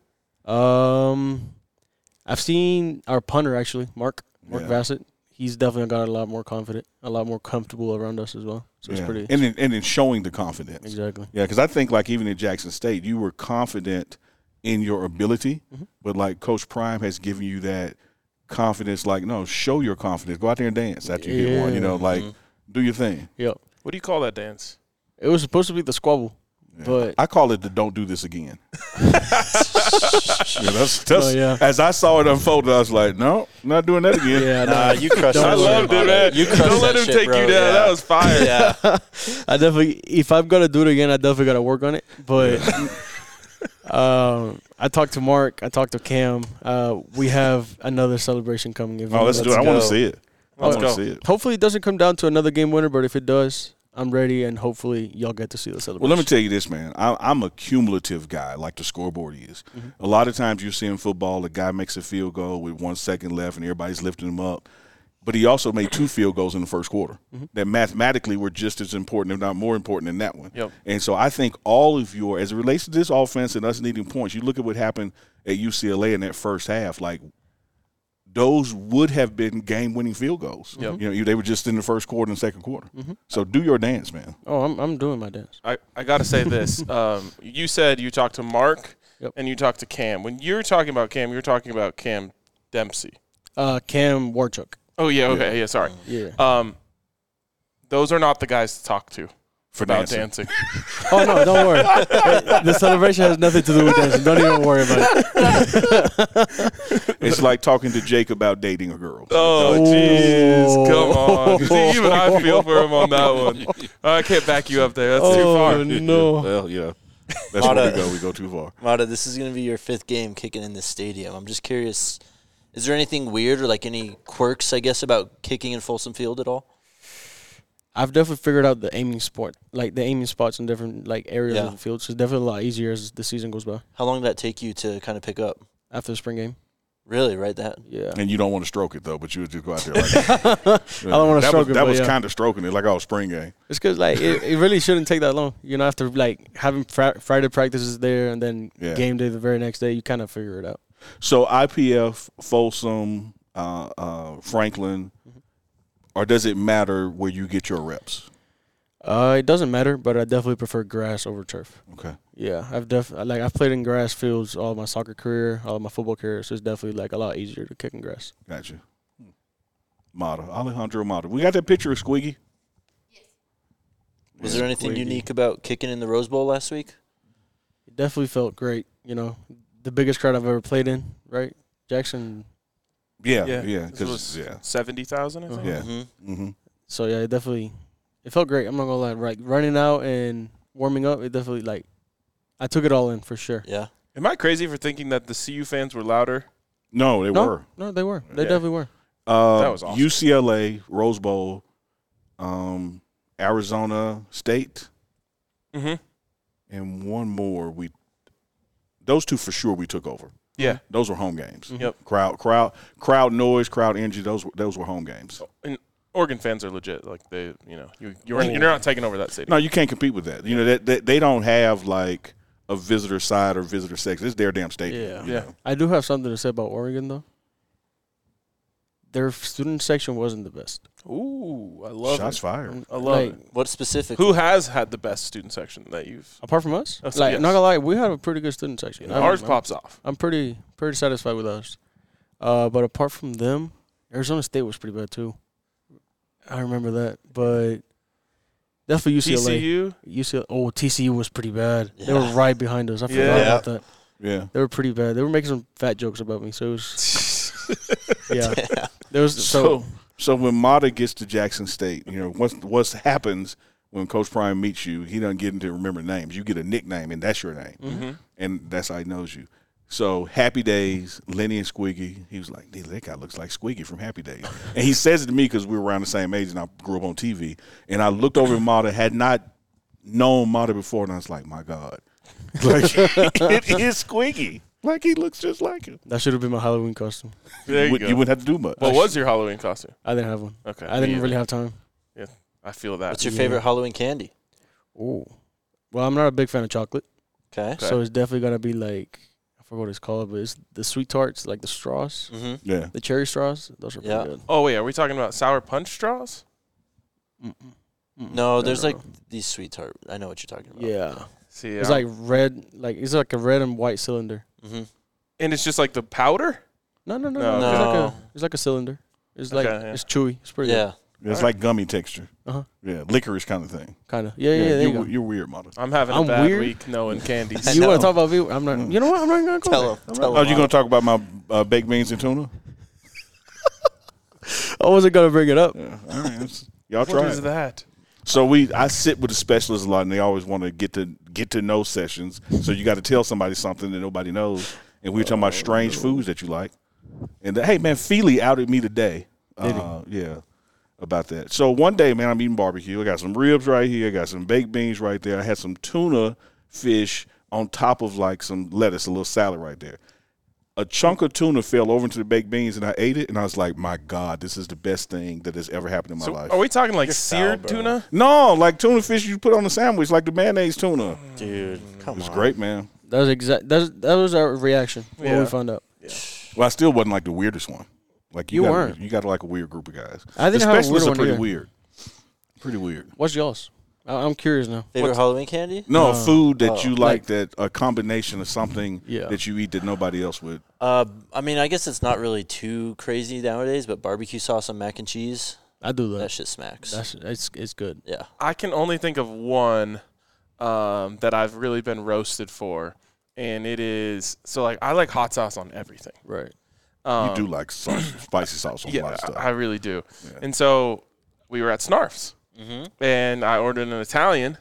[SPEAKER 8] Um, I've seen our punter actually, Mark Mark
[SPEAKER 2] Yeah.
[SPEAKER 8] Bassett. He's definitely got a lot more confident, a lot more comfortable around us as well. So
[SPEAKER 2] yeah.
[SPEAKER 8] it's pretty
[SPEAKER 2] and in, and in showing the confidence.
[SPEAKER 8] exactly.
[SPEAKER 2] Yeah, because I think like even at Jackson State, you were confident in your ability, but like Coach Prime has given you that confidence. Like, no, show your confidence. Go out there and dance after you hit one. You know, like do your thing.
[SPEAKER 8] Yep.
[SPEAKER 3] What do you call that dance?
[SPEAKER 8] It was supposed to be the squabble, but
[SPEAKER 2] I call it the "Don't do this again." Yeah, that's, that's,
[SPEAKER 8] yeah.
[SPEAKER 2] As I saw it unfold, I was like, "No, not doing that again."
[SPEAKER 8] yeah,
[SPEAKER 1] Nah,
[SPEAKER 8] no,
[SPEAKER 1] you crushed.
[SPEAKER 8] Don't
[SPEAKER 3] I
[SPEAKER 1] that
[SPEAKER 8] worry
[SPEAKER 3] loved
[SPEAKER 1] shit,
[SPEAKER 3] it,
[SPEAKER 1] Mata.
[SPEAKER 3] man.
[SPEAKER 1] You crushed
[SPEAKER 3] Don't let
[SPEAKER 1] that
[SPEAKER 3] him
[SPEAKER 1] shit,
[SPEAKER 3] take
[SPEAKER 1] bro.
[SPEAKER 3] you down. That
[SPEAKER 1] Yeah.
[SPEAKER 3] was fire.
[SPEAKER 1] Yeah.
[SPEAKER 8] I definitely if I'm gonna do it again, I definitely gotta work on it. But um, I talked to Mark, I talked to Cam. Uh, we have another celebration coming. in.
[SPEAKER 2] Oh, let's, do it. I
[SPEAKER 1] Let's
[SPEAKER 2] want to
[SPEAKER 1] go.
[SPEAKER 2] see it. I
[SPEAKER 8] Let's
[SPEAKER 2] want to
[SPEAKER 3] go.
[SPEAKER 2] see it.
[SPEAKER 8] Hopefully, it doesn't come down to another game winner, but if it does, I'm ready, and hopefully, y'all get to see the celebration.
[SPEAKER 2] Well, let me tell you this, man. I, I'm a cumulative guy, like the scoreboard is.
[SPEAKER 8] Mm-hmm.
[SPEAKER 2] A lot of times you see in football, a guy makes a field goal with one second left, and everybody's lifting him up. But he also made two field goals in the first quarter that mathematically were just as important, if not more important, than that one.
[SPEAKER 3] Yep.
[SPEAKER 2] And so I think all of your, as it relates to this offense and us needing points, you look at what happened at UCLA in that first half. Like those would have been game-winning field goals.
[SPEAKER 3] Yep. Mm-hmm.
[SPEAKER 2] You know, they were just in the first quarter and second quarter. So do your dance, man.
[SPEAKER 8] Oh, I'm I'm doing my dance.
[SPEAKER 3] I, I got to say this. Um, you said you talked to Mark
[SPEAKER 8] Yep.
[SPEAKER 3] and you talked to Cam. When you were talking about Cam, you were talking about Cam Dempsey.
[SPEAKER 8] Uh, Cam Warchuk.
[SPEAKER 3] Oh, yeah. Okay. Yeah. Sorry.
[SPEAKER 8] Yeah.
[SPEAKER 3] Um, those are not the guys to talk to
[SPEAKER 2] For
[SPEAKER 3] about
[SPEAKER 2] dancing.
[SPEAKER 3] dancing.
[SPEAKER 8] Oh no, don't worry. the celebration has nothing to do with dancing. Don't even worry about it.
[SPEAKER 2] It's like talking to Jake about dating a girl.
[SPEAKER 3] Oh,
[SPEAKER 8] Oh.
[SPEAKER 3] jeez. Come on. See, even I feel for him on that one. I can't back you up there. That's too far.
[SPEAKER 8] Oh no.
[SPEAKER 2] Well, yeah. That's
[SPEAKER 1] Not
[SPEAKER 2] where
[SPEAKER 1] a-
[SPEAKER 2] we go. We go too far.
[SPEAKER 1] Mata, this is going to be your fifth game kicking in this stadium. I'm just curious, is there anything weird or like any quirks, I guess, about kicking in Folsom Field at all?
[SPEAKER 8] I've definitely figured out the aiming spot, like the aiming spots in different like areas
[SPEAKER 1] Yeah.
[SPEAKER 8] of the field. So it's definitely a lot easier as the season goes by.
[SPEAKER 1] How long did that take you to kind of pick up?
[SPEAKER 8] After the spring game,
[SPEAKER 1] Really, right? That
[SPEAKER 8] yeah.
[SPEAKER 2] And you don't want to stroke it though, but you would just go out there like that.
[SPEAKER 8] I don't want to
[SPEAKER 2] That
[SPEAKER 8] stroke
[SPEAKER 2] was,
[SPEAKER 8] it,
[SPEAKER 2] that
[SPEAKER 8] but
[SPEAKER 2] was
[SPEAKER 8] yeah.
[SPEAKER 2] kind of stroking it, like oh, spring game.
[SPEAKER 8] It's because like it, it really shouldn't take that long. You know, after like having fri- Friday practices there and then
[SPEAKER 2] Yeah.
[SPEAKER 8] game day the very next day, you kind of figure it out.
[SPEAKER 2] So IPF, Folsom, uh, uh, Franklin,
[SPEAKER 8] Mm-hmm.
[SPEAKER 2] or does it matter where you get your reps?
[SPEAKER 8] Uh, it doesn't matter, but I definitely prefer grass over turf.
[SPEAKER 2] Okay.
[SPEAKER 8] Yeah, I've def like I've played in grass fields all my soccer career, all my football career, so it's definitely like a lot easier to kick in grass.
[SPEAKER 2] Gotcha. Hmm. Mata, Alejandro Mata. We got that picture of Squiggy.
[SPEAKER 1] was there anything unique about kicking in the Rose Bowl last week?
[SPEAKER 8] It definitely felt great, you know. the biggest crowd I've ever played in, right? Jackson.
[SPEAKER 2] Yeah,
[SPEAKER 3] Yeah.
[SPEAKER 2] yeah,
[SPEAKER 3] This
[SPEAKER 2] because
[SPEAKER 3] was
[SPEAKER 2] yeah,
[SPEAKER 3] seventy thousand. I think.
[SPEAKER 2] yeah,
[SPEAKER 8] Mm-hmm.
[SPEAKER 1] hmm
[SPEAKER 2] hmm
[SPEAKER 8] So yeah, it definitely it felt great. I'm not gonna lie. Like running out and warming up, it definitely like I took it all in for sure.
[SPEAKER 1] Yeah.
[SPEAKER 3] Am I crazy for thinking that the CU fans were louder?
[SPEAKER 2] No, they
[SPEAKER 8] no,
[SPEAKER 2] were.
[SPEAKER 8] no, they were. They
[SPEAKER 3] Yeah.
[SPEAKER 8] definitely were.
[SPEAKER 2] Uh,
[SPEAKER 3] That was awesome.
[SPEAKER 2] UCLA, Rose Bowl, um, Arizona State,
[SPEAKER 3] Mm-hmm.
[SPEAKER 2] and one more. We those two for sure we took over.
[SPEAKER 3] Yeah. Mm-hmm.
[SPEAKER 2] Those were home games.
[SPEAKER 3] Yep.
[SPEAKER 2] Crowd, crowd, crowd noise, crowd energy. Those were those were home games.
[SPEAKER 3] And Oregon fans are legit. Like they, you know, you, you're you're not taking over that city.
[SPEAKER 2] No, you can't compete with that. You know that, that they don't have like a visitor side or visitor section. It's their damn stadium.
[SPEAKER 8] Yeah.
[SPEAKER 2] you
[SPEAKER 3] Yeah.
[SPEAKER 2] know.
[SPEAKER 8] I do have something to say about Oregon though. Their student section wasn't the best.
[SPEAKER 3] Ooh, I love
[SPEAKER 2] Shots
[SPEAKER 3] it.
[SPEAKER 2] fired.
[SPEAKER 3] I love
[SPEAKER 8] Like,
[SPEAKER 3] it.
[SPEAKER 1] What specific?
[SPEAKER 3] Who has had the best student section that you've?
[SPEAKER 8] Apart from us,
[SPEAKER 3] Us,
[SPEAKER 8] like
[SPEAKER 3] yes.
[SPEAKER 8] not gonna lie, we had a pretty good student section. I'm-
[SPEAKER 3] Ours
[SPEAKER 8] I'm-
[SPEAKER 3] pops off.
[SPEAKER 8] I'm pretty pretty satisfied with us. Uh, but apart from them, Arizona State was pretty bad too. I remember that, but definitely UCLA.
[SPEAKER 3] TCU.
[SPEAKER 8] UCLA. Oh, TCU was pretty bad. They were
[SPEAKER 1] Yeah.
[SPEAKER 8] right behind us. I forgot
[SPEAKER 3] Yeah.
[SPEAKER 8] about that.
[SPEAKER 2] Yeah.
[SPEAKER 8] They were pretty bad. They were making some fat jokes about me. So it was, yeah. There was so,
[SPEAKER 2] So when Mata gets to Jackson State, you know what's what happens when Coach Prime meets you. He doesn't get into remember names. You get a nickname, and that's your name,
[SPEAKER 3] Mm-hmm.
[SPEAKER 2] and that's how he knows you. So Happy Days, Lenny and Squiggy. He was like, "Dude, that guy looks like Squiggy from Happy Days," and he says it to me because we were around the same age, and I grew up on TV. And I looked over at Mata, had not known Mata before, and I was like, "My God, like it is Squiggy. Like he looks just like him.
[SPEAKER 8] that should have been my Halloween costume.
[SPEAKER 3] There you,
[SPEAKER 2] would,
[SPEAKER 3] go.
[SPEAKER 2] you wouldn't have to do much."
[SPEAKER 3] what was your Halloween costume?
[SPEAKER 8] I didn't have one.
[SPEAKER 3] Okay,
[SPEAKER 8] I didn't really have time.
[SPEAKER 3] I feel that.
[SPEAKER 1] What's your favorite Halloween candy?
[SPEAKER 8] Oh, well, I'm not a big fan of chocolate,
[SPEAKER 1] Okay.
[SPEAKER 3] Okay.
[SPEAKER 8] so it's definitely gonna be like I forgot what it's called, but it's the sweet tarts, like the straws.
[SPEAKER 1] Mm-hmm.
[SPEAKER 2] yeah.
[SPEAKER 8] The cherry straws, those are pretty
[SPEAKER 1] Yeah.
[SPEAKER 8] good.
[SPEAKER 3] oh wait, are we talking about sour punch straws?
[SPEAKER 1] No, there's
[SPEAKER 8] no,
[SPEAKER 1] like these sweet tart. I know what you're talking about.
[SPEAKER 8] Yeah.
[SPEAKER 3] See,
[SPEAKER 8] It's
[SPEAKER 3] I'm-
[SPEAKER 8] like red, like it's like a red and white cylinder.
[SPEAKER 1] Mm-hmm.
[SPEAKER 3] and it's just like the powder.
[SPEAKER 8] No, no, no, no.
[SPEAKER 3] No.
[SPEAKER 8] It's like a
[SPEAKER 1] No.
[SPEAKER 8] it's like a cylinder. It's
[SPEAKER 3] Okay,
[SPEAKER 8] like
[SPEAKER 3] yeah.
[SPEAKER 8] it's chewy. It's pretty
[SPEAKER 1] Yeah.
[SPEAKER 2] It's
[SPEAKER 3] All right.
[SPEAKER 2] like gummy texture.
[SPEAKER 8] Uh-huh.
[SPEAKER 2] Yeah, licorice kind of thing.
[SPEAKER 8] good. Kind of. Yeah, yeah, yeah. There you,
[SPEAKER 2] you're,
[SPEAKER 8] go.
[SPEAKER 2] you're weird, mother.
[SPEAKER 3] I'm having a
[SPEAKER 8] I'm
[SPEAKER 3] bad
[SPEAKER 8] weird.
[SPEAKER 3] week knowing candies.
[SPEAKER 8] You want
[SPEAKER 1] know.
[SPEAKER 8] to talk about people? I'm not. You know what? I'm not gonna go.
[SPEAKER 1] Tell
[SPEAKER 8] there.
[SPEAKER 1] 'em, tell 'em
[SPEAKER 2] Oh, you
[SPEAKER 1] all.
[SPEAKER 2] gonna talk about my uh, baked beans and tuna?
[SPEAKER 8] I wasn't gonna bring it up.
[SPEAKER 2] Yeah, all right, that's- y'all
[SPEAKER 3] what
[SPEAKER 2] try.
[SPEAKER 3] is
[SPEAKER 2] it.
[SPEAKER 3] that?
[SPEAKER 2] So we, I sit with the specialists a lot, and they always want to get to get to know sessions. So you got to tell somebody something that nobody knows. And we were talking about
[SPEAKER 8] Oh,
[SPEAKER 2] strange foods that you like. And hey, man, Feely outed me today. Uh, yeah, about that. So one day, man, I'm eating barbecue. I got some ribs right here. I got some baked beans right there. I had some tuna fish on top of like some lettuce, a little salad right there. A chunk of tuna fell over into the baked beans, and I ate it. And I was like, "My God, this is the best thing that has ever happened in my
[SPEAKER 3] So
[SPEAKER 2] life."
[SPEAKER 3] are we talking like seared
[SPEAKER 1] foul, bro.
[SPEAKER 3] tuna?
[SPEAKER 2] No, like tuna fish you put on a sandwich, like the mayonnaise tuna.
[SPEAKER 1] Dude, come
[SPEAKER 2] It's
[SPEAKER 1] on.
[SPEAKER 2] great, man.
[SPEAKER 8] That was exact. That was, that was our reaction when
[SPEAKER 3] Yeah.
[SPEAKER 8] we found out.
[SPEAKER 2] Well, I still wasn't like the weirdest one. Like you,
[SPEAKER 8] You
[SPEAKER 2] got,
[SPEAKER 8] weren't.
[SPEAKER 2] You got like a weird group of guys.
[SPEAKER 8] I didn't
[SPEAKER 2] the
[SPEAKER 8] have a
[SPEAKER 2] specialists
[SPEAKER 8] weird
[SPEAKER 2] are
[SPEAKER 8] one
[SPEAKER 2] pretty
[SPEAKER 8] either.
[SPEAKER 2] weird. Pretty weird.
[SPEAKER 8] What's y'all's? I, I'm curious now.
[SPEAKER 1] Favorite Halloween candy?
[SPEAKER 2] No, a food that you like,
[SPEAKER 8] Oh, Like-
[SPEAKER 2] that a combination of something
[SPEAKER 8] Yeah.
[SPEAKER 2] that you eat that nobody else would.
[SPEAKER 1] Uh, I mean, I guess it's not really too crazy nowadays, but barbecue sauce on mac and cheese,
[SPEAKER 8] I do that.
[SPEAKER 1] that shit smacks.
[SPEAKER 8] That's it's it's good.
[SPEAKER 1] yeah.
[SPEAKER 3] I can only think of one um, that I've really been roasted for, and it is so like I like hot sauce on everything.
[SPEAKER 8] Right.
[SPEAKER 3] Um,
[SPEAKER 2] you do like sauce, spicy sauce on a lot
[SPEAKER 3] Yeah,
[SPEAKER 2] of stuff.
[SPEAKER 3] I I really do. And so we were at Snarf's,
[SPEAKER 8] Mm-hmm.
[SPEAKER 3] Mm-hmm. and I ordered an Italian.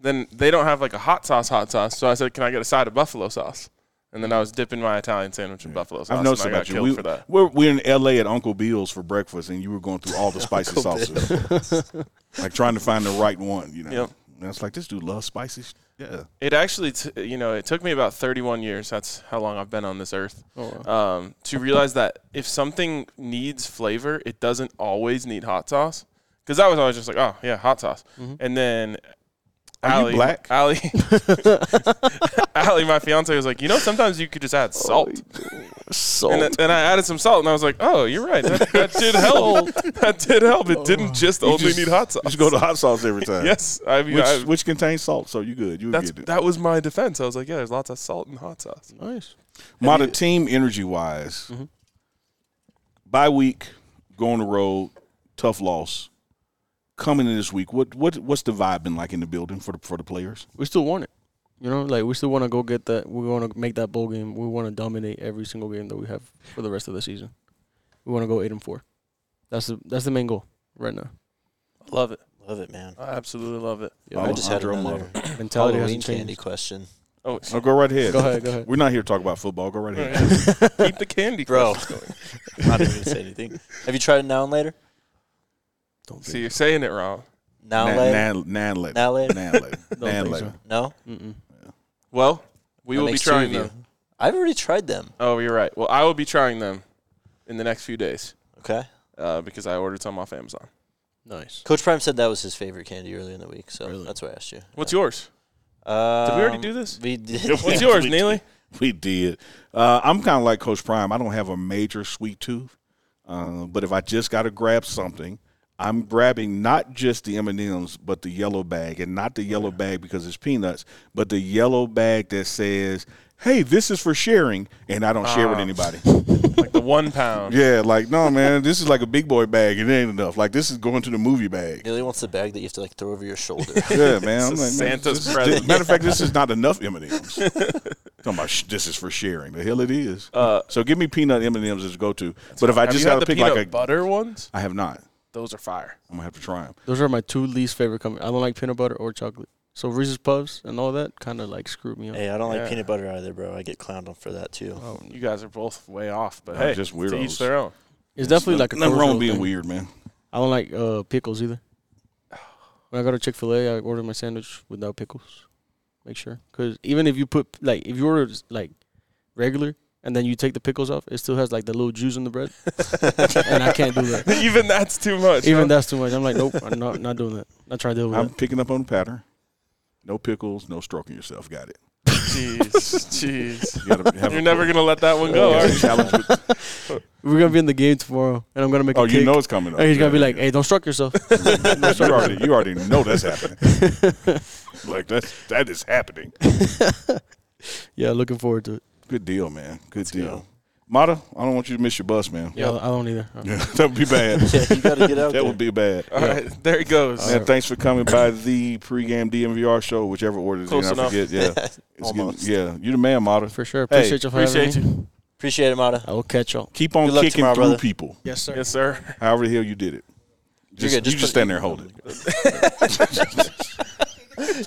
[SPEAKER 3] Then they don't have like a hot sauce, hot sauce. So I said, "Can I get a side of buffalo sauce?" And then I was dipping my Italian sandwich in buffalo sauce.
[SPEAKER 2] I've noticed
[SPEAKER 3] and I
[SPEAKER 2] about
[SPEAKER 3] got
[SPEAKER 2] you.
[SPEAKER 3] killed
[SPEAKER 2] We,
[SPEAKER 3] for that.
[SPEAKER 2] We're, we're in L.A. at Uncle Bill's for breakfast, and you were going through all the spicy sauces, like trying to find the right one. You know,
[SPEAKER 3] Yep.
[SPEAKER 2] and it's like this dude loves spicy. sh- Yeah,
[SPEAKER 3] It actually, t- you know, it took me about 31 years. That's how long I've been on this earth. um, to realize that if something needs flavor, it doesn't always need hot sauce. Because I was always just like, oh yeah, hot sauce. And then,
[SPEAKER 2] Are you
[SPEAKER 3] Allie,
[SPEAKER 2] black?
[SPEAKER 3] Allie, Allie, my fiance was like, you know, sometimes you could just add
[SPEAKER 2] Oh,
[SPEAKER 3] salt.
[SPEAKER 8] So
[SPEAKER 3] And, then I added some salt, and I was like, oh, you're right. That, that did help.
[SPEAKER 8] Oh.
[SPEAKER 3] that did help. It Oh, didn't just only
[SPEAKER 2] Oh. just-
[SPEAKER 3] need hot sauce.
[SPEAKER 2] You just go to hot sauce every time.
[SPEAKER 3] yes, I mean,
[SPEAKER 2] which,
[SPEAKER 3] I-
[SPEAKER 2] which contains salt, so you good. You
[SPEAKER 3] that's
[SPEAKER 2] get it.
[SPEAKER 3] that was my defense. I was like, yeah, there's lots of salt in hot sauce.
[SPEAKER 8] nice.
[SPEAKER 2] Mata team energy wise,
[SPEAKER 3] Mm-hmm.
[SPEAKER 2] bye week, go on the road, tough loss. Coming in this week, what what what's the vibe been like in the building for the for the players?
[SPEAKER 8] We still want it. You know, like we still want to go get that. We want to make that bowl game. We want to dominate every single game that we have for the rest of the season. We want to go eight and four. That's the that's the main goal right now.
[SPEAKER 3] Love it.
[SPEAKER 1] Love it, man.
[SPEAKER 3] I absolutely love it.
[SPEAKER 1] I just had another
[SPEAKER 8] Mentality
[SPEAKER 1] Halloween
[SPEAKER 8] hasn't changed.
[SPEAKER 1] Oh, candy question.
[SPEAKER 3] Oh,
[SPEAKER 2] No, go right ahead.
[SPEAKER 8] Go ahead, go ahead.
[SPEAKER 2] We're not here to talk about football. Go right ahead.
[SPEAKER 3] keep the candy,
[SPEAKER 1] Bro.
[SPEAKER 3] questions going.
[SPEAKER 1] I'm not even gonna say anything. Have you tried it now and later?
[SPEAKER 2] Don't
[SPEAKER 3] See, you're saying it wrong.
[SPEAKER 1] Now and later?
[SPEAKER 2] Nan Nan later.
[SPEAKER 1] Now later?
[SPEAKER 2] Nan later. Nan
[SPEAKER 8] think
[SPEAKER 2] later.
[SPEAKER 1] No.
[SPEAKER 8] Mm-mm.
[SPEAKER 3] Well, we
[SPEAKER 1] That
[SPEAKER 3] will be
[SPEAKER 1] makes two of
[SPEAKER 3] trying
[SPEAKER 1] you.
[SPEAKER 3] them.
[SPEAKER 1] I've already tried them.
[SPEAKER 3] Oh, you're right. Well, I will be trying them in the next few days
[SPEAKER 1] Okay.
[SPEAKER 3] uh, because I ordered some off Amazon.
[SPEAKER 8] Nice.
[SPEAKER 1] Coach Prime said that was his favorite candy earlier in the week, so
[SPEAKER 8] Really?
[SPEAKER 1] that's why I asked you.
[SPEAKER 3] What's yours?
[SPEAKER 1] Um,
[SPEAKER 3] Did we already do this?
[SPEAKER 1] We did.
[SPEAKER 3] What's yours, Neely?
[SPEAKER 2] We did. Uh, I'm kind of like Coach Prime. I don't have a major sweet tooth, uh, but if I just got to grab something, I'm grabbing not just the M&Ms, but the yellow bag, and not the yellow bag because it's peanuts, but the yellow bag that says, "Hey, this is for sharing," and I don't share
[SPEAKER 3] Ah,
[SPEAKER 2] with anybody.
[SPEAKER 3] Like the one pound.
[SPEAKER 2] yeah, like no, man, this is like a big boy bag. It ain't enough. Like this is going to the movie bag.
[SPEAKER 1] Neely wants the bag that you have to like throw over your shoulder.
[SPEAKER 2] Yeah, man. I'm
[SPEAKER 3] It's a
[SPEAKER 2] like, man,
[SPEAKER 3] Santa's
[SPEAKER 2] this is-
[SPEAKER 3] present.
[SPEAKER 2] matter of fact, this is not enough M and M's. Talking about sh- this is for sharing. The hell it is.
[SPEAKER 3] Uh,
[SPEAKER 2] so give me peanut M and M's as a go to. But if I
[SPEAKER 3] Have
[SPEAKER 2] just
[SPEAKER 3] you had
[SPEAKER 2] gotta
[SPEAKER 3] the
[SPEAKER 2] pick
[SPEAKER 3] peanut
[SPEAKER 2] like a,
[SPEAKER 3] butter ones?
[SPEAKER 2] I have not.
[SPEAKER 3] Those are fire.
[SPEAKER 2] I'm gonna have to try them.
[SPEAKER 8] Those are my two least favorite. Com- I don't like peanut butter or chocolate. So Reese's Puffs and all that kind of like screwed me up.
[SPEAKER 1] hey, I don't
[SPEAKER 3] Yeah.
[SPEAKER 1] like peanut butter either, bro. I get clowned on for that too.
[SPEAKER 8] Oh,
[SPEAKER 3] You guys are both way off, but
[SPEAKER 2] No,
[SPEAKER 3] hey,
[SPEAKER 2] just
[SPEAKER 3] to each
[SPEAKER 2] weirdos.
[SPEAKER 3] their own.
[SPEAKER 8] it's definitely like a
[SPEAKER 2] nothing wrong
[SPEAKER 8] cultural
[SPEAKER 2] with being
[SPEAKER 8] thing.
[SPEAKER 2] weird, man.
[SPEAKER 8] I don't like uh, pickles either. When I go to Chick Fil A, I order my sandwich without pickles. Make sure, because even if you put like if you order just, like regular and then you take the pickles off, it still has like the little juice in the bread, and I can't do that.
[SPEAKER 3] Even that's too much.
[SPEAKER 8] Even
[SPEAKER 3] huh?
[SPEAKER 8] that's too much. I'm like, nope, I'm not not doing that. Not trying to deal with
[SPEAKER 2] I'm
[SPEAKER 8] that.
[SPEAKER 2] picking up on the pattern. No pickles, no stroking yourself. Got it.
[SPEAKER 3] Jeez, jeez.
[SPEAKER 2] You gotta have
[SPEAKER 3] You're
[SPEAKER 2] a-
[SPEAKER 3] never gonna let that one go,
[SPEAKER 2] it's
[SPEAKER 3] are
[SPEAKER 2] a
[SPEAKER 3] you?
[SPEAKER 2] challenge with-
[SPEAKER 8] We're gonna be in the game tomorrow, and I'm gonna make.
[SPEAKER 2] oh,
[SPEAKER 8] a
[SPEAKER 2] you
[SPEAKER 8] cake,
[SPEAKER 2] know it's coming. Up.
[SPEAKER 8] And he's gonna be
[SPEAKER 2] Yeah.
[SPEAKER 8] like, hey, don't struck yourself.
[SPEAKER 2] you already, you already know that's happening. like that's that is happening.
[SPEAKER 8] yeah, looking forward to it.
[SPEAKER 2] Good deal, man. Good deal. Mata, I don't want you to miss your bus, man.
[SPEAKER 8] Yeah, I don't either.
[SPEAKER 2] Yeah, that would be bad.
[SPEAKER 1] yeah, you gotta get out
[SPEAKER 2] that
[SPEAKER 1] there.
[SPEAKER 2] would be bad.
[SPEAKER 3] All right, there he goes.
[SPEAKER 2] Man, thanks for coming by the pregame DMVR show, whichever order it is.
[SPEAKER 3] Close
[SPEAKER 2] I
[SPEAKER 3] enough.
[SPEAKER 2] forget. Yeah, It's getting-
[SPEAKER 1] Almost.
[SPEAKER 2] yeah, you the man, Mata.
[SPEAKER 8] For sure.
[SPEAKER 2] Hey,
[SPEAKER 8] Appreciate you for
[SPEAKER 3] Appreciate
[SPEAKER 8] having me.
[SPEAKER 3] you.
[SPEAKER 1] Appreciate it, Mata.
[SPEAKER 8] I will catch y'all.
[SPEAKER 2] Keep on
[SPEAKER 1] Good luck
[SPEAKER 2] kicking
[SPEAKER 1] tomorrow,
[SPEAKER 2] through
[SPEAKER 1] brother.
[SPEAKER 2] people,
[SPEAKER 8] Yes, sir.
[SPEAKER 3] Yes, sir.
[SPEAKER 2] however the hell you did it. Just,
[SPEAKER 1] good. Just
[SPEAKER 2] you just
[SPEAKER 1] put-
[SPEAKER 2] stand there and hold it.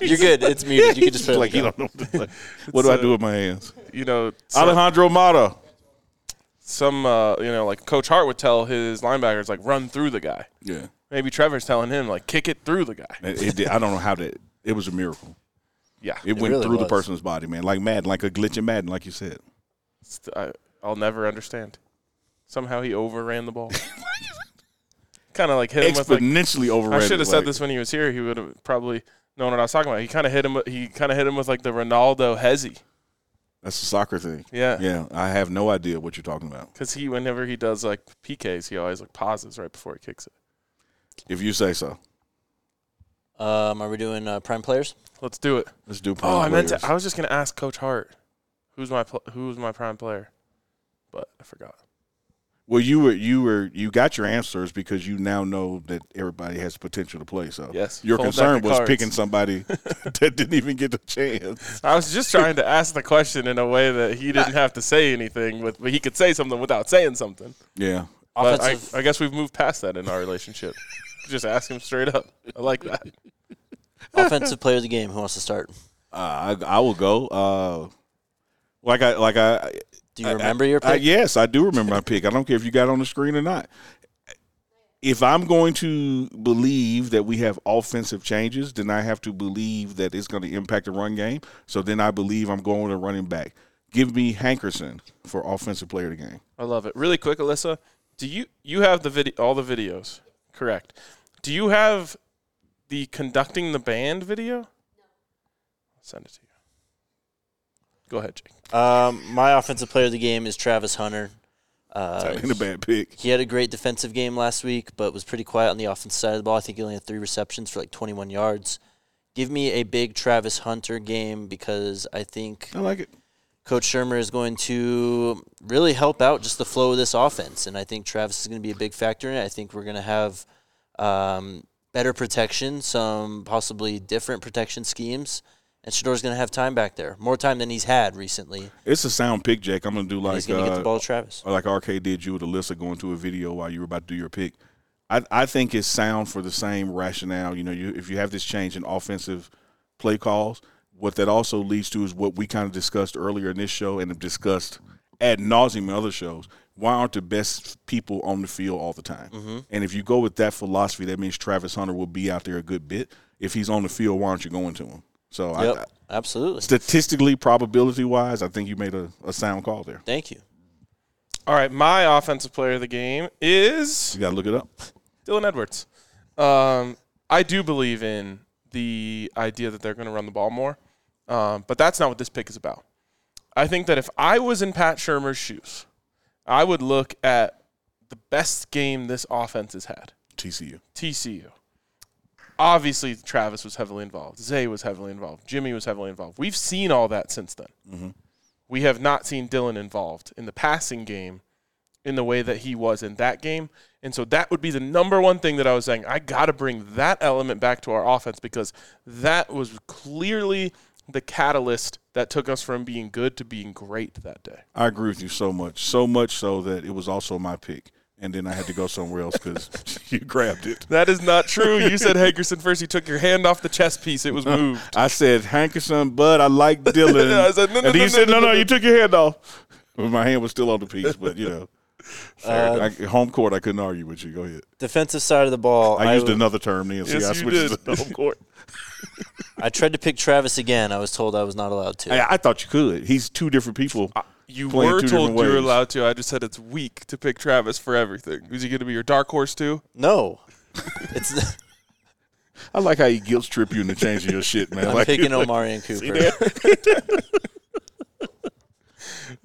[SPEAKER 1] You're good. It's muted. You can just put it
[SPEAKER 2] like you
[SPEAKER 1] down.
[SPEAKER 2] don't know. What, to do. What do I
[SPEAKER 3] uh,
[SPEAKER 2] do with my hands?
[SPEAKER 3] You know, some,
[SPEAKER 2] Alejandro Mata.
[SPEAKER 3] some uh, you know, like Coach Hart would tell his linebackers like run through the guy.
[SPEAKER 2] Yeah,
[SPEAKER 3] Maybe Trevor's telling him like kick it through the guy.
[SPEAKER 2] it, it did- I don't know how that. It was a miracle.
[SPEAKER 3] Yeah,
[SPEAKER 2] It, went
[SPEAKER 1] really
[SPEAKER 2] through the
[SPEAKER 1] was.
[SPEAKER 2] person's body, man. Like Madden, like a glitch in Madden, like you said.
[SPEAKER 3] It's- I, I'll never understand. Somehow he overran the ball. kind of like hit him with like
[SPEAKER 2] Exponentially overrated.
[SPEAKER 3] I should have said
[SPEAKER 2] like-
[SPEAKER 3] this when he was here. He would have probably known what I was talking about. He kind of hit him. He kind of hit him with like the Ronaldo hezzy.
[SPEAKER 2] That's a soccer thing.
[SPEAKER 3] Yeah.
[SPEAKER 2] Yeah, I have no idea what you're talking about.
[SPEAKER 3] Because he, whenever he does like PKs, he always like pauses right before he kicks it.
[SPEAKER 2] If you say so.
[SPEAKER 1] Um, are we doing uh, prime players?
[SPEAKER 3] Let's do it.
[SPEAKER 2] Let's do.
[SPEAKER 3] Oh, I meant
[SPEAKER 2] players.
[SPEAKER 3] to. I was just gonna ask Coach Hart, who's my pl- who's my prime player, but I forgot.
[SPEAKER 2] Well, you were you were you got your answers because you now know that everybody has potential to play. So
[SPEAKER 3] Yes,
[SPEAKER 2] your
[SPEAKER 3] full deck
[SPEAKER 2] concern
[SPEAKER 3] of
[SPEAKER 2] was
[SPEAKER 3] cards.
[SPEAKER 2] picking somebody that didn't even get the chance.
[SPEAKER 3] I was just trying to ask the question in a way that he didn't have to say anything with, but he could say something without saying something.
[SPEAKER 2] Yeah,
[SPEAKER 3] But I,
[SPEAKER 1] Offensive-
[SPEAKER 3] I guess we've moved past that in our relationship. just ask him straight up. I like that.
[SPEAKER 1] Offensive player of the game. Who wants to start?
[SPEAKER 2] uh, I I will go. Uh, like I like I.
[SPEAKER 1] Do you remember your pick?
[SPEAKER 2] I, yes, I do remember my pick. I don't care if you got it on the screen or not. If I'm going to believe that we have offensive changes, then I have to believe that it's going to impact the run game. So then I believe I'm going with a running back. Give me Hankerson for offensive player of the game.
[SPEAKER 3] I love it. Really quick, Alyssa, do you you have the video all the videos? Correct. Do you have the conducting the band video? No. I'll send it to you. Go ahead, Jake.
[SPEAKER 1] Um, my offensive player of the game is Travis Hunter. Uh,
[SPEAKER 2] That ain't a bad pick.
[SPEAKER 1] he had a great defensive game last week, but was pretty quiet on the offensive side of the ball. I think he only had three receptions for like 21 yards. Give me a big Travis Hunter game because I think
[SPEAKER 2] I like it.
[SPEAKER 1] Coach Shermer is going to really help out just the flow of this offense, and I think Travis is going to be a big factor in it. I think we're going to have um, better protection, some possibly different protection schemes, and Shador's going to have time back there, more time than he's had recently.
[SPEAKER 2] It's a sound pick, Jake. I'm gonna do like
[SPEAKER 1] he's going to get the
[SPEAKER 2] uh,
[SPEAKER 1] ball to Travis.
[SPEAKER 2] or like RK did you with Alyssa going to a video while you were about to do your pick. I, I think it's sound for the same rationale. You know, you if you have this change in offensive play calls, what that also leads to is what we kind of discussed earlier in this show and have discussed ad nauseum in other shows. Why aren't the best people on the field all the time?
[SPEAKER 1] Mm-hmm.
[SPEAKER 2] And if you go with that philosophy, that means Travis Hunter will be out there a good bit. If he's on the field, why aren't you going to him? So Oh, I, I,
[SPEAKER 1] Yep, absolutely.
[SPEAKER 2] statistically, probability wise, I think you made a, a sound call there.
[SPEAKER 1] Thank you.
[SPEAKER 3] All right, my offensive player of the game is
[SPEAKER 2] You got to look it up.
[SPEAKER 3] Dylan Edwards. Um, I do believe in the idea that they're going to run the ball more, um, but that's not what this pick is about. I think that if I was in Pat Shermer's shoes, I would look at the best game this offense has had.
[SPEAKER 2] TCU.
[SPEAKER 3] TCU. Obviously, Travis was heavily involved. Zay was heavily involved. Jimmy was heavily involved. We've seen all that since then. We have not seen Dylan involved in the passing game in the way that he was in that game. And so that would be the number one thing that I was saying. I got to bring that element back to our offense because that was clearly the catalyst that took us from being good to being great that day.
[SPEAKER 2] I agree with you so much, so much so that it was also my pick, and then I had to go somewhere else because you grabbed it.
[SPEAKER 3] That is not true. You said Hankerson first. You took your hand off the chess piece. It was moved.
[SPEAKER 2] I said Hankerson, but I like Dylan.
[SPEAKER 3] I said, no, no,
[SPEAKER 2] and
[SPEAKER 3] no,
[SPEAKER 2] you
[SPEAKER 3] no,
[SPEAKER 2] said,
[SPEAKER 3] no,
[SPEAKER 2] no, no,
[SPEAKER 3] no,
[SPEAKER 2] you
[SPEAKER 3] no."
[SPEAKER 2] took your hand off. Well, my hand was still on the piece, but you know,
[SPEAKER 3] Uh,
[SPEAKER 2] Fair enough. I, home court. I couldn't argue with you. Go ahead.
[SPEAKER 1] Defensive side of the ball.
[SPEAKER 2] I, used
[SPEAKER 1] w-
[SPEAKER 2] another term then. See,
[SPEAKER 3] Yes,
[SPEAKER 2] I
[SPEAKER 3] you
[SPEAKER 2] switched
[SPEAKER 3] did.
[SPEAKER 2] to home court.
[SPEAKER 1] I tried to pick Travis again. I was told I was not allowed to.
[SPEAKER 2] I, I thought you could. He's two different people.
[SPEAKER 3] Uh, You
[SPEAKER 2] playing
[SPEAKER 3] were
[SPEAKER 2] two
[SPEAKER 3] told you
[SPEAKER 2] different
[SPEAKER 3] were
[SPEAKER 2] ways.
[SPEAKER 3] allowed to. I just said it's weak to pick Travis for everything. Is he going to be your dark horse too?
[SPEAKER 1] no. It's
[SPEAKER 2] I like how he guilt trip you into changing your shit, man.
[SPEAKER 1] I'm
[SPEAKER 2] like,
[SPEAKER 1] picking Omari and Cooper.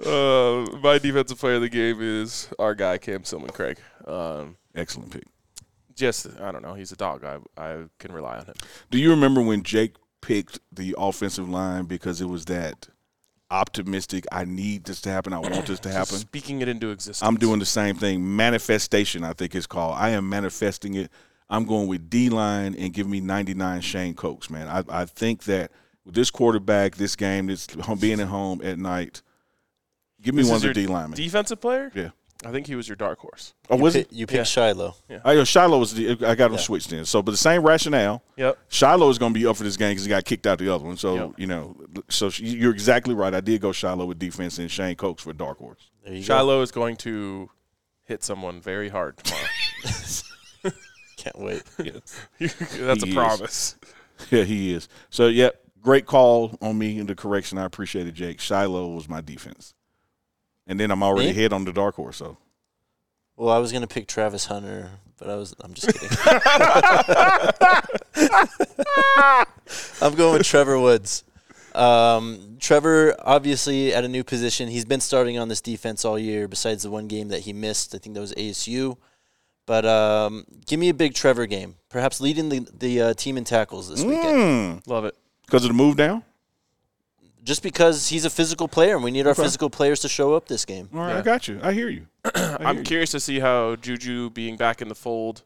[SPEAKER 3] Uh, my defensive player of the game is our guy Cam Silman Craig. Um,
[SPEAKER 2] Excellent pick.
[SPEAKER 3] just I don't know. He's a dog. I I can rely on him.
[SPEAKER 2] Do you remember when Jake picked the offensive line because it was that optimistic? I need this to happen. I want this to happen.
[SPEAKER 3] Speaking it into existence.
[SPEAKER 2] I'm doing the same thing. Manifestation, I think it's called. I am manifesting it. I'm going with D line and give me 99 Shane Cokes, man. I, I think that with this quarterback, this game, this home, being at home at night, give me
[SPEAKER 3] This
[SPEAKER 2] one of
[SPEAKER 3] is
[SPEAKER 2] the
[SPEAKER 3] your
[SPEAKER 2] D linemen.
[SPEAKER 3] Defensive player?
[SPEAKER 2] yeah.
[SPEAKER 3] I think he was your dark horse.
[SPEAKER 2] Oh, was
[SPEAKER 1] Pi-
[SPEAKER 2] it?
[SPEAKER 1] you picked Shiloh.
[SPEAKER 2] I, know Shiloh was the, I got him switched in. So, but the same rationale.
[SPEAKER 3] Yep.
[SPEAKER 2] Shiloh is going to be up for this game because he got kicked out the other one. So
[SPEAKER 3] Yep.
[SPEAKER 2] you know, so sh- you're exactly right. I did go Shiloh with defense and Shane Cokes for dark horse.
[SPEAKER 1] There you go.
[SPEAKER 3] Shiloh is going to hit someone very hard tomorrow.
[SPEAKER 1] Can't wait.
[SPEAKER 3] That's
[SPEAKER 2] He
[SPEAKER 3] a
[SPEAKER 2] is.
[SPEAKER 3] promise.
[SPEAKER 2] yeah, he is. So yeah, great call on me and the correction. I appreciate it, Jake. Shiloh was my defense, and then I'm already
[SPEAKER 1] Me?
[SPEAKER 2] ahead on the dark horse. So
[SPEAKER 1] Well, I was gonna pick Travis Hunter, but I was. I'm just kidding. I'm going with Trevor Woods. Um, Trevor, obviously, at a new position. He's been starting on this defense all year, besides the one game that he missed. I think that was ASU. But um, give me a big Trevor game, perhaps leading the the uh, team in tackles this weekend,
[SPEAKER 2] because
[SPEAKER 3] Love it.
[SPEAKER 2] of the move down.
[SPEAKER 1] just because he's a physical player and we need our physical players to show up this game.
[SPEAKER 2] All right, I
[SPEAKER 3] Yeah.
[SPEAKER 2] got you. I hear you.
[SPEAKER 3] I'm curious to see how Juju being back in the fold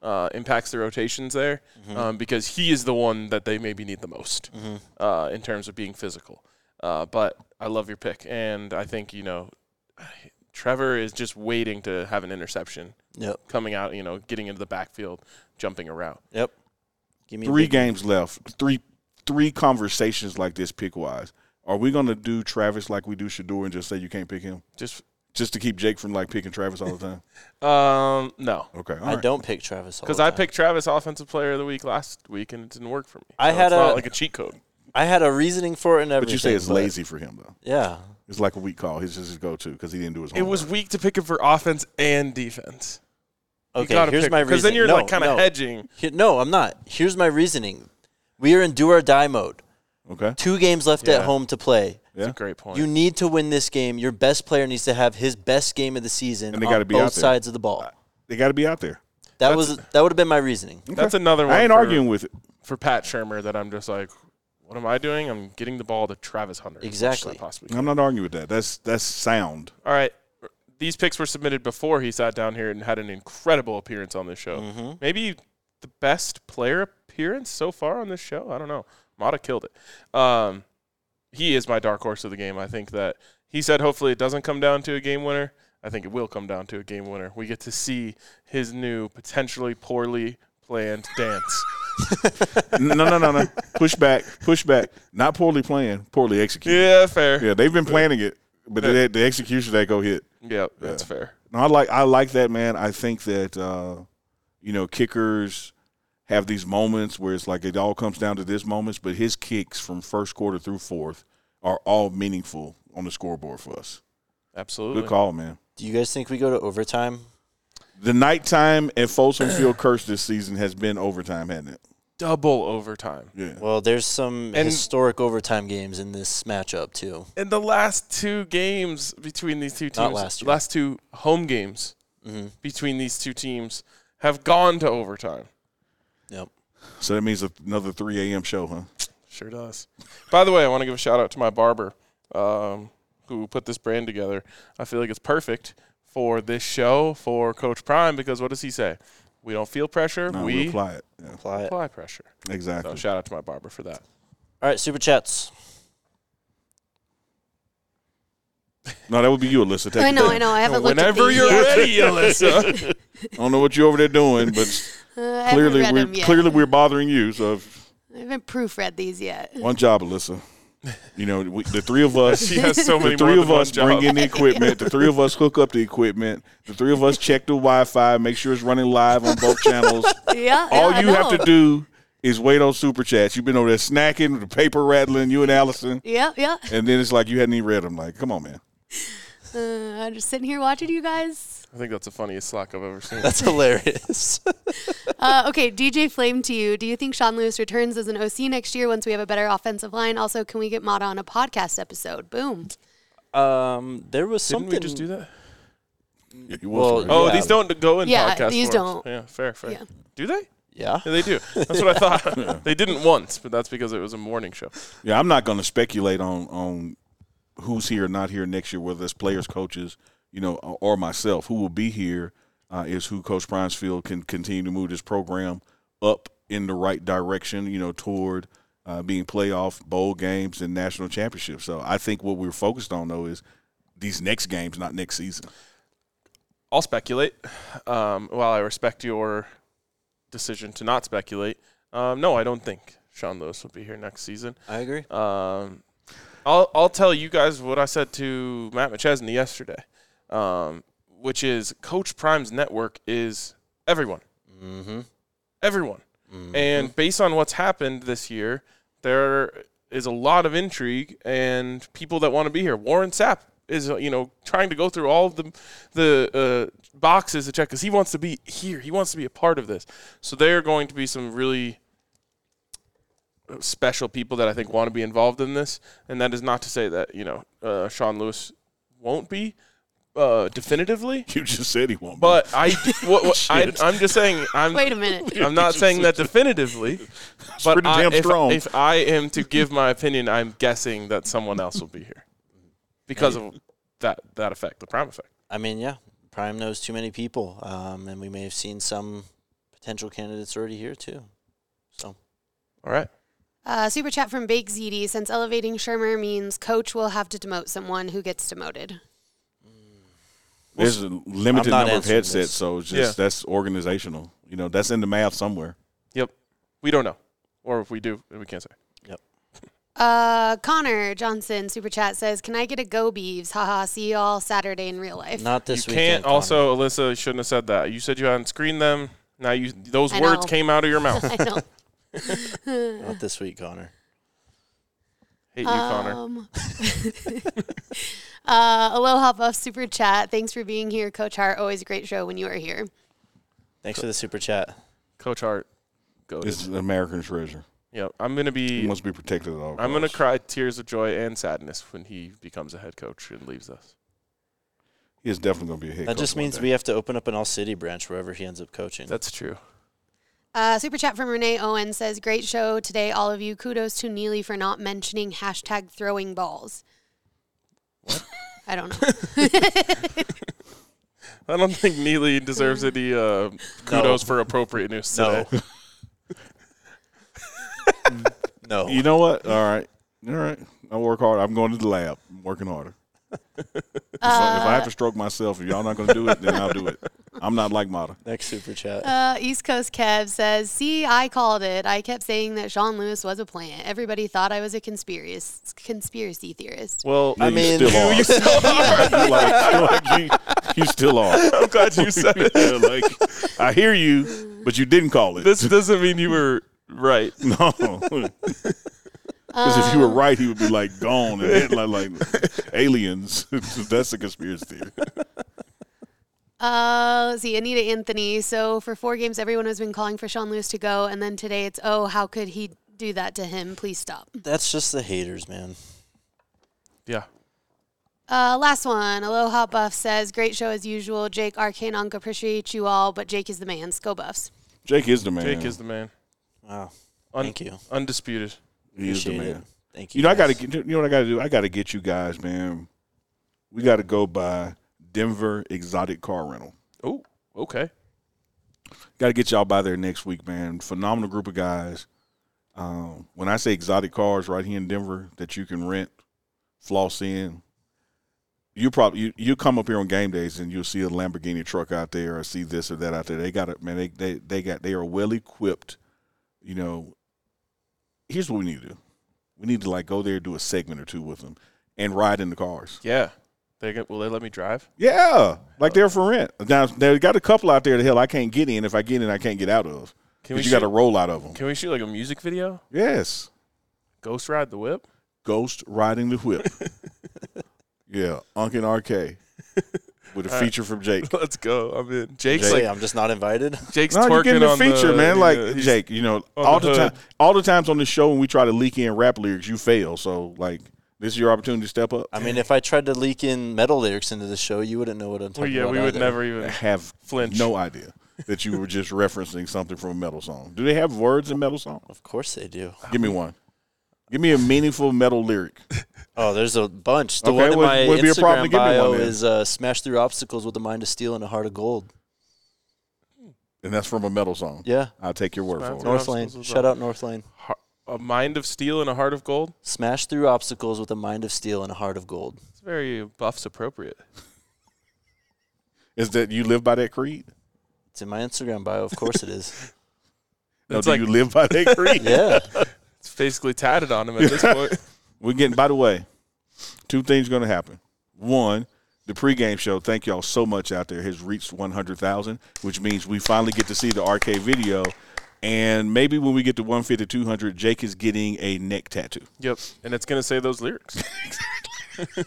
[SPEAKER 3] uh, impacts the rotations there,
[SPEAKER 1] Mm-hmm.
[SPEAKER 3] um, because he is the one that they maybe need the most uh, in terms of being physical. Uh, but I love your pick, and I think you know Trevor is just waiting to have an interception
[SPEAKER 1] Yep,
[SPEAKER 3] coming out. You know, getting into the backfield, jumping a route.
[SPEAKER 1] yep. Give me a
[SPEAKER 2] Three
[SPEAKER 1] big-
[SPEAKER 2] games left. Three three conversations like this pick wise. Are we going to do Travis like we do Shador and just say you can't pick him?
[SPEAKER 3] Just
[SPEAKER 2] just to keep Jake from like picking Travis all the time.
[SPEAKER 3] um, no,
[SPEAKER 2] Okay, all
[SPEAKER 1] I
[SPEAKER 2] right.
[SPEAKER 1] don't pick Travis
[SPEAKER 3] because
[SPEAKER 1] because
[SPEAKER 3] I picked Travis Offensive Player of the Week last week, and it didn't work for me.
[SPEAKER 1] I
[SPEAKER 3] So
[SPEAKER 1] had
[SPEAKER 3] it's not
[SPEAKER 1] a-
[SPEAKER 3] like a cheat code.
[SPEAKER 1] I had a reasoning for it and everything.
[SPEAKER 2] But you say it's lazy for him though.
[SPEAKER 1] Yeah.
[SPEAKER 2] It's like a weak call. He's just his go-to because he didn't do his.
[SPEAKER 3] It
[SPEAKER 2] Homework.
[SPEAKER 3] was weak to pick him for offense and defense. You
[SPEAKER 1] Okay.
[SPEAKER 3] gotta
[SPEAKER 1] Here's
[SPEAKER 3] pick-
[SPEAKER 1] my reasoning.
[SPEAKER 3] Because then you're
[SPEAKER 1] no,
[SPEAKER 3] like kind of
[SPEAKER 1] no.
[SPEAKER 3] hedging.
[SPEAKER 1] He- no, I'm not. Here's my reasoning. We are in do or die mode.
[SPEAKER 2] okay.
[SPEAKER 1] Two games left at
[SPEAKER 3] Yeah.
[SPEAKER 1] home to play.
[SPEAKER 3] That's
[SPEAKER 2] Yeah.
[SPEAKER 3] a great point.
[SPEAKER 1] You need to win this game. Your best player needs to have his best game of the season
[SPEAKER 2] And they
[SPEAKER 1] on
[SPEAKER 2] gotta be
[SPEAKER 1] both
[SPEAKER 2] out there.
[SPEAKER 1] sides of the ball.
[SPEAKER 2] They got to be out there.
[SPEAKER 1] That was that would have been my reasoning.
[SPEAKER 3] That's another one.
[SPEAKER 2] I ain't
[SPEAKER 3] for,
[SPEAKER 2] arguing with it.
[SPEAKER 3] for Pat Shermer that I'm just like, what am I doing? I'm getting the ball to Travis Hunter. as much as I
[SPEAKER 1] Exactly.
[SPEAKER 3] possibly
[SPEAKER 2] I'm
[SPEAKER 3] can.
[SPEAKER 2] not arguing with that. That's that's sound.
[SPEAKER 3] All right. These picks were submitted before he sat down here and had an incredible appearance on this show. Maybe the best player appearance so far on this show. I don't know. Mata killed it. Um, he is my dark horse of the game. I think that he said hopefully it doesn't come down to a game winner. I think it will come down to a game winner. We get to see his new potentially poorly planned dance.
[SPEAKER 2] no, no, no, no. Push back, push back. Not poorly planned, poorly executed.
[SPEAKER 3] Yeah, fair.
[SPEAKER 2] Yeah, they've been planning it, but
[SPEAKER 3] Yeah.
[SPEAKER 2] the, the execution that go hit.
[SPEAKER 3] Yep, that's fair.
[SPEAKER 2] No, I like I like that man. I think that uh, you know kickers have these moments where it's like it all comes down to this moments, but his kicks from first quarter through fourth are all meaningful on the scoreboard for us.
[SPEAKER 3] Absolutely.
[SPEAKER 2] Good call, man.
[SPEAKER 1] Do you guys think we go to overtime?
[SPEAKER 2] The nighttime at Folsom Field curse this season has been overtime, hasn't it?
[SPEAKER 3] Double overtime.
[SPEAKER 2] Yeah.
[SPEAKER 1] Well, there's some
[SPEAKER 3] And-
[SPEAKER 1] historic overtime games in this matchup too.
[SPEAKER 3] In the last two games between these two teams,
[SPEAKER 1] Not last year. Mm-hmm.
[SPEAKER 3] last two home games between these two teams have gone to overtime.
[SPEAKER 1] Yep.
[SPEAKER 2] So that means another 3 a.m. show, huh?
[SPEAKER 3] Sure does. By the way, I want to give a shout out to my barber, um, who put this brand together. I feel like it's perfect for this show for Coach Prime because what does he say? We don't feel pressure.
[SPEAKER 2] No,
[SPEAKER 3] we
[SPEAKER 2] we apply it. Yeah,
[SPEAKER 1] Apply it. All
[SPEAKER 3] apply pressure. So
[SPEAKER 2] exactly.
[SPEAKER 3] shout out to my barber for that.
[SPEAKER 1] right, super chats.
[SPEAKER 2] No, that would be you, Alyssa. Take
[SPEAKER 9] I
[SPEAKER 2] it
[SPEAKER 9] know,
[SPEAKER 2] back.
[SPEAKER 9] I know. I haven't looked at
[SPEAKER 3] Whenever
[SPEAKER 9] these
[SPEAKER 3] you're
[SPEAKER 9] yet.
[SPEAKER 3] ready, Alyssa.
[SPEAKER 2] I don't know what you're over there doing, but
[SPEAKER 9] Uh, I haven't
[SPEAKER 2] clearly
[SPEAKER 9] read
[SPEAKER 2] we're
[SPEAKER 9] them yet.
[SPEAKER 2] clearly we're bothering you. So if-
[SPEAKER 9] I haven't proofread these yet.
[SPEAKER 2] one job, Alyssa. You know, we, the three of us.
[SPEAKER 3] she has so many
[SPEAKER 2] the three
[SPEAKER 3] more
[SPEAKER 2] of
[SPEAKER 3] than
[SPEAKER 2] us
[SPEAKER 3] one
[SPEAKER 2] bring
[SPEAKER 3] job.
[SPEAKER 2] in the equipment. The three of us hook up the equipment. The three of us check the Wi-Fi, make sure it's running live on both channels.
[SPEAKER 9] Yeah.
[SPEAKER 2] All
[SPEAKER 9] yeah, I
[SPEAKER 2] you have to
[SPEAKER 9] know.
[SPEAKER 2] do is wait on super chats. You've been over there snacking, the paper rattling, you and Allison,
[SPEAKER 9] Yeah, yeah.
[SPEAKER 2] and then it's like you hadn't even read them. Like, come on, man.
[SPEAKER 9] Uh, I'm just sitting here watching you guys.
[SPEAKER 3] I think that's the funniest slack I've ever seen.
[SPEAKER 1] That's hilarious.
[SPEAKER 9] Uh, okay, DJ Flame to you. Do you think Sean Lewis returns as an OC next year once we have a better offensive line? Also, can we get Mata on a podcast episode? Boom.
[SPEAKER 1] um, there was
[SPEAKER 3] Didn't
[SPEAKER 1] something.
[SPEAKER 3] we just do that?
[SPEAKER 2] Yeah, you
[SPEAKER 1] Well,
[SPEAKER 2] was right.
[SPEAKER 3] Oh,
[SPEAKER 1] Yeah.
[SPEAKER 3] these don't go in
[SPEAKER 9] Yeah,
[SPEAKER 3] podcast
[SPEAKER 9] these
[SPEAKER 3] forms.
[SPEAKER 9] don't.
[SPEAKER 3] Yeah, fair, fair.
[SPEAKER 9] Yeah.
[SPEAKER 3] Do they?
[SPEAKER 1] Yeah.
[SPEAKER 3] Yeah, they do. That's what I thought. they didn't once, but that's because it was a morning show.
[SPEAKER 2] Yeah, I'm not going to speculate on on who's here or not here next year, whether it's players, coaches, you know, or or myself. Who will be here uh, is who Coach Brinesfield can continue to move this program up in the right direction, you know, toward uh, being playoff, bowl games, and national championships. So I think what we're focused on though is these next games, not next season.
[SPEAKER 3] I'll speculate. Um, while I respect your decision to not speculate, um, no, I don't think Sean Lewis will be here next season.
[SPEAKER 1] I agree.
[SPEAKER 3] Um, I'll I'll tell you guys what I said to Matt McChesney yesterday, um, which is Coach Prime's network is everyone,
[SPEAKER 1] Mm-hmm.
[SPEAKER 3] everyone,
[SPEAKER 2] Mm-hmm.
[SPEAKER 3] and based on what's happened this year, there is a lot of intrigue and people that want to be here. Warren Sapp is uh, you know trying to go through all of the the uh, boxes to check because he wants to be here. He wants to be a part of this. So there are going to be some really uh, special people that I think want to be involved in this. And that is not to say that you know uh, Sean Lewis won't be uh, definitively.
[SPEAKER 2] You just said he won't. be.
[SPEAKER 3] But I, what, what, I,
[SPEAKER 2] Shit.
[SPEAKER 3] I'm just saying, I'm
[SPEAKER 9] Wait a minute.
[SPEAKER 3] I'm not saying that definitively, but
[SPEAKER 2] pretty
[SPEAKER 3] I-
[SPEAKER 2] damn
[SPEAKER 3] if,
[SPEAKER 2] strong.
[SPEAKER 3] if I am to give my opinion, I'm guessing that someone else will be here because of that that effect, the prime effect.
[SPEAKER 1] I mean, yeah, Prime knows too many people, um, and we may have seen some potential candidates already here too. So
[SPEAKER 3] All right,
[SPEAKER 9] Uh, super chat from Bake ZD. Since elevating Shermer means coach will have to demote someone who gets demoted.
[SPEAKER 2] There's a limited
[SPEAKER 1] I'm not
[SPEAKER 2] number of
[SPEAKER 1] answering
[SPEAKER 2] headsets,
[SPEAKER 1] this.
[SPEAKER 2] so it's just
[SPEAKER 3] Yeah.
[SPEAKER 2] that's organizational. You know, that's in the math somewhere.
[SPEAKER 3] yep, we don't know, or if we do, we can't say.
[SPEAKER 9] Uh, Connor Johnson super chat says, "Can I get a go Beavs? Haha. See you all Saturday in real life."
[SPEAKER 1] not this
[SPEAKER 3] you can't.
[SPEAKER 1] weekend.
[SPEAKER 3] Also, Alyssa you shouldn't have said that. You said you hadn't screened them. Now you those
[SPEAKER 9] I
[SPEAKER 3] words
[SPEAKER 9] know.
[SPEAKER 3] came out of your mouth.
[SPEAKER 9] I know.
[SPEAKER 1] Connor. not this week, Connor.
[SPEAKER 3] Hate you, Connor.
[SPEAKER 9] Um, uh, Aloha Buff Super Chat. Thanks for being here, Coach Hart. Always a great show when you are here.
[SPEAKER 1] Thanks for the super chat.
[SPEAKER 3] Coach Hart, go.
[SPEAKER 2] It's an American treasure.
[SPEAKER 3] Yep, I'm gonna
[SPEAKER 2] It
[SPEAKER 3] be.
[SPEAKER 2] must be protected at all.
[SPEAKER 3] I'm gonna
[SPEAKER 2] costs.
[SPEAKER 3] cry tears of joy and sadness when he becomes a head coach and leaves us.
[SPEAKER 2] He is definitely going to be a head
[SPEAKER 1] That
[SPEAKER 2] coach
[SPEAKER 1] just
[SPEAKER 2] one
[SPEAKER 1] means
[SPEAKER 2] day.
[SPEAKER 1] we have to open up an all city branch wherever he ends up coaching.
[SPEAKER 3] That's true.
[SPEAKER 9] Uh, Super Chat from Renee Owen says, "Great show today, all of you. Kudos to Neely for not mentioning hashtag throwing balls." I don't know.
[SPEAKER 3] I don't think Neely deserves any uh, kudos for appropriateness
[SPEAKER 1] No.
[SPEAKER 3] today.
[SPEAKER 1] No.
[SPEAKER 2] You know what? All right. All right. I work hard. I'm going to the lab. I'm working harder. If I- if I have to stroke myself, if y'all not going to do it, then I'll do it. I'm not like Mata.
[SPEAKER 1] Next super chat.
[SPEAKER 9] Uh, East Coast Kev says, "See, I called it. I kept saying that Sean Lewis was a plant. Everybody thought I was a conspiracy conspiracy theorist.
[SPEAKER 3] Well,
[SPEAKER 2] Yeah,
[SPEAKER 1] I
[SPEAKER 2] you
[SPEAKER 1] mean,
[SPEAKER 2] still are. You like, like you, you still are.
[SPEAKER 3] I'm glad you said it.
[SPEAKER 2] Yeah, like, I hear you, but you didn't call it.
[SPEAKER 3] This doesn't mean you were right.
[SPEAKER 2] no. Because if you were right, he would be like gone and hit like, like aliens. That's a conspiracy theory.
[SPEAKER 9] Uh, let's see, Anita Anthony. So for four games, everyone has been calling for Sean Lewis to go, and then today it's, oh, how could he do that to him? Please stop.
[SPEAKER 1] That's just the haters, man.
[SPEAKER 3] Yeah.
[SPEAKER 9] Uh, last one. Aloha Buff says, great show as usual. Jake, Arcane, Anka, appreciate you all, but Jake is the man. Go Buffs.
[SPEAKER 2] Jake is the man.
[SPEAKER 3] Jake is the man.
[SPEAKER 1] Wow.
[SPEAKER 3] Un-
[SPEAKER 1] Thank you.
[SPEAKER 3] Undisputed.
[SPEAKER 2] He is the
[SPEAKER 1] Appreciate
[SPEAKER 2] man.
[SPEAKER 1] it. Thank you.
[SPEAKER 2] You know, I
[SPEAKER 1] guys.
[SPEAKER 2] gotta get. You know what I gotta do? I gotta get you guys, man. We gotta go by Denver Exotic Car Rental.
[SPEAKER 3] Oh, okay.
[SPEAKER 2] Gotta get y'all by there next week, man. Phenomenal group of guys. Um, when I say exotic cars, right here in Denver that you can rent, floss in. You probably you, you come up here on game days and you'll see a Lamborghini truck out there or see this or that out there. They got it, man. They they they got they are well equipped. You know, here's what we need to do. We need to like go there, do a segment or two with them, and ride in the cars.
[SPEAKER 3] Yeah. They get, will they let me drive?
[SPEAKER 2] Yeah,
[SPEAKER 3] Oh.
[SPEAKER 2] like they're for rent. Now they got a couple out there. The hell, I can't get in. If I get in, I can't get out of.
[SPEAKER 3] Can we
[SPEAKER 2] But you got to
[SPEAKER 3] shoot-
[SPEAKER 2] roll out of them.
[SPEAKER 3] Can we shoot like a music video?
[SPEAKER 2] Yes,
[SPEAKER 3] Ghost ride the whip.
[SPEAKER 2] Ghost riding the whip. yeah, Unkin RK with a feature from Jake.
[SPEAKER 3] Let's go. I'm in. Jake's
[SPEAKER 1] Wait,
[SPEAKER 3] like
[SPEAKER 1] I'm just not invited.
[SPEAKER 3] Jake's
[SPEAKER 2] No, you're
[SPEAKER 3] twerking
[SPEAKER 2] getting a
[SPEAKER 3] on
[SPEAKER 2] feature,
[SPEAKER 3] the,
[SPEAKER 2] man.
[SPEAKER 3] you
[SPEAKER 2] Like
[SPEAKER 3] know, he's-
[SPEAKER 2] Jake, you know,
[SPEAKER 3] on
[SPEAKER 2] all the,
[SPEAKER 3] the hood.
[SPEAKER 2] time, all the times on the show when we try to leak in rap lyrics, you fail. So like, this is your opportunity to step up.
[SPEAKER 1] I mean, if I tried to leak in metal lyrics into the show, you wouldn't know what I'm
[SPEAKER 3] Well,
[SPEAKER 1] talking
[SPEAKER 3] yeah,
[SPEAKER 1] about.
[SPEAKER 3] we would
[SPEAKER 1] either.
[SPEAKER 3] never
[SPEAKER 2] I
[SPEAKER 3] even.
[SPEAKER 2] have
[SPEAKER 3] Flinch.
[SPEAKER 2] no idea that you were just referencing something from a metal song. Do they have words in metal songs?
[SPEAKER 1] Of course they do.
[SPEAKER 3] Uh,
[SPEAKER 2] Give me one. Give me a meaningful metal lyric.
[SPEAKER 1] Oh, there's a bunch. The
[SPEAKER 2] Okay,
[SPEAKER 1] one in
[SPEAKER 2] what-
[SPEAKER 1] my
[SPEAKER 2] what'd be a
[SPEAKER 1] Instagram
[SPEAKER 2] problem to give me
[SPEAKER 1] bio
[SPEAKER 2] one then?
[SPEAKER 1] is uh, "Smash through obstacles with a mind of steel and a heart of gold."
[SPEAKER 2] And that's from a metal song.
[SPEAKER 1] Yeah,
[SPEAKER 2] I'll take your word
[SPEAKER 3] Smash
[SPEAKER 2] for it.
[SPEAKER 3] through-
[SPEAKER 1] North Lane.
[SPEAKER 3] obstacles with
[SPEAKER 1] Shout
[SPEAKER 3] a-
[SPEAKER 1] out North Lane.
[SPEAKER 3] Har- A mind of steel and a heart of gold.
[SPEAKER 1] Smash through obstacles with a mind of steel and a heart of gold.
[SPEAKER 3] It's very buffs appropriate.
[SPEAKER 2] Is that you live by that creed?
[SPEAKER 1] It's in my Instagram bio. Of course it is.
[SPEAKER 2] No,
[SPEAKER 3] That's
[SPEAKER 2] do
[SPEAKER 3] like-
[SPEAKER 2] you live by that creed?
[SPEAKER 1] Yeah.
[SPEAKER 3] It's basically tatted on him at this point.
[SPEAKER 2] We're getting. By the way, two things going to happen. One, the pregame show. Thank y'all so much out there has reached one hundred thousand, which means we finally get to see the RK video. And maybe when we get to 150, 200, Jake is getting a neck tattoo
[SPEAKER 3] Yep. And it's going to say those lyrics. All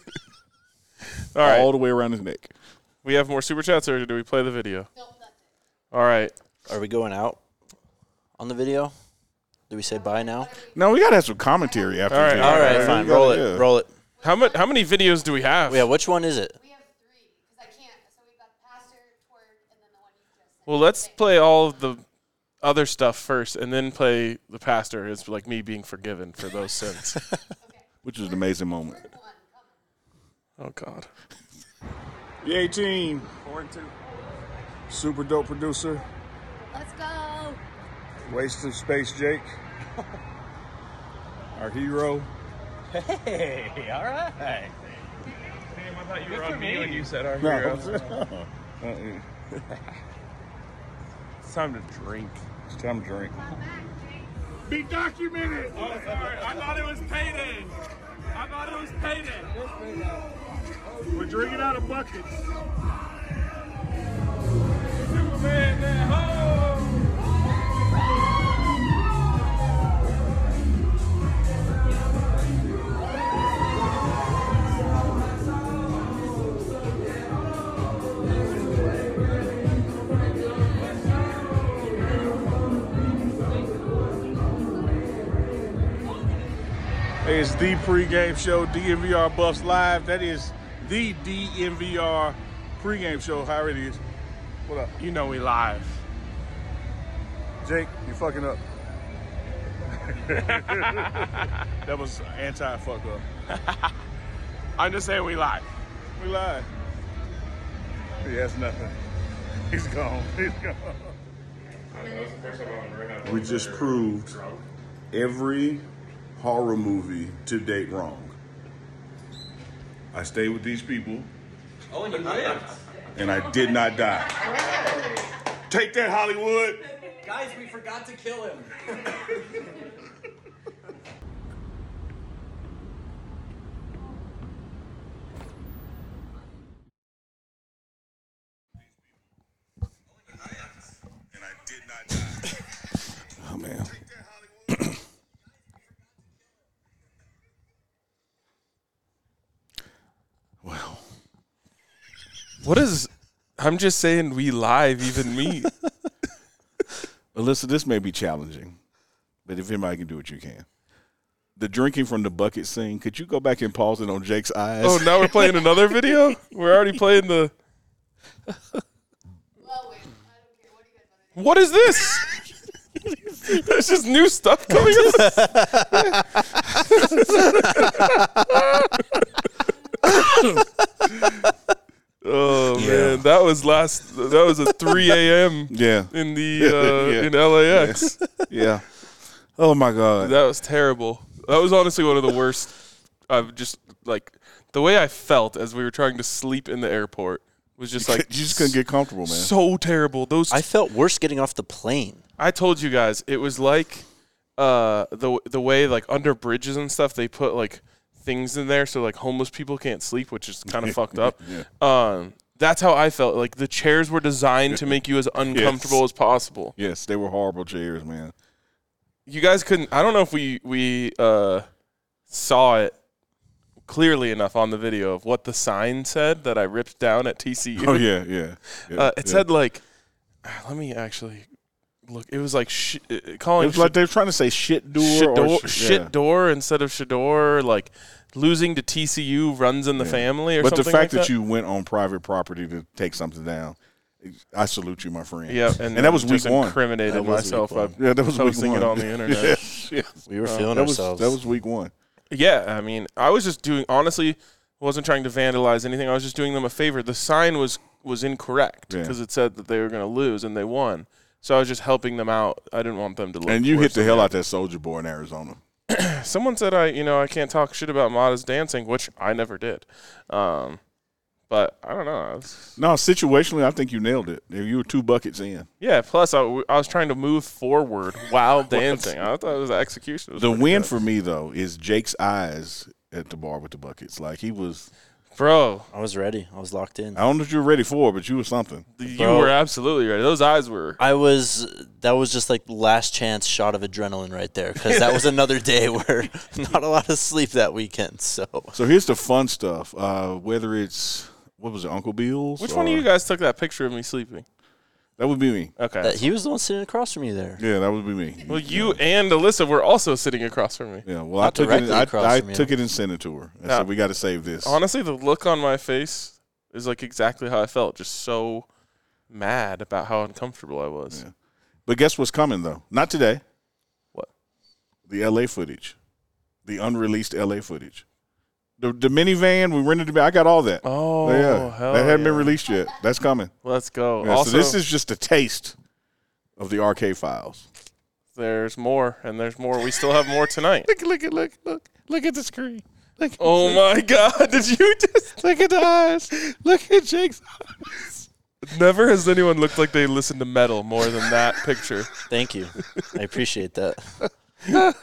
[SPEAKER 3] right.
[SPEAKER 2] all the way around his neck.
[SPEAKER 3] we have more super chats or do we play the video? All right.
[SPEAKER 1] Are we going out on the video? Do we say bye now?
[SPEAKER 2] No, we got to have some commentary after.
[SPEAKER 3] All right,
[SPEAKER 2] the game.
[SPEAKER 3] all
[SPEAKER 1] All right,
[SPEAKER 3] right,
[SPEAKER 1] fine.
[SPEAKER 2] we gotta-
[SPEAKER 1] Roll it.
[SPEAKER 2] yeah.
[SPEAKER 1] Roll it.
[SPEAKER 3] How much how many videos do we have?
[SPEAKER 1] Yeah, which one is it?
[SPEAKER 3] Well, let's play all of the other stuff first and then play the pastor It's like me being forgiven for those sins.
[SPEAKER 2] Which is an amazing moment.
[SPEAKER 3] oh god.
[SPEAKER 10] The 18. Super dope producer.
[SPEAKER 9] Let's go.
[SPEAKER 10] Waste of space, Jake. Our hero. No. Uh-uh.
[SPEAKER 3] It's time to drink.
[SPEAKER 10] It's time to drink.
[SPEAKER 11] Be documented. Oh, sorry. I thought it was payday. I thought it was payday. We're drinking out of buckets. Superman, man. Ho!
[SPEAKER 10] Hey, it's the pregame show, DNVR Buffs Live. That is the DNVR pregame show, however it is. What up?
[SPEAKER 3] You know we live.
[SPEAKER 10] Jake, you fucking up. that was anti fuck up.
[SPEAKER 3] I'm just saying we live.
[SPEAKER 10] We live. He has nothing. He's gone. He's gone.
[SPEAKER 12] We just proved every horror movie to date wrong. I stayed with these people
[SPEAKER 11] Oh, and you lived.
[SPEAKER 12] and I did not die. Take that, Hollywood.
[SPEAKER 11] Guys, we forgot to kill him.
[SPEAKER 2] Oh man.
[SPEAKER 3] What is? I'm just saying we live even me.
[SPEAKER 2] Alyssa, this may be challenging, but if anybody can do what you can. The drinking from the bucket scene, could you go back and pause it on Jake's eyes?
[SPEAKER 3] Oh, now we're playing another video. We're already playing the. What is this? There's just new stuff coming up. oh man, that was last. That was at 3 a.m.
[SPEAKER 2] Yeah.
[SPEAKER 3] in the uh,
[SPEAKER 2] Yeah.
[SPEAKER 3] in LAX.
[SPEAKER 2] yeah. Oh my God.
[SPEAKER 3] That was terrible. That was honestly one of the worst. I've just like the way I felt as we were trying to sleep in the airport was just like
[SPEAKER 2] you just couldn't get comfortable, man.
[SPEAKER 3] So terrible. Those
[SPEAKER 1] I felt worse getting off the plane.
[SPEAKER 3] I told you guys it was like uh, the the way like under bridges and stuff they put like things in there so like homeless people can't sleep, which is kind of fucked up.
[SPEAKER 2] Yeah.
[SPEAKER 3] Um, that's how I felt. Like the chairs were designed to make you as uncomfortable as possible.
[SPEAKER 2] Yes, they were horrible chairs, man.
[SPEAKER 3] you guys couldn't i don't know if we we uh saw it clearly enough on the video of what the sign said that i ripped down at tcu
[SPEAKER 2] Oh, yeah, yeah. Yeah,
[SPEAKER 3] uh, it
[SPEAKER 2] yeah.
[SPEAKER 3] said like ah, let me actually look it was like sh- uh, calling
[SPEAKER 2] It was like
[SPEAKER 3] sh-
[SPEAKER 2] they were trying to say shit door.
[SPEAKER 3] shit
[SPEAKER 2] or
[SPEAKER 3] door,
[SPEAKER 2] sh-
[SPEAKER 3] shit
[SPEAKER 2] yeah.
[SPEAKER 3] door instead of shador like losing to tcu runs in the
[SPEAKER 2] Yeah.
[SPEAKER 3] family or
[SPEAKER 2] but
[SPEAKER 3] something
[SPEAKER 2] the fact
[SPEAKER 3] like
[SPEAKER 2] that you went on private property to take something down, I salute you, my friend.
[SPEAKER 3] Yeah, and
[SPEAKER 2] that was
[SPEAKER 3] just
[SPEAKER 2] week one.
[SPEAKER 3] incriminated
[SPEAKER 2] That was
[SPEAKER 3] myself
[SPEAKER 2] week one.
[SPEAKER 3] by
[SPEAKER 2] yeah, that was
[SPEAKER 3] posting
[SPEAKER 2] week
[SPEAKER 3] it
[SPEAKER 2] one.
[SPEAKER 3] on the internet.
[SPEAKER 2] yes, yes.
[SPEAKER 3] We were
[SPEAKER 2] Uh,
[SPEAKER 3] feeling
[SPEAKER 2] that was-
[SPEAKER 3] ourselves.
[SPEAKER 2] that was week one.
[SPEAKER 3] Yeah, I mean, I was just doing honestly, wasn't trying to vandalize anything. I was just doing them a favor. The sign was was incorrect
[SPEAKER 2] Yeah.
[SPEAKER 3] because it said that they were going to lose and they won. So I was just helping them out. I didn't want them to lose.
[SPEAKER 2] And you hit the hell out that soldier boy in Arizona.
[SPEAKER 3] Someone said I, you know, I can't talk shit about Mada's dancing, which I never did. Um, but I don't know. I was-
[SPEAKER 2] No, situationally, I think you nailed it. You were two buckets in.
[SPEAKER 3] yeah. Plus, I, w- I was trying to move forward while dancing. I thought it was execution. It was
[SPEAKER 2] The
[SPEAKER 3] pretty
[SPEAKER 2] win
[SPEAKER 3] good.
[SPEAKER 2] for me though is Jake's eyes at the bar with the buckets. Like he was,
[SPEAKER 3] bro.
[SPEAKER 1] I was ready. I was locked in.
[SPEAKER 2] I don't know if you were ready for, it, but you were something.
[SPEAKER 3] You
[SPEAKER 1] Bro.
[SPEAKER 3] were absolutely right. Those eyes were.
[SPEAKER 1] I was. That was just like last chance shot of adrenaline right there because that was another day where not a lot of sleep that weekend. So
[SPEAKER 2] So here's the fun stuff. Uh, whether it's what was it, Uncle Bill's?
[SPEAKER 3] Which one of
[SPEAKER 2] or-
[SPEAKER 3] you guys took that picture of me sleeping?
[SPEAKER 2] That would be me.
[SPEAKER 3] Okay.
[SPEAKER 1] That- he was the one sitting across from you there.
[SPEAKER 2] Yeah, that would be me.
[SPEAKER 3] Well, you and Alyssa were also sitting across from me.
[SPEAKER 2] Yeah, well, I
[SPEAKER 3] Not
[SPEAKER 2] took it.
[SPEAKER 3] directly
[SPEAKER 2] I,
[SPEAKER 3] across
[SPEAKER 2] I
[SPEAKER 3] from you.
[SPEAKER 2] took it and sent it to her. I
[SPEAKER 3] Yeah.
[SPEAKER 2] said, "We got to save this."
[SPEAKER 3] Honestly, the look on my face is like exactly how I felt, just so mad about how uncomfortable I was.
[SPEAKER 2] But guess what's coming though? Not today.
[SPEAKER 3] What?
[SPEAKER 2] The L.A. footage, the unreleased L.A. footage, the the minivan we rented. The, I got all that.
[SPEAKER 3] Oh, hell
[SPEAKER 2] that hadn't been
[SPEAKER 3] yeah.
[SPEAKER 2] released yet. That's coming.
[SPEAKER 3] Let's go.
[SPEAKER 2] Yeah, so this
[SPEAKER 3] Also-
[SPEAKER 2] is just a taste of the arcade files.
[SPEAKER 3] There's more, and there's more. We still have more tonight.
[SPEAKER 2] Look, look, at- look, look, look at the screen. Look,
[SPEAKER 3] Oh my God! Did you just
[SPEAKER 2] look at the eyes? Look at Jake's eyes.
[SPEAKER 3] Never has anyone looked like they listened to metal more than that picture.
[SPEAKER 1] Thank you. I appreciate that.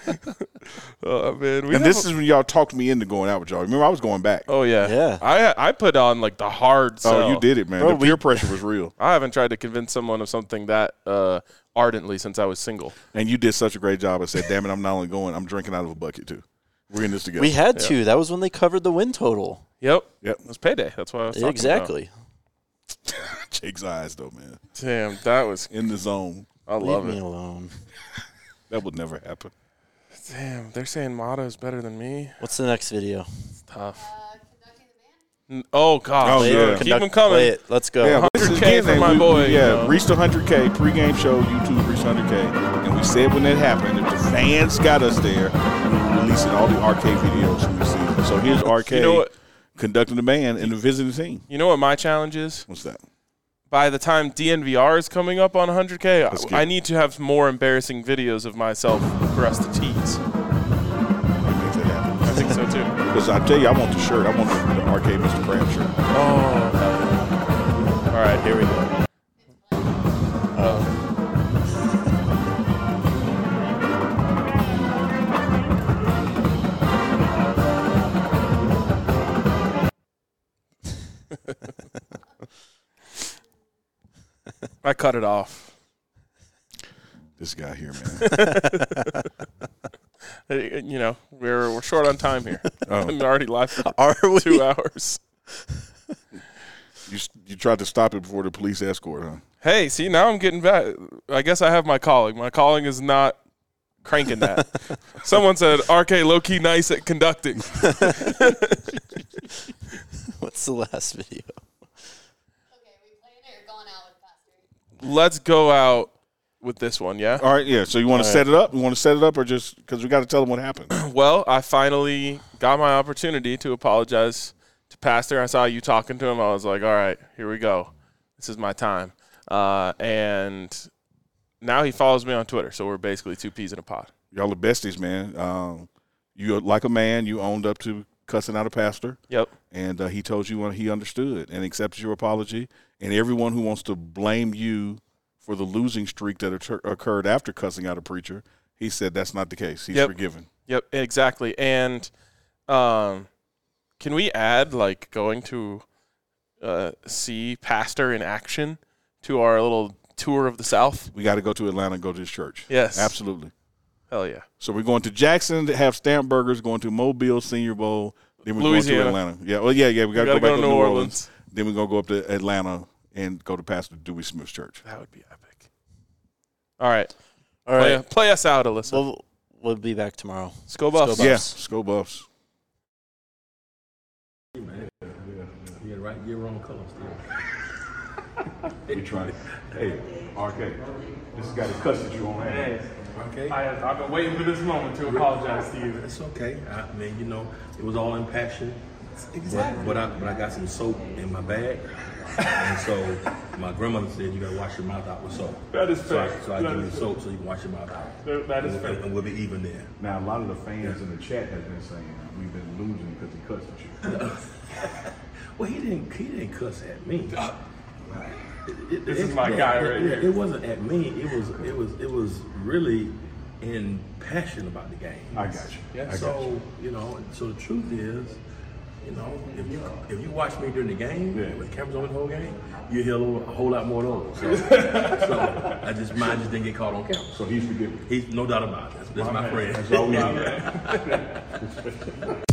[SPEAKER 3] oh man!
[SPEAKER 2] and
[SPEAKER 3] We have
[SPEAKER 2] this
[SPEAKER 3] a-
[SPEAKER 2] is when y'all talked me into going out with y'all. Remember, I was going back.
[SPEAKER 3] Oh yeah.
[SPEAKER 2] Yeah.
[SPEAKER 3] I I put on like the hard.
[SPEAKER 2] Oh,
[SPEAKER 3] sell.
[SPEAKER 2] you did it, man. The peer pressure was real.
[SPEAKER 3] I haven't tried to convince someone of something that uh, ardently since I was single.
[SPEAKER 2] And you did such a great job. I said, "Damn it, I'm not only going, I'm drinking out of a bucket too. We're in this together."
[SPEAKER 1] We had to. That was when they covered the win total.
[SPEAKER 3] Yep.
[SPEAKER 2] Yep.
[SPEAKER 3] It was payday. That's why I was talking about.
[SPEAKER 1] exactly.
[SPEAKER 2] Jake's eyes, though, man.
[SPEAKER 3] Damn, that was
[SPEAKER 2] in the zone.
[SPEAKER 3] I
[SPEAKER 1] Leave
[SPEAKER 3] love
[SPEAKER 1] me
[SPEAKER 3] it.
[SPEAKER 1] alone.
[SPEAKER 2] That would never happen.
[SPEAKER 3] Damn, they're saying Mata is better than me.
[SPEAKER 1] What's the next video?
[SPEAKER 3] It's tough. N- Oh God!
[SPEAKER 2] Oh,
[SPEAKER 3] Play
[SPEAKER 2] yeah.
[SPEAKER 3] it. keep them coming.
[SPEAKER 1] Play it. Let's go.
[SPEAKER 2] Yeah, once
[SPEAKER 3] 100K
[SPEAKER 2] again,
[SPEAKER 3] for
[SPEAKER 2] hey,
[SPEAKER 3] my
[SPEAKER 2] we- we-
[SPEAKER 3] boy. you
[SPEAKER 2] Yeah,
[SPEAKER 3] know.
[SPEAKER 2] reached 100K pregame show. YouTube reached 100K, and we said when that happened, if the fans got us there, we were releasing all the arcade videos from the season. So here's arcade.
[SPEAKER 3] You know what?
[SPEAKER 2] conducting the man and the visiting team.
[SPEAKER 3] You know what my challenge is?
[SPEAKER 2] What's that?
[SPEAKER 3] By the time DNVR is coming up on 100K,
[SPEAKER 2] get
[SPEAKER 3] I, I need to have more embarrassing videos of myself for us to tease. I think so too.
[SPEAKER 2] Because I tell you, I want the shirt. I want the, the arcade Mr. Crab shirt.
[SPEAKER 3] Oh. All right, here we Uh, go. I cut it off.
[SPEAKER 2] This guy here,
[SPEAKER 3] man. Uh, you know, we're we're short on time here.
[SPEAKER 2] Oh.
[SPEAKER 3] I'm already live for
[SPEAKER 2] Are we?
[SPEAKER 3] two hours.
[SPEAKER 2] You s- you tried to stop it before the police escort, huh?
[SPEAKER 3] Hey, see now I'm getting back. I guess I have my calling. My calling is not cranking that. Someone said RK low key nice at conducting.
[SPEAKER 1] What's the last video?
[SPEAKER 3] Let's go out with this one, yeah?
[SPEAKER 2] All right, yeah. So you want to
[SPEAKER 3] All
[SPEAKER 2] set
[SPEAKER 3] right.
[SPEAKER 2] it up? You want to set it up, or just because we got to tell them what happened?
[SPEAKER 3] Well, I finally got my opportunity to apologize to Pastor. I saw you talking to him. I was like, all right, here we go. This is my time. Uh, and now he follows me on Twitter. So we're basically two peas in a pod.
[SPEAKER 2] Y'all are besties, man. Um, you like a man. You owned up to cussing out a pastor.
[SPEAKER 3] Yep.
[SPEAKER 2] And uh, he told you when he understood and accepted your apology. And everyone who wants to blame you for the losing streak that occur- occurred after cussing out a preacher, he said that's not the case. He's
[SPEAKER 3] Yep.
[SPEAKER 2] forgiven.
[SPEAKER 3] Yep, exactly. And um, can we add like going to uh, see Pastor in action to our little tour of the South?
[SPEAKER 2] We got to go to Atlanta and go to his church.
[SPEAKER 3] Yes.
[SPEAKER 2] absolutely.
[SPEAKER 3] Hell yeah.
[SPEAKER 2] So we're going to Jackson to have stamp burgers. Going to Mobile Senior Bowl. Then we're
[SPEAKER 3] Louisiana.
[SPEAKER 2] going to Atlanta. Yeah. Well, yeah, yeah. We got to go
[SPEAKER 3] gotta
[SPEAKER 2] back
[SPEAKER 3] go
[SPEAKER 2] to
[SPEAKER 3] to New
[SPEAKER 2] New Orleans.
[SPEAKER 3] Orleans.
[SPEAKER 2] Then we're gonna go up to Atlanta and go to Pastor Dewey Smith's church.
[SPEAKER 3] That would be epic. All right.
[SPEAKER 1] All
[SPEAKER 3] Play-
[SPEAKER 1] right.
[SPEAKER 3] play us out, Alyssa.
[SPEAKER 1] We'll, we'll be back tomorrow.
[SPEAKER 3] Let's go Buffs.
[SPEAKER 2] Yeah, let's go Buffs.
[SPEAKER 13] Yeah, right. You're wrong color still.
[SPEAKER 12] We trying to, hey, RK, this guy that cussed at you on
[SPEAKER 13] Hey,
[SPEAKER 12] air.
[SPEAKER 13] okay.
[SPEAKER 3] I have, I've been waiting for this moment to apologize to you.
[SPEAKER 13] It's okay. I mean, you know, it was all in passion.
[SPEAKER 11] Exactly.
[SPEAKER 13] But, but I but I got some soap in my bag, and so my grandmother said you gotta wash your mouth out with soap.
[SPEAKER 11] That is
[SPEAKER 13] so I-
[SPEAKER 11] fair.
[SPEAKER 13] So I
[SPEAKER 11] That
[SPEAKER 13] give
[SPEAKER 11] is
[SPEAKER 13] you
[SPEAKER 11] fair.
[SPEAKER 13] soap so you can wash your mouth out.
[SPEAKER 11] That- that is
[SPEAKER 13] And we'll-
[SPEAKER 11] fair.
[SPEAKER 13] And we'll be even there.
[SPEAKER 12] Now, a lot of the fans in the chat have been saying we've been losing because he cussed at you.
[SPEAKER 13] Well, he didn't. He didn't cuss at me.
[SPEAKER 3] This is my guy
[SPEAKER 13] it,
[SPEAKER 3] right here.
[SPEAKER 13] It wasn't at me. It was. It was. It was really in passion about the game.
[SPEAKER 12] I got you. I
[SPEAKER 13] Yeah.
[SPEAKER 12] got
[SPEAKER 13] So you. know. So the truth is, you know, if you if you watch me during the game with cameras on the whole game, you hear a, little- a whole lot more of those. So, so I just mine just didn't get caught on camera.
[SPEAKER 12] So he's forgiven.
[SPEAKER 13] He's no doubt about it. That's, that's
[SPEAKER 12] My
[SPEAKER 13] my,
[SPEAKER 12] man.
[SPEAKER 13] friend.
[SPEAKER 12] That's all we need.